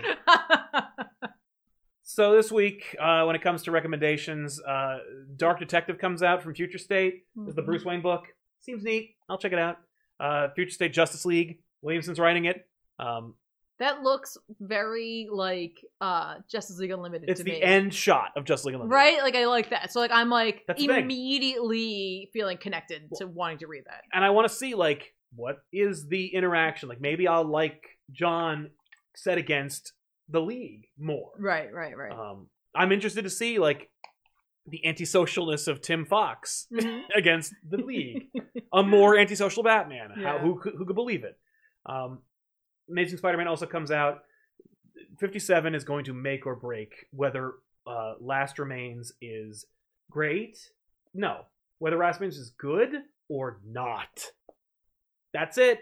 A: So this week, uh, when it
B: (laughs) Mm-hmm.
A: comes to recommendations, uh, Dark Detective comes out from Future State. It's the Bruce Wayne book. Seems neat. I'll check it out. Uh, Future State Justice League. Williamson's writing it. Um,
B: That looks very like uh Justice League Unlimited
A: it's
B: to
A: the
B: me.
A: end shot of Justice League Unlimited.
B: Right? Like I like that. So like I'm like
A: That's the thing.
B: immediately feeling connected to wanting to read that.
A: and I want to see like what is the interaction? Like maybe I'll like John set against the league more.
B: Right, right, right. (laughs)
A: Um, I'm interested to see like the antisocialness of Tim Fox
B: Mhm.
A: against (laughs)
B: (laughs)
A: the league, a more antisocial Batman. How
B: Yeah.
A: who could- who could believe it? Um, Amazing Spider-Man also comes out. Fifty-seven is going to make or break whether uh, Last Remains is great. No, whether Last Remains is good or not. That's it.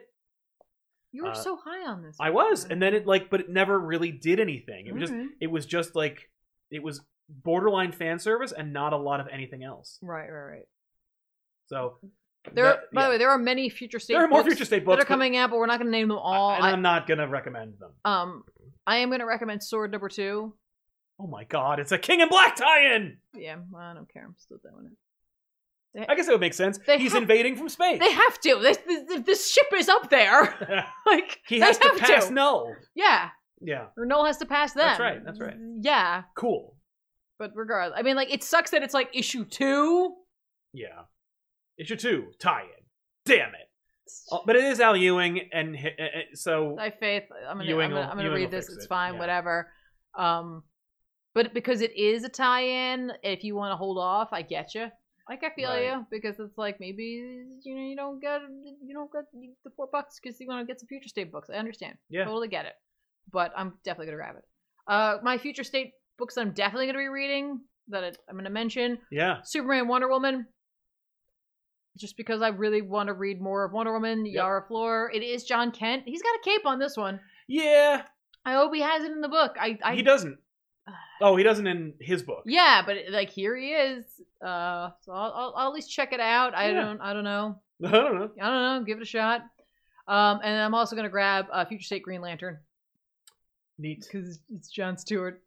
B: You were
A: uh,
B: so high on this.
A: I was, and then it like, but it never really did anything. It was just,
B: Alright.
A: it was just like, it was borderline fan service and not a lot of anything else.
B: Right, right, right.
A: So
B: There,
A: that-
B: are, by
A: yeah.
B: the way, there are many future state.
A: there are more
B: books
A: future state
B: that
A: books
B: are coming out, but we're not going to name them
A: but-
B: all.
A: and
B: I,
A: I'm not gonna recommend them.
B: um, I am going to recommend Sword Number Two.
A: Oh my god, it's a King and Black tie-in.
B: Yeah, I don't care. I'm still doing it.
A: I guess it would make sense.
B: They
A: He's
B: have-
A: invading from space.
B: They have to. This, this, this ship is up there. (laughs) like
A: (laughs) he
B: they
A: has to
B: have
A: pass null.
B: Yeah,
A: Yeah,
B: or Noel has to pass them.
A: That's right, that's right.
B: Yeah,
A: cool.
B: but regardless, I mean, like it sucks that it's like issue two.
A: Yeah, issue two tie-in. Damn it! Oh, but it is Al Ewing, and hi- eh, eh, so
B: I faith. I'm gonna.
A: Ewing
B: I'm gonna,
A: will-
B: I'm gonna
A: Ewing
B: read
A: will
B: this.
A: fix
B: It's
A: it,
B: fine.
A: yeah.
B: Whatever. Um, but because it is a tie-in, if you want to hold off, I get you. Like I feel
A: Right.
B: you because it's like maybe you know you don't get you don't get the four bucks because you want to get some future state books. I understand.
A: Yeah.
B: Totally get it. But I'm definitely gonna grab it. Uh, my future state books I'm definitely gonna be reading that I- I'm gonna mention
A: yeah.
B: Superman, Wonder Woman. Just because I really want to read more of Wonder Woman,
A: Yep.
B: Yara Floor. It is John Kent. He's got a cape on this one.
A: Yeah,
B: I hope he has it in the book. I, I
A: he doesn't.
B: (sighs)
A: Oh, he doesn't in his book.
B: yeah, but like here he is. Uh, so I'll, I'll, I'll at least check it out. I
A: Yeah.
B: don't, I don't know,
A: (laughs) I don't know.
B: I don't know. Give it a shot. Um, and I'm also gonna grab uh, Future State Green Lantern
A: Neat.
B: because it's John Stewart.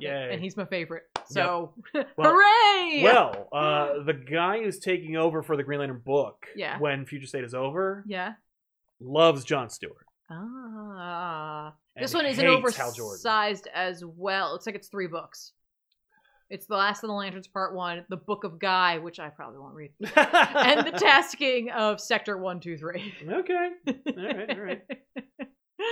A: Yay.
B: and he's my favorite. So (laughs)
A: Well-
B: hooray!
A: Well,
B: (sighs)
A: uh, the guy who's taking over for the Green Lantern book
B: Yeah.
A: when Future State is over
B: yeah.
A: loves John Stewart.
B: Ah.
A: and
B: This one isn't
A: hates Hal Jordan.
B: oversized as well. It's like it's three books. It's the Last of the Lanterns Part One, the Book of Guy, which I probably
A: (laughs)
B: won't read, and the tasking of Sector One, Two, Three.
A: Okay. All right. All right.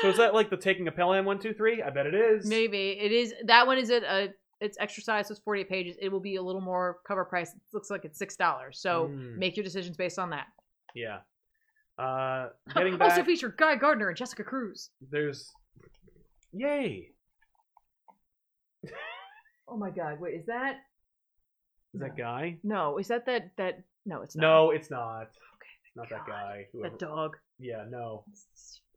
A: So is that like the taking of Pelham one two three? I bet it is.
B: Maybe it is that one is it a it's exercise so it's 48 pages. It will be a little more cover price. It looks like it's six dollars. So
A: Mm.
B: make your decisions based on that.
A: Yeah. Uh,
B: (laughs)
A: getting back.
B: Also feature Guy Gardner and Jessica Cruz.
A: there's. Yay!
B: Oh my god, wait, is that
A: Is that guy?
B: no, is that that that no, it's not
A: No, it's not. It's not that
B: God.
A: guy. Whoever.
B: that dog.
A: Yeah, no,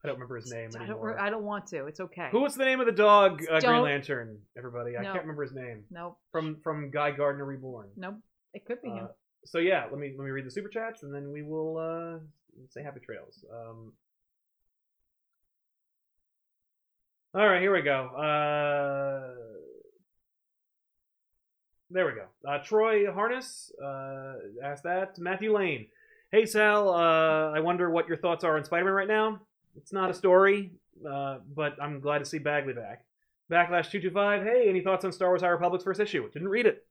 A: I don't remember his name
B: I don't,
A: anymore.
B: re- I don't want to. It's okay.
A: Who was the name of the dog? Uh, Green
B: Don't-
A: Lantern. Everybody, I
B: No.
A: can't remember his name.
B: Nope.
A: From from Guy Gardner Reborn.
B: Nope. It could be
A: Uh,
B: him.
A: so yeah, let me let me read the super chats and then we will uh, say happy trails. Um, all right, here we go. Uh, there we go. Uh, Troy Harness uh, asked that. Matthew Lane, hey Sal, uh, I wonder what your thoughts are on Spider-Man right now. It's not a story, uh, but I'm glad to see Bagley back. Backlash two two five. Hey, any thoughts on Star Wars High Republic's first issue? Didn't read it.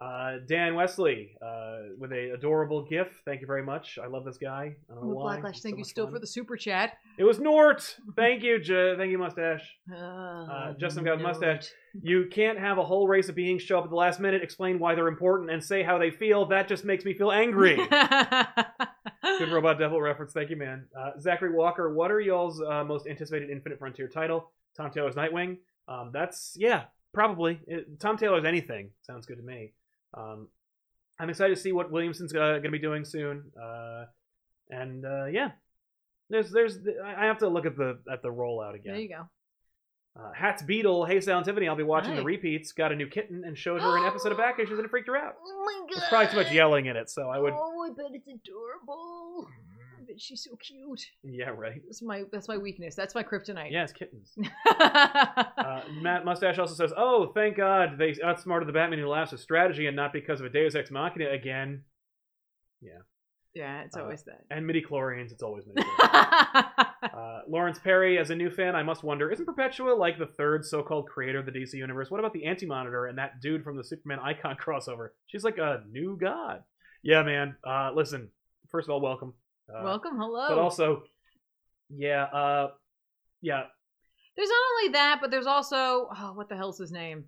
A: Uh, Dan Wesley uh, with a adorable gif. Thank you very much. I love this guy. I don't know
B: Well,
A: Uh, why.
B: Blacklash,
A: He's
B: thank
A: so
B: you
A: much
B: still
A: fun.
B: for the super chat.
A: It was Nort. Thank you, J- thank you, mustache.
B: Uh,
A: Justin got a mustache.
B: (laughs)
A: You can't have a whole race of beings show up at the last minute, explain why they're important, and say how they feel. That just makes me feel angry.
B: (laughs)
A: Good robot devil reference. Thank you, man. Uh, Zachary Walker. What are y'all's uh, most anticipated Infinite Frontier title? Tom Taylor's Nightwing. Um, that's yeah, probably It- Tom Taylor's anything sounds good to me. Um, I'm excited to see what Williamson's uh, going to be doing soon. Uh, and uh, yeah, there's there's I I have to look at the at the rollout again.
B: There you go.
A: Uh, Hats Beetle, Hey Sal and Tiffany, I'll be watching the
B: Nice.
A: repeats. Got a new kitten and showed her an episode
B: (gasps)
A: of Back Issues and it freaked her out.
B: Oh my god.
A: There's probably too much yelling in it, so I
B: (gasps)
A: would.
B: Oh, I bet it's adorable. I bet she's so cute.
A: Yeah, right.
B: That's my that's my weakness. That's my kryptonite. (laughs)
A: Yes, kittens.
B: Yeah.
A: Uh, Matt Mustache also says, "Oh, thank God they outsmarted the Batman who laughs at strategy and not because of a Deus Ex Machina again." Yeah.
B: Yeah, it's
A: Uh,
B: always that.
A: And midi chlorians, it's always midi.
B: (laughs)
A: uh, Lawrence Perry, as a new fan, I must wonder: Isn't Perpetua like the third so-called creator of the DC universe? What about the Anti Monitor and that dude from the Superman Icon (laughs) crossover? She's like a new god. Yeah, man. Uh, listen, first of all, welcome. Uh,
B: Welcome, hello.
A: But also, yeah, uh, yeah.
B: there's not only that, but there's also oh, what the hell's his name?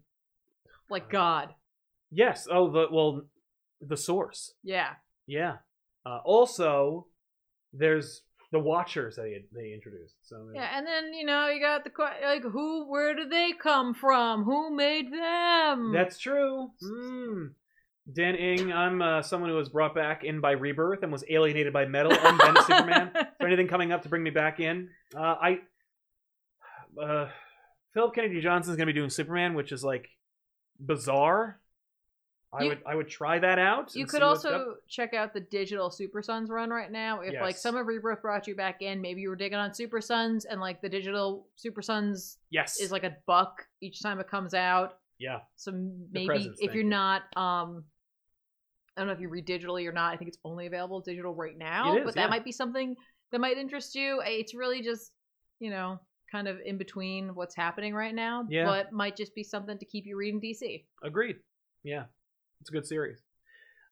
A: Uh,
B: Like God.
A: Yes. Oh, the well, the source.
B: Yeah.
A: Yeah. Uh, also, there's the Watchers that they, they introduced. So
B: Yeah, and then you know you got the que- like who, where do they come from? Who made them? (laughs)
A: that's true. Mm. Dan Ing, I'm uh, someone who was brought back in by Rebirth and was alienated by Metal and
B: (laughs)
A: then Superman. Is there anything coming up to bring me back in? Uh, I. Uh, Philip Kennedy Johnson's gonna be doing Superman, which is like bizarre. I
B: You-
A: would I would try that out.
B: You
A: and
B: could
A: see what's up.
B: also check out the digital Super Sons run right now. If like
A: Yes.
B: some of Rebirth brought you back in, maybe you were digging on Super Sons, and like the digital Super Sons
A: yes
B: is like a buck each time it comes out.
A: yeah
B: So maybe
A: presents,
B: if
A: thank
B: you're
A: you.
B: not, um, I don't know if you read digitally or not. I think it's only available digital right now,
A: It is,
B: but
A: yeah.
B: that might be something that might interest you. I- It's really just, you know, kind of in between what's happening right now,
A: Yeah.
B: but might just be something to keep you reading DC.
A: agreed. Yeah, it's a good series.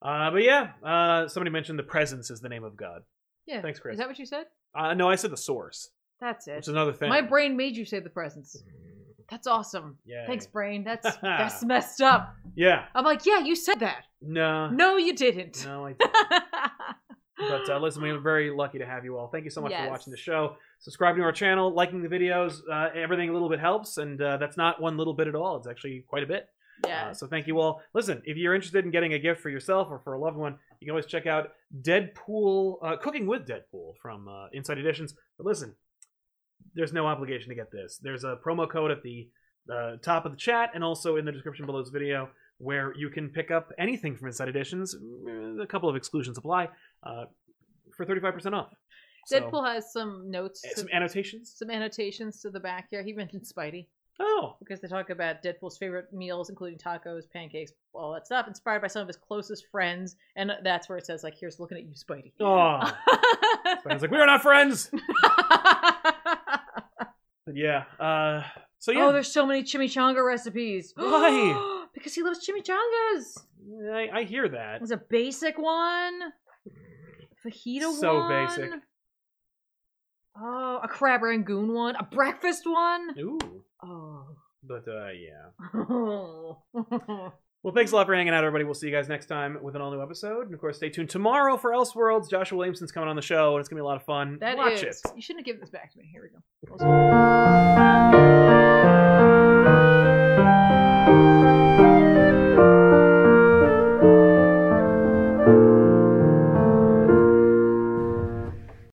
A: Uh, but yeah, uh, somebody mentioned the presence is the name of God.
B: Yeah.
A: Thanks, Chris.
B: Is that what you said?
A: Uh, no, I said the source,
B: That's
A: which
B: it.
A: is another thing.
B: My brain made you say the presence. That's awesome.
A: Yeah.
B: Thanks,
A: (laughs)
B: brain. That's that's messed up.
A: Yeah.
B: I'm like, yeah, you said that.
A: No.
B: No, you didn't.
A: No, I. Didn't. But uh, listen, we are very lucky to have you all. Thank you so much
B: Yes.
A: for watching the show, subscribing to our channel, liking the videos. Uh, everything a little bit helps, and uh, that's not one little bit at all. It's actually quite a bit.
B: (laughs) yeah.
A: Uh, so thank you all. Listen, if you're interested in getting a gift for yourself or for a loved one, you can always check out Deadpool, uh, Cooking with Deadpool from uh, Inside Editions. But listen, there's no obligation to get this. There's a promo code at the uh, top of the chat and also in the description below this video where you can pick up anything from Inside Editions. Mm, A couple of exclusions apply uh, for 35% off. So,
B: Deadpool has some notes,
A: eh,
B: some,
A: some annotations.
B: some annotations to the back here. He mentioned Spidey
A: Oh,
B: because they talk about Deadpool's favorite meals, including tacos, pancakes, all that stuff, inspired by some of his closest friends. And that's where it says, like, here's looking at you, Spidey.
A: oh.
B: (laughs)
A: It's like we are not friends. (laughs) But yeah. Uh, so yeah.
B: Oh, there's so many chimichanga recipes.
A: Why?
B: (gasps) because he loves chimichangas.
A: I, I hear that.
B: There's a basic one, fajita
A: So
B: one.
A: basic.
B: Oh, a crab rangoon one, a breakfast one.
A: Ooh.
B: Oh. (laughs)
A: But uh, yeah.
B: Bye.
A: Well, thanks a lot for hanging out, everybody. We'll see you guys next time with an all new episode. And of course, stay tuned tomorrow for Elseworlds. Joshua Williamson's coming on the show, and it's going to be a lot of fun.
B: That is.
A: Watch it.
B: You shouldn't have given this back to me. Here we go.